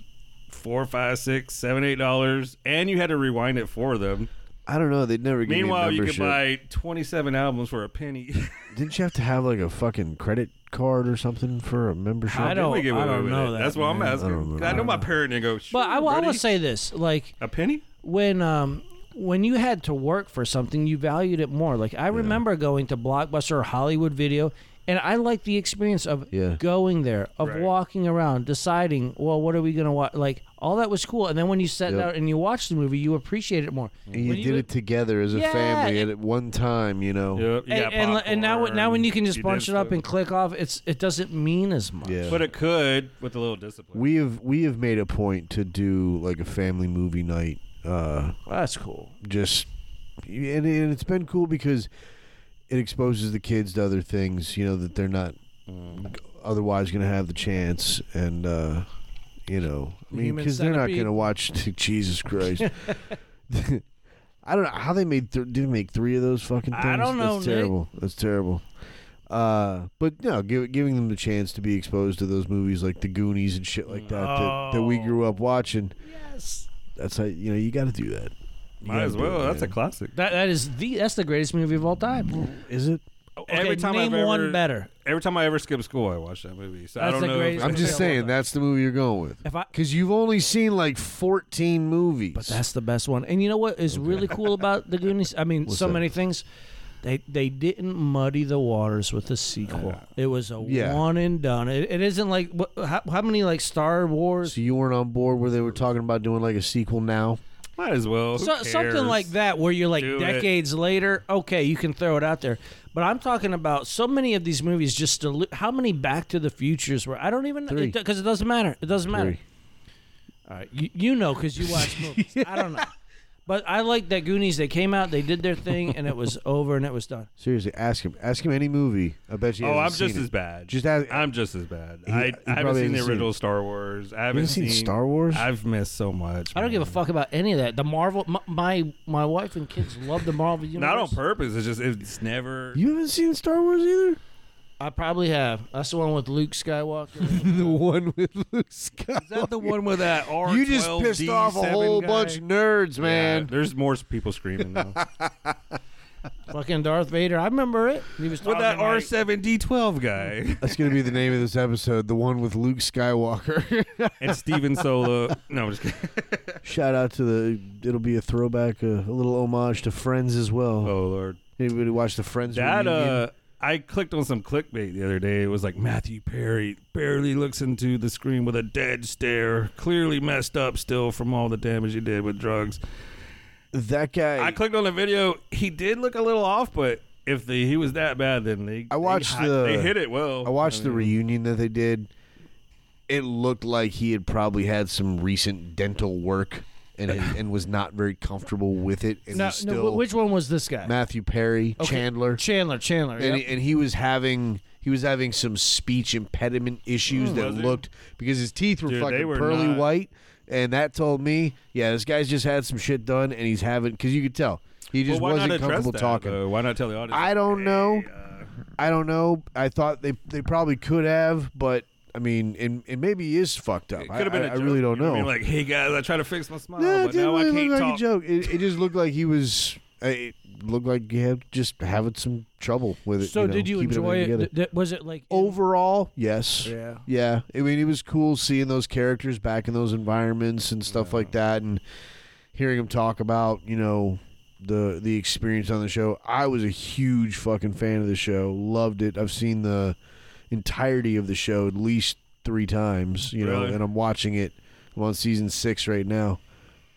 Four, five, six, seven, eight dollars, and you had to rewind it for them.
I don't know. They'd never give
Meanwhile,
me
you
membership.
could buy twenty-seven albums for a penny.
Didn't you have to have like a fucking credit card or something for a membership?
I don't-
We get
I
away
don't
with
know
it.
that,
That's what I'm
man.
I don't
asking.
remember.
I, know my
I don't
parent didn't go. Sure,
But I, will- I will
buddy.
say this, like
a penny.
when um when you had to work for something, you valued it more. Like I remember going to Blockbuster or Hollywood Video, and I liked the experience of
Yeah.
going there, of
Right.
walking around, deciding, well, what are we gonna watch? Like all that was cool, and then when you sat
Yep.
down and you watched the movie, you appreciate it more.
And you
When you
did
go-
it together as a
Yeah,
family
and-
at one time, you know.
Yep. you
And,
got
and, and now,
popcorn,
now when you can just
did
bunch it up
stuff.
and click off, it's it doesn't mean as much.
Yeah.
But it could with a little discipline.
We have we have made a point to do like a family movie night. Uh,
Well, that's cool.
just and, and it's been cool because it exposes the kids to other things, you know, that they're not otherwise going to have the chance. And uh, you know, I mean,
Human
because they're not
centipede.
going to watch Jesus Christ. I don't know how they made th- did they make three of those fucking
I
things.
don't know,
That's
Nick.
terrible. That's terrible. Uh, but no, give, giving them the chance to be exposed to those movies like the Goonies and shit like that that, that we
Oh.
grew up watching.
Yes.
That's how you know you got to do that. You
Might
gotta
as
do
well.
it,
That's a
man.
classic.
That that is the that's the greatest movie of all time.
Is it?
every
Okay,
time
name
I've ever,
one better.
Every time I ever skip school, I watch that movie. So I
That's
don't
the
know. if
greatest-
I'm
it-
just
Yeah,
saying
well done.
that's the movie you're going with.
If I
Because you've only seen like 14 movies.
But that's the best one. And you know what is really cool about the Goonies? I mean,
What's
so
that?
many things. They they didn't muddy the waters with the sequel. It was a
Yeah.
one and done. It, it isn't like what, how, how many like Star Wars,
so you weren't on board where they were talking about doing like a sequel now.
might as well. Who
so, something
cares?
like that, where you're like
Do it.
decades later. Okay, you can throw it out there. But I'm talking about so many of these movies. Just deli- how many Back to the Futures were? I don't even
Three.
because it, doesn't matter. It doesn't matter. All right, you, you know because you watch movies. I don't know. But I like that Goonies. They came out, they did their thing, and it was over and it was done.
Seriously, ask him. Ask him any movie. I bet you.
Oh, I'm just as bad.
Just ask-
I'm just as bad.
He-
I,
he
I haven't
probably
seen the
hasn't seen
original Star Wars. I haven't
haven't seen Star Wars?
I've missed so much.
I don't give a fuck about any of that. The Marvel, my my, my wife and kids love the Marvel universe.
Not on purpose. It's just it's never.
You haven't seen Star Wars either.
I probably have. That's the one with Luke Skywalker.
the one with Luke Scott.
is that the one with that R?
You just pissed off a whole bunch of nerds, man.
there's more people screaming now.
Fucking Darth Vader. I remember it. He was
with
talking
that
like-
R7D12 guy
That's gonna be the name of this episode. The one with Luke Skywalker.
and Steven Solo. No, I'm just kidding.
Shout out to the. It'll be a throwback, a, a little homage to Friends as well.
Oh lord.
Anybody watch the Friends?
That
reunion?
uh, I clicked on some clickbait the other day. It was like Matthew Perry barely looks into the screen with a dead stare, clearly messed up still from all the damage he did with drugs.
that guy.
I clicked on the video. He did look a little off, but if the he was that bad, then they
I watched
they, hi-
the-
they hit it well.
I watched the
mean,
reunion that they did. It looked like he had probably had some recent dental work and and was not very comfortable with it. And
No,
was
no,
still
wh- which one was this guy?
Matthew Perry
Okay.
Chandler,
Chandler. Chandler.
and
yep.
he, and he was having he was having some speech impediment issues
Mm.
that
Was he?
looked because his teeth were
Dude, they
fucking
were
pearly
not-
white, and that told me, yeah, this guy's just had some shit done, and he's having because you could tell he
well,
just
why not
wasn't
address
comfortable
that,
talking.
though? Why not tell the audience?
I don't know.
uh,
I don't know. I thought they they probably could have, but I mean, and it maybe is fucked up.
uh, It
I,
could have been.
I-
a
I
joke,
really
you
don't
what I
know.
mean? like, hey guys, I try to fix my smile,
No, it
but
didn't
now I
really
can't
look like
talk.
a joke. It, it just looked like he was. uh, It looked like he had just having some trouble with it.
so
you know,
did you
keeping
enjoy
everything
it?
together.
Th- th- was it like
Overall, yes.
Yeah.
Yeah, I mean, it was cool seeing those characters back in those environments and stuff like that, and hearing them talk about you know the the experience on the show. I was a huge fucking fan of the show, loved it. I've seen the entirety of the show at least three times, you know,
Really?
and I'm watching it. I'm on season six right now,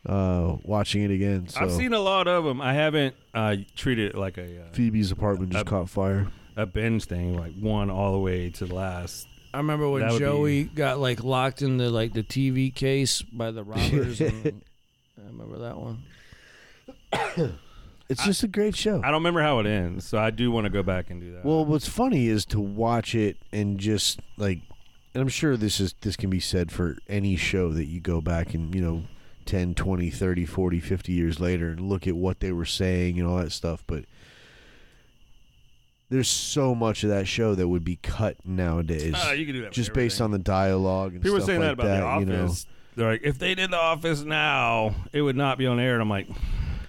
uh, watching it again. So
I've seen a lot of them. I haven't uh, treated it like a uh,
Phoebe's apartment just
I-
caught fire.
a binge thing, like one all the way to the last.
I remember
That
when
would
Joey got like locked into like the TV case by the robbers. and, I remember that one.
It's just a great show.
I don't remember how it ends, so I do want to go back and do that. Uh,
Well, what's funny is to watch it and just like, and I'm sure this is this can be said for any show that you go back and you know 10, 20, 30, 40, 50 years later and look at what they were saying and all that stuff, but there's so much of that show that would be cut nowadays.
Ah, you can do that. with
just based
everything.
on the dialogue and
people were
stuff
saying that
like
about the
you know.
office. They're like, if they did the office now, it would not be on air. And I'm like,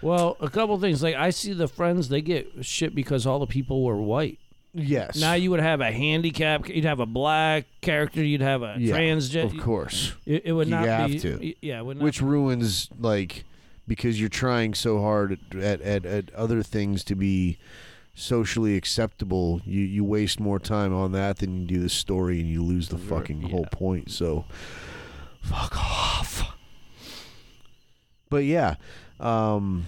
Well, a couple things. Like I see the friends, they get shit because all the people were white.
Yes.
Now you would have a handicap. You'd have a black character. You'd have a
yeah, Of
transgender.
course.
It, it would
You
not
have
be.
to.
y- Yeah, it would not.
which ruins like because you're trying so hard at, at, at other things to be socially acceptable you you waste more time on that than you do the story and you lose the fucking whole
yeah.
point so fuck off but yeah um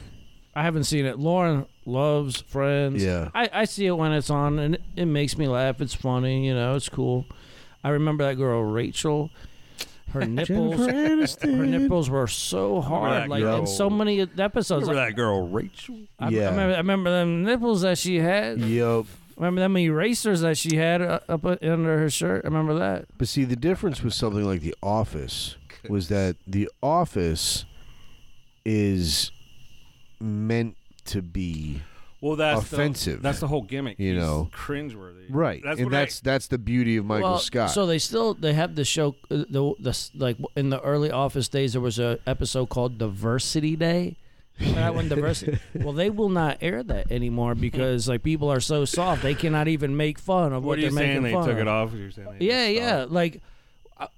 I haven't seen it. Lauren loves Friends.
Yeah.
I, I see it when it's on, and it, it makes me laugh. It's funny, you know. It's cool. I remember that girl Rachel. Her nipples,
Jennifer Aniston.
her nipples were so hard,
that
like
girl.
in so many episodes.
remember
Like,
that girl Rachel?
I,
Yeah.
I remember, I remember them nipples that she had.
yep
I remember them erasers that she had uh, up under her shirt. I remember that.
But see, the difference with something like The Office was that The Office is meant to be
Well, that's
Offensive.
The, that's the whole gimmick.
You
He's
know.
cringeworthy.
right,
That's
and
what I-
that's that's the beauty of Michael
well,
Scott.
So they still they have the show uh, the the s- like w- in the early Office days there was a episode called Diversity Day. Remember That one diversity. Well, they will not air that anymore because like people are so soft they cannot even make fun of what,
what are you
they're
saying?
making
They
fun
took
of.
it off. You're saying they
Yeah,
just
yeah.
stopped?
Like,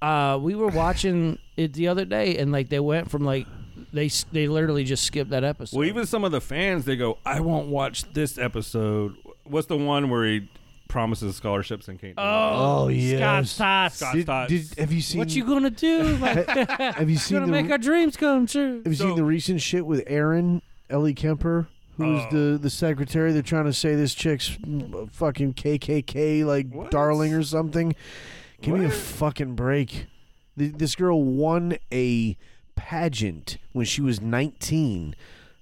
uh, we were watching it the other day, and like they went from like they s- they literally just skipped that episode.
Well, even some of the fans, they go, "I won't watch this episode." What's the one where he promises scholarships and can't? do it?
Oh, yes.
Scott Tots.
Scott
Did-
Stotts.
did- have you seen?
What you gonna do? Like,
have you seen
gonna
the
make our dreams come true.
Have you
So-
seen the recent shit with Aaron Ellie Kemper, who's
Oh.
the the secretary? They're trying to say this chick's mm, fucking KKK like
What?
darling or something. Give me a
What?
fucking break. Th- This girl won a pageant when she was 19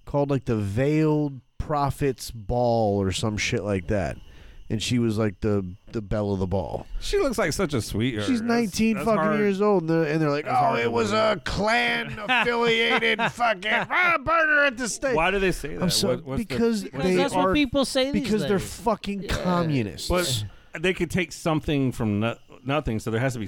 called like the Veiled Prophets Ball or some shit like that. And she was like the the belle of the ball.
she looks like such a sweetheart.
She's
That's-
19
that's
fucking
hard.
years old, and they're, and they're like,
That's
"Oh,
hard
it
to
was
believe.
a Klan affiliated fucking ah, burner at the stake."
Why do they say that?
I'm so
What- what's the-
because
what's
they
the-
that's what
are-
people say these
because they're
days.
fucking communists.
but they could take something from no, nothing, so there has to be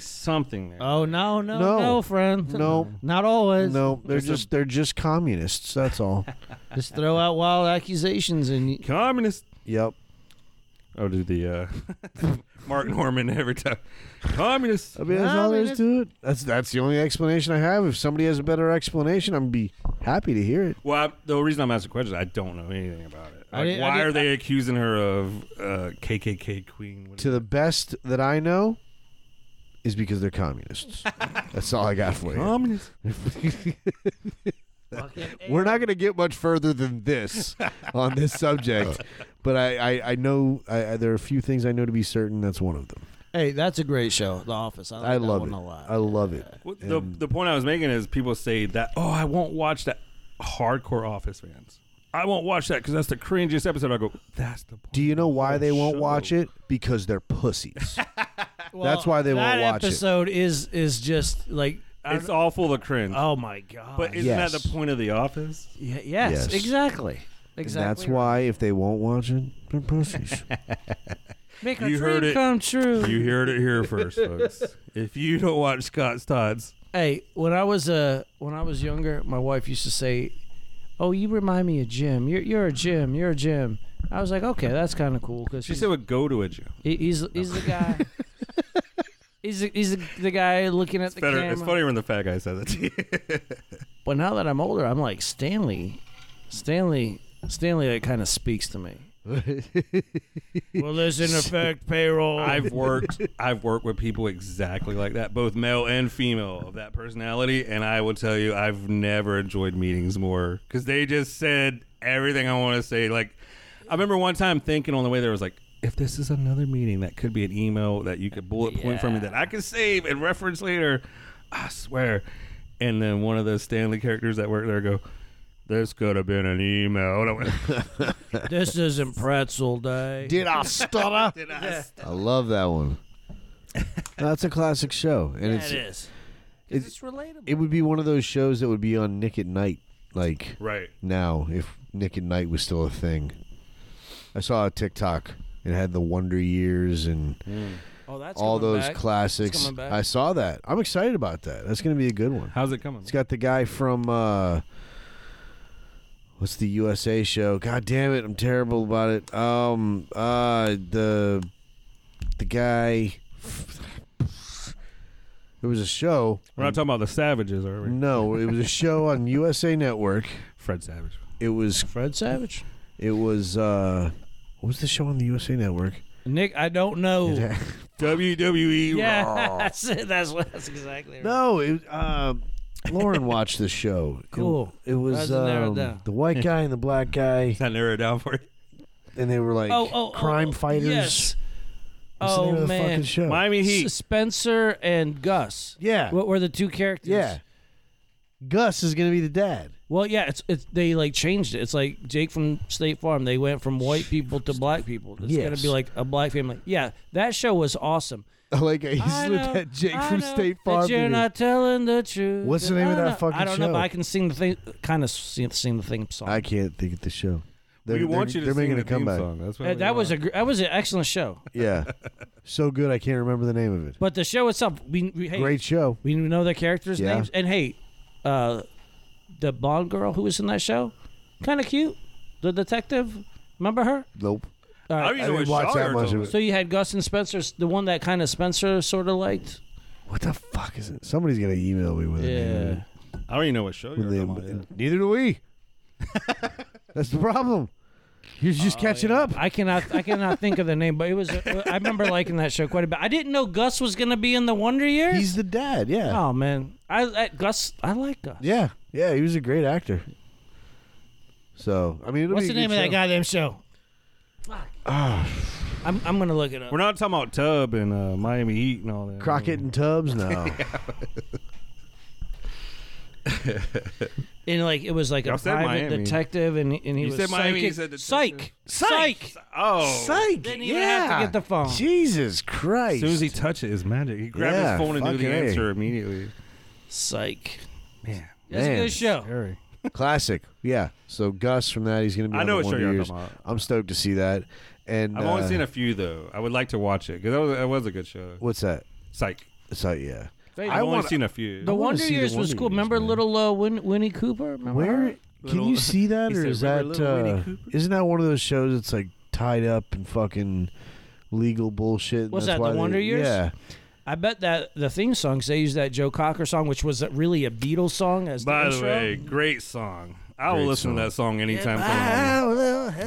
Uh,
something there.
oh no, no,
No.
no, friend.
No.
not always.
no, they're
There's a-
just they're just communists. That's all.
Just throw out wild accusations and
Communist.
yep.
Oh, do the uh, Mark Norman every time. Communist.
I mean, that's all there is
Communist.
to it. That's that's the only explanation I have. If somebody has a better explanation, I'm be happy to hear it.
Well, I, the reason I'm asking questions, I don't know anything about it.
I
Like,
didn't- I
why
didn't-
are they accusing her of uh, KKK queen? What
To
is
the best that I know, is because they're communists. that's all I got for
it?
you.
communist.
We're not going to get much further than this on this subject, but I, I, I know I, I, there are a few things I know to be certain. That's one of them.
Hey, that's a great show, The Office. I, like
I
that
love
one
it.
a lot.
I love it.
Well, the the point I was making is people say that oh I won't watch that hardcore Office fans. I won't watch that because that's the cringiest episode. I go that's the point.
Do you know why they won't
show.
watch it? Because they're pussies. That's why they won't
that
watch it.
episode is is just like I
it's
don't-
all full of cringe.
oh my god.
but isn't
yes.
that the point of the Office?
Ye- yes,
Yes.
exactly.
And
Exactly.
that's
right.
why if they won't watch it, they're pussies.
Make
You heard it.
come true.
You heard it here first, folks. If you don't watch Scott's Tots,
Hey, when I was uh when I was younger, my wife used to say, "Oh, you remind me of Jim. You're you're a Jim. You're a Jim." I was like, "Okay, that's kind of cool." Because
she said would go to a gym.
He, he's he's the guy. he's the, he's the, the guy looking at
It's,
the
better,
camera.
it's funny when the fat guy says it to you.
But now that I'm older, I'm like Stanley. Stanley. Stanley like, kind of speaks to me. well, this in effect payroll.
I've worked I've worked with people exactly like that, both male and female of that personality, and I will tell you I've never enjoyed meetings more cuz they just said everything I want to say like I remember one time thinking on the way there I was like if this is another meeting that could be an email that you could bullet point for me that I could save and reference later, I swear. And then one of the Stanley characters that work there go this could have been an email. And I went,
this isn't pretzel day.
Did I stutter?
"Did I s-
I love that one. That's a classic show, and
That
it's
is. 'Cause
it's-
It's relatable.
it would be one of those shows that would be on Nick at Night, like
Right.
now if Nick at Night was still a thing. I saw a TikTok. It had the Wonder Years and
oh, that's
all
coming
those
back. It's
classics.
coming back.
I saw that. I'm excited about that. That's going to be a good one.
How's it coming?
It's got the guy from uh, what's the USA show? God damn it, I'm terrible about it. Um, uh, the the guy. There was a show.
We're not talking about the savages, are we?
No, it was a show on USA Network.
Fred Savage.
It was
Fred Savage.
it was uh, what was the show on the USA Network?
Nick, I don't know.
It-
WWE.
Yeah, that's it. That's, what- that's exactly right.
No, it, uh, Lauren watched the show. It-
Cool.
It, was
Doesn't narrow it
um,
down.
the white guy and the black guy,
Does that narrow it down for you?
and they were like
Oh, oh, oh,
crime
oh,
fighters.
yes.
What's the
oh
name of the
man,
fucking show?
Miami
S- Spencer and Gus.
Yeah.
What were the two characters?
yeah. Gus is gonna be the dad.
Well, yeah, it's it's they like changed it. It's like Jake from State Farm. They went from white people to black people. It's gonna
Yes.
be like a black family. Yeah, that show was awesome.
like he
I know, I know that You're not telling the truth.
What's the
and
name of
I
that
know-
fucking
I don't know,
show?
but I can sing the thing, kind of sing, sing the thing song.
I can't think of the show. They're,
we want
they're-
you to
they're making
sing the
a comeback.
Theme song. That's what
Uh,
we
that was a
want.
gr- that was an excellent show.
Yeah, so good I can't remember the name of it.
But the show itself, we, we hey,
Great show.
We know their characters'
Yeah.
names. And hey, uh, the blonde girl who was in that show, kind of cute. The detective, remember her?
Nope.
All
I
right.
don't even
I
know what
didn't watch
Shaw
that
you're
much of
talking
it.
so you had Gus and Spencer, the one that kind of Spencer sort of liked.
What the fuck is it? Somebody's gonna email me with a name. of
Yeah.
it.
about. I don't even know what show
With
you're talking
the-
about.
Neither do we. That's the problem. You're just
Oh,
catching up.
I cannot, I cannot think of the name, but it was. uh, I remember liking that show quite a bit. I didn't know Gus was gonna be in the Wonder Years.
He's the dad. Yeah.
oh man, I, I Gus, I like Gus.
Yeah. Yeah. He was a great actor. So I mean, it'll
What's
be
the
a
name
good
of that
show.
goddamn show? Fuck. I'm, I'm gonna look it up.
We're not talking about Tub and uh, Miami Heat and all that.
Crockett and Tubbs? No.
And like it was like
Y'all
a
said
private
Miami.
detective, and and he
You
was
said Miami,
psychic.
you said detective.
psych, psych.
Oh.
Psych.
Didn't even
yeah.
have to get the phone.
Jesus Christ.
As soon as he touched it, it was magic. He grabbed
Yeah,
his phone and knew the
fucking A.
answer immediately.
Psych.
Man.
That's
Man.
a good show.
Scary.
Classic. Yeah. So Gus from that, he's going to be
I
on
know
the
what show
Wonder
you're
Years.
talking about.
I'm stoked to see that. And
I've only
uh,
seen a few, though. I would like to watch it because that was, that was a good show.
What's that?
Psych.
So yeah.
Favorite.
I've only
wanna-
seen a few.
The
wanna
Wonder
see the
Years was
Wonder
cool.
Years,
Remember
man.
little uh, Win- Winnie Cooper? Remember
Where
her?
can
Little-
you see that,
He
or
said,
is that
"Remember little Winnie
uh,
Cooper?"
isn't that one of those shows that's like tied up in fucking legal bullshit? and
What's
that's
that,
why
The
they-
Wonder Years?
Yeah.
I bet that the theme songs they used that Joe Cocker song, which was really a Beatles song as
By the
intro.
way, great song. I will
Great
listen to
song.
that song anytime. from now on.
Oh.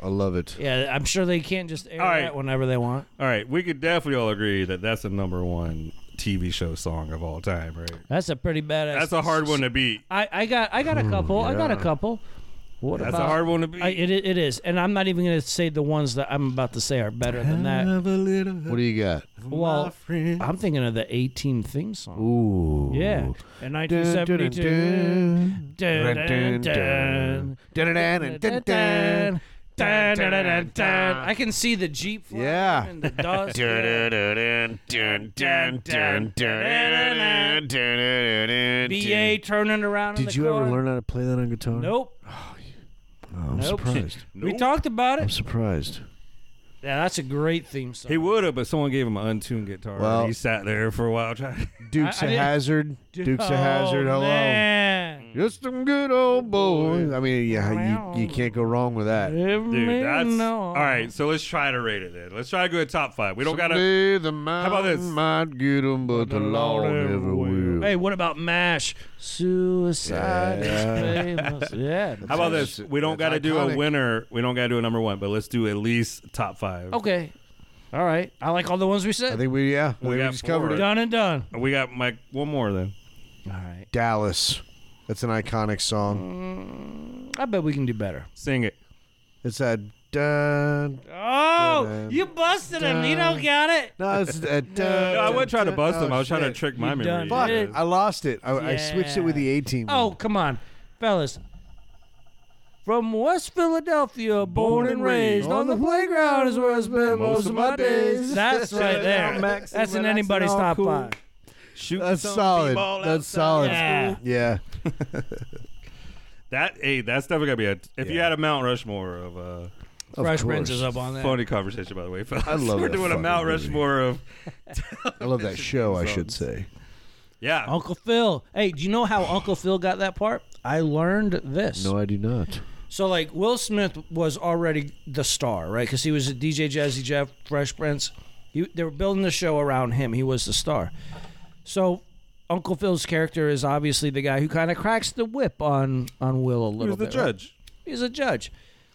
Oh, I love it.
Yeah, I'm sure they can't just air
All right.
that whenever they want.
All right, we could definitely all agree that that's the number one TV show song of all time, right?
That's a pretty badass.
That's a hard one to beat.
I, I got I got a couple. I got a couple. What
That's
about
a hard one to beat.
I, it, it is, and I'm not even going to say the ones that I'm about to say are better than that.
What do you got?
Well, I'm thinking of the A Team theme song.
Ooh.
Yeah, in 1972.
Dun,
Dun, dun, dun.
dun, dun, dun, dun.
Dun, dun, dun, dun, dun. I can see the Jeep flying
Yeah.
and the dust. yeah.
Dun, dun, dun, dun, dun, dun, dun, dun, dun.
BA turning around. in
Did
the
you ever
car.
learn how to play that on guitar?
Nope.
Oh, I'm
Nope.
surprised.
We talked about
I'm
it.
surprised.
Yeah, that's a great theme song.
He would have, but someone gave him an untuned guitar.
Well-
he sat there for a while trying.
Dukes
I- I
of
didn't-
Hazard. Dukes of
Oh,
Hazard. Hello.
man.
Just some good old boys. I mean, yeah, you, you can't go wrong with that.
Dude, that's
No.
all right. So let's try to rate it then. Let's try to go to top five. We don't gotta.
Someday the mountain
about this?
Might get 'em, but the law never will.
Hey, what about MASH? Suicide
Yeah.
is famous. Yeah.
How about this? We don't
That's
gotta do a
iconic.
winner. We don't gotta do a number one, but let's do at least top five.
Okay. All right. I like all the ones we
I
said.
think we yeah we,
We got
just covered
four.
it.
Done and done.
We got Mike one more then.
All right.
Dallas. That's an iconic song.
I bet we can do better.
Sing it.
It's that. da
Oh,
Dun,
you busted him. You don't
dun.
got it.
no, it's that. da-
No, I wasn't trying to
da-
bust him.
oh,
I was trying to
shit.
trick my
You
memory.
done
Fuck!
it.
I lost it. I, I switched it with the A team.
Oh, come on, fellas. From West Philadelphia, born, and raised, on the playground is where I spend most of my days. That's right there.
Max,
That's in
relax,
anybody's
all
top
cool.
five.
Shoot
That's
some
solid.
b-ball
That's
outside.
solid.
Yeah.
Yeah,
That hey, that's definitely gonna be a. If you
Yeah.
had a Mount Rushmore of uh,
of
Fresh
course.
Prince is up on that.
phony conversation, by the way, fellas.
I love
We're
that
doing a
fucking
Mount
movie.
Rushmore of
I love that show. I should
Songs.
say.
yeah.
Uncle Phil. Hey, do you know how Uncle Phil got that part? I learned this.
No, I do not.
So like Will Smith was already the star, right? Because he was a DJ Jazzy Jeff, Fresh Prince. He, they were building the show around him. He was the star. So Uncle Phil's character is obviously the guy who kind of cracks the whip on on Will a
Who's
little
the
bit. right?
judge?
He's a judge.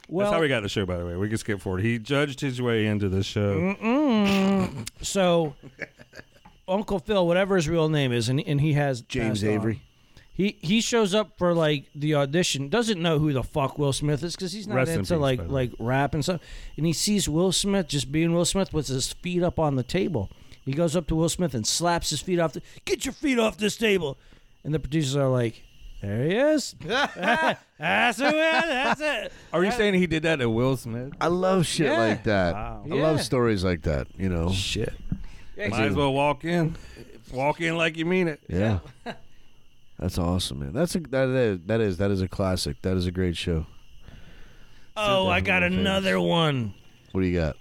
Well,
That's how we got the show, by the way. We can skip forward. He judged his way into the show.
so Uncle Phil, whatever his real name is, and and he has
James
passed on.
Avery.
He he shows up for like the audition, doesn't know who the fuck Will Smith is because he's not
Rest in
into
peace,
like
by the way.
like rap and stuff. And he sees Will Smith just being Will Smith with his feet up on the table. He goes up to Will Smith and slaps his feet off. The, Get your feet off this table! And the producers are like, "There he is. that's who it. That's it."
Are you saying he did that to Will Smith?
I love shit
Yeah.
like that.
Wow.
I love
Yeah.
stories like that. You know.
Shit.
Yeah,
Might as well walk in. Walk in like you mean it.
Yeah. That's awesome, man. That's a that is that is that is a classic. That is a great show.
Oh, I got another one.
What do you got?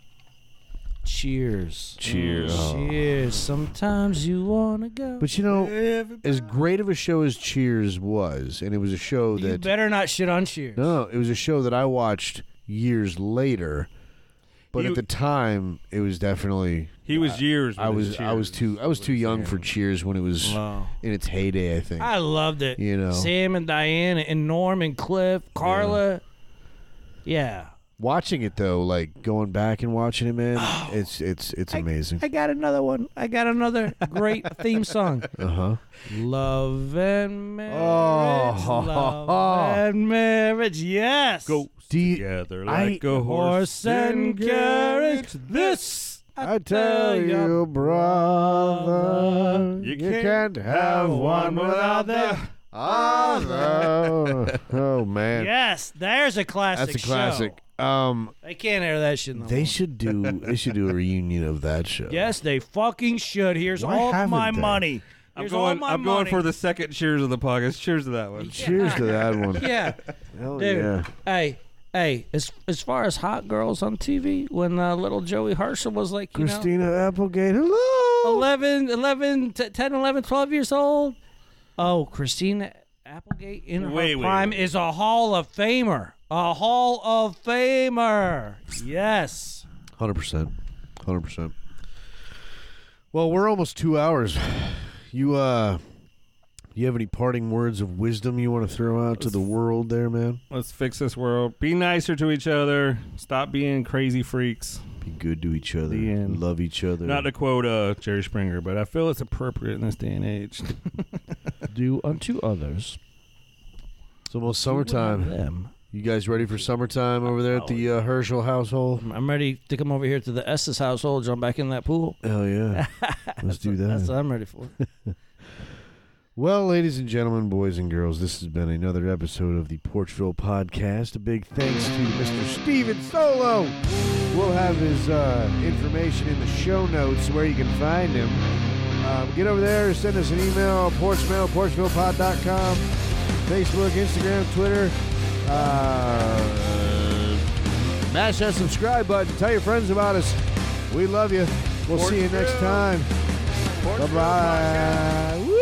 Cheers.
Cheers.
Cheers. Sometimes you wanna go.
But you know, as great of a show as Cheers was, and it was a show
you
that
better not shit on Cheers.
no, it was a show that I watched years later. But
You-
at the time, it was definitely
He was years.
I
with his
was I was
Cheers.
too I was too young for Cheers when it was
Wow.
in its heyday. I think.
I loved it.
You know.
Sam and Diane and Norm and Cliff, Carla. Yeah.
Watching it though, like going back and watching it, man, it's it's it's amazing.
I got another one. I got another great theme song.
Uh huh.
Love and marriage.
Oh.
Love and marriage. Yes.
Go
Do you-
together
I-
like a horse,
Horse and carriage. This
I tell you, brother,
brother,
you can't have one without the other. Oh man,
Yes, there's a classic.
that's a classic.
Show.
Um,
They can't air that shit. No
they
more.
should do they should do a reunion of that show.
Yes, they fucking should. Here's
Why
all
haven't
my
they?
money.
I'm
Here's all
going.
my
I'm going
money.
for the second cheers of the podcast. Cheers to that one.
Cheers to that one.
Yeah,
Hell
dude.
Oh, yeah.
Hey, hey. As as far as hot girls on TV, when uh, little Joey Herschel was like, you
Christina Applegate.
know,
Hello.
11, 11, t- 10, 11, 12 years old. Oh, Christina Applegate in her
Wait, wait,
prime
wait.
is a Hall of Famer. A Hall of Famer. Yes.
Hundred percent. Hundred percent. Well, we're almost two hours. You uh, you have any parting words of wisdom you want to throw out to the world, there, man?
Let's fix this world. Be nicer to each other. Stop being crazy freaks.
Be good to each other.
The end.
Love each other.
Not to quote uh, Jerry Springer, but I feel it's appropriate in this day and age.
Do unto others.
it's almost summertime.
Them.
You guys ready for summertime over there at the uh, Herschel household?
I'm ready to come over here to the Estes household, jump back in that pool.
Hell yeah. Let's do that.
That's what I'm ready for.
Well, ladies and gentlemen, boys and girls, this has been another episode of the Porchville Podcast. A big thanks to Mr. Steven Solo. We'll have his uh, information in the show notes where you can find him. Um, get over there, send us an email, porchmail, porchvillepod.com, Facebook, Instagram, Twitter. Uh, Mash that subscribe button. Tell your friends about us. We love you. We'll see you next time. Bye bye.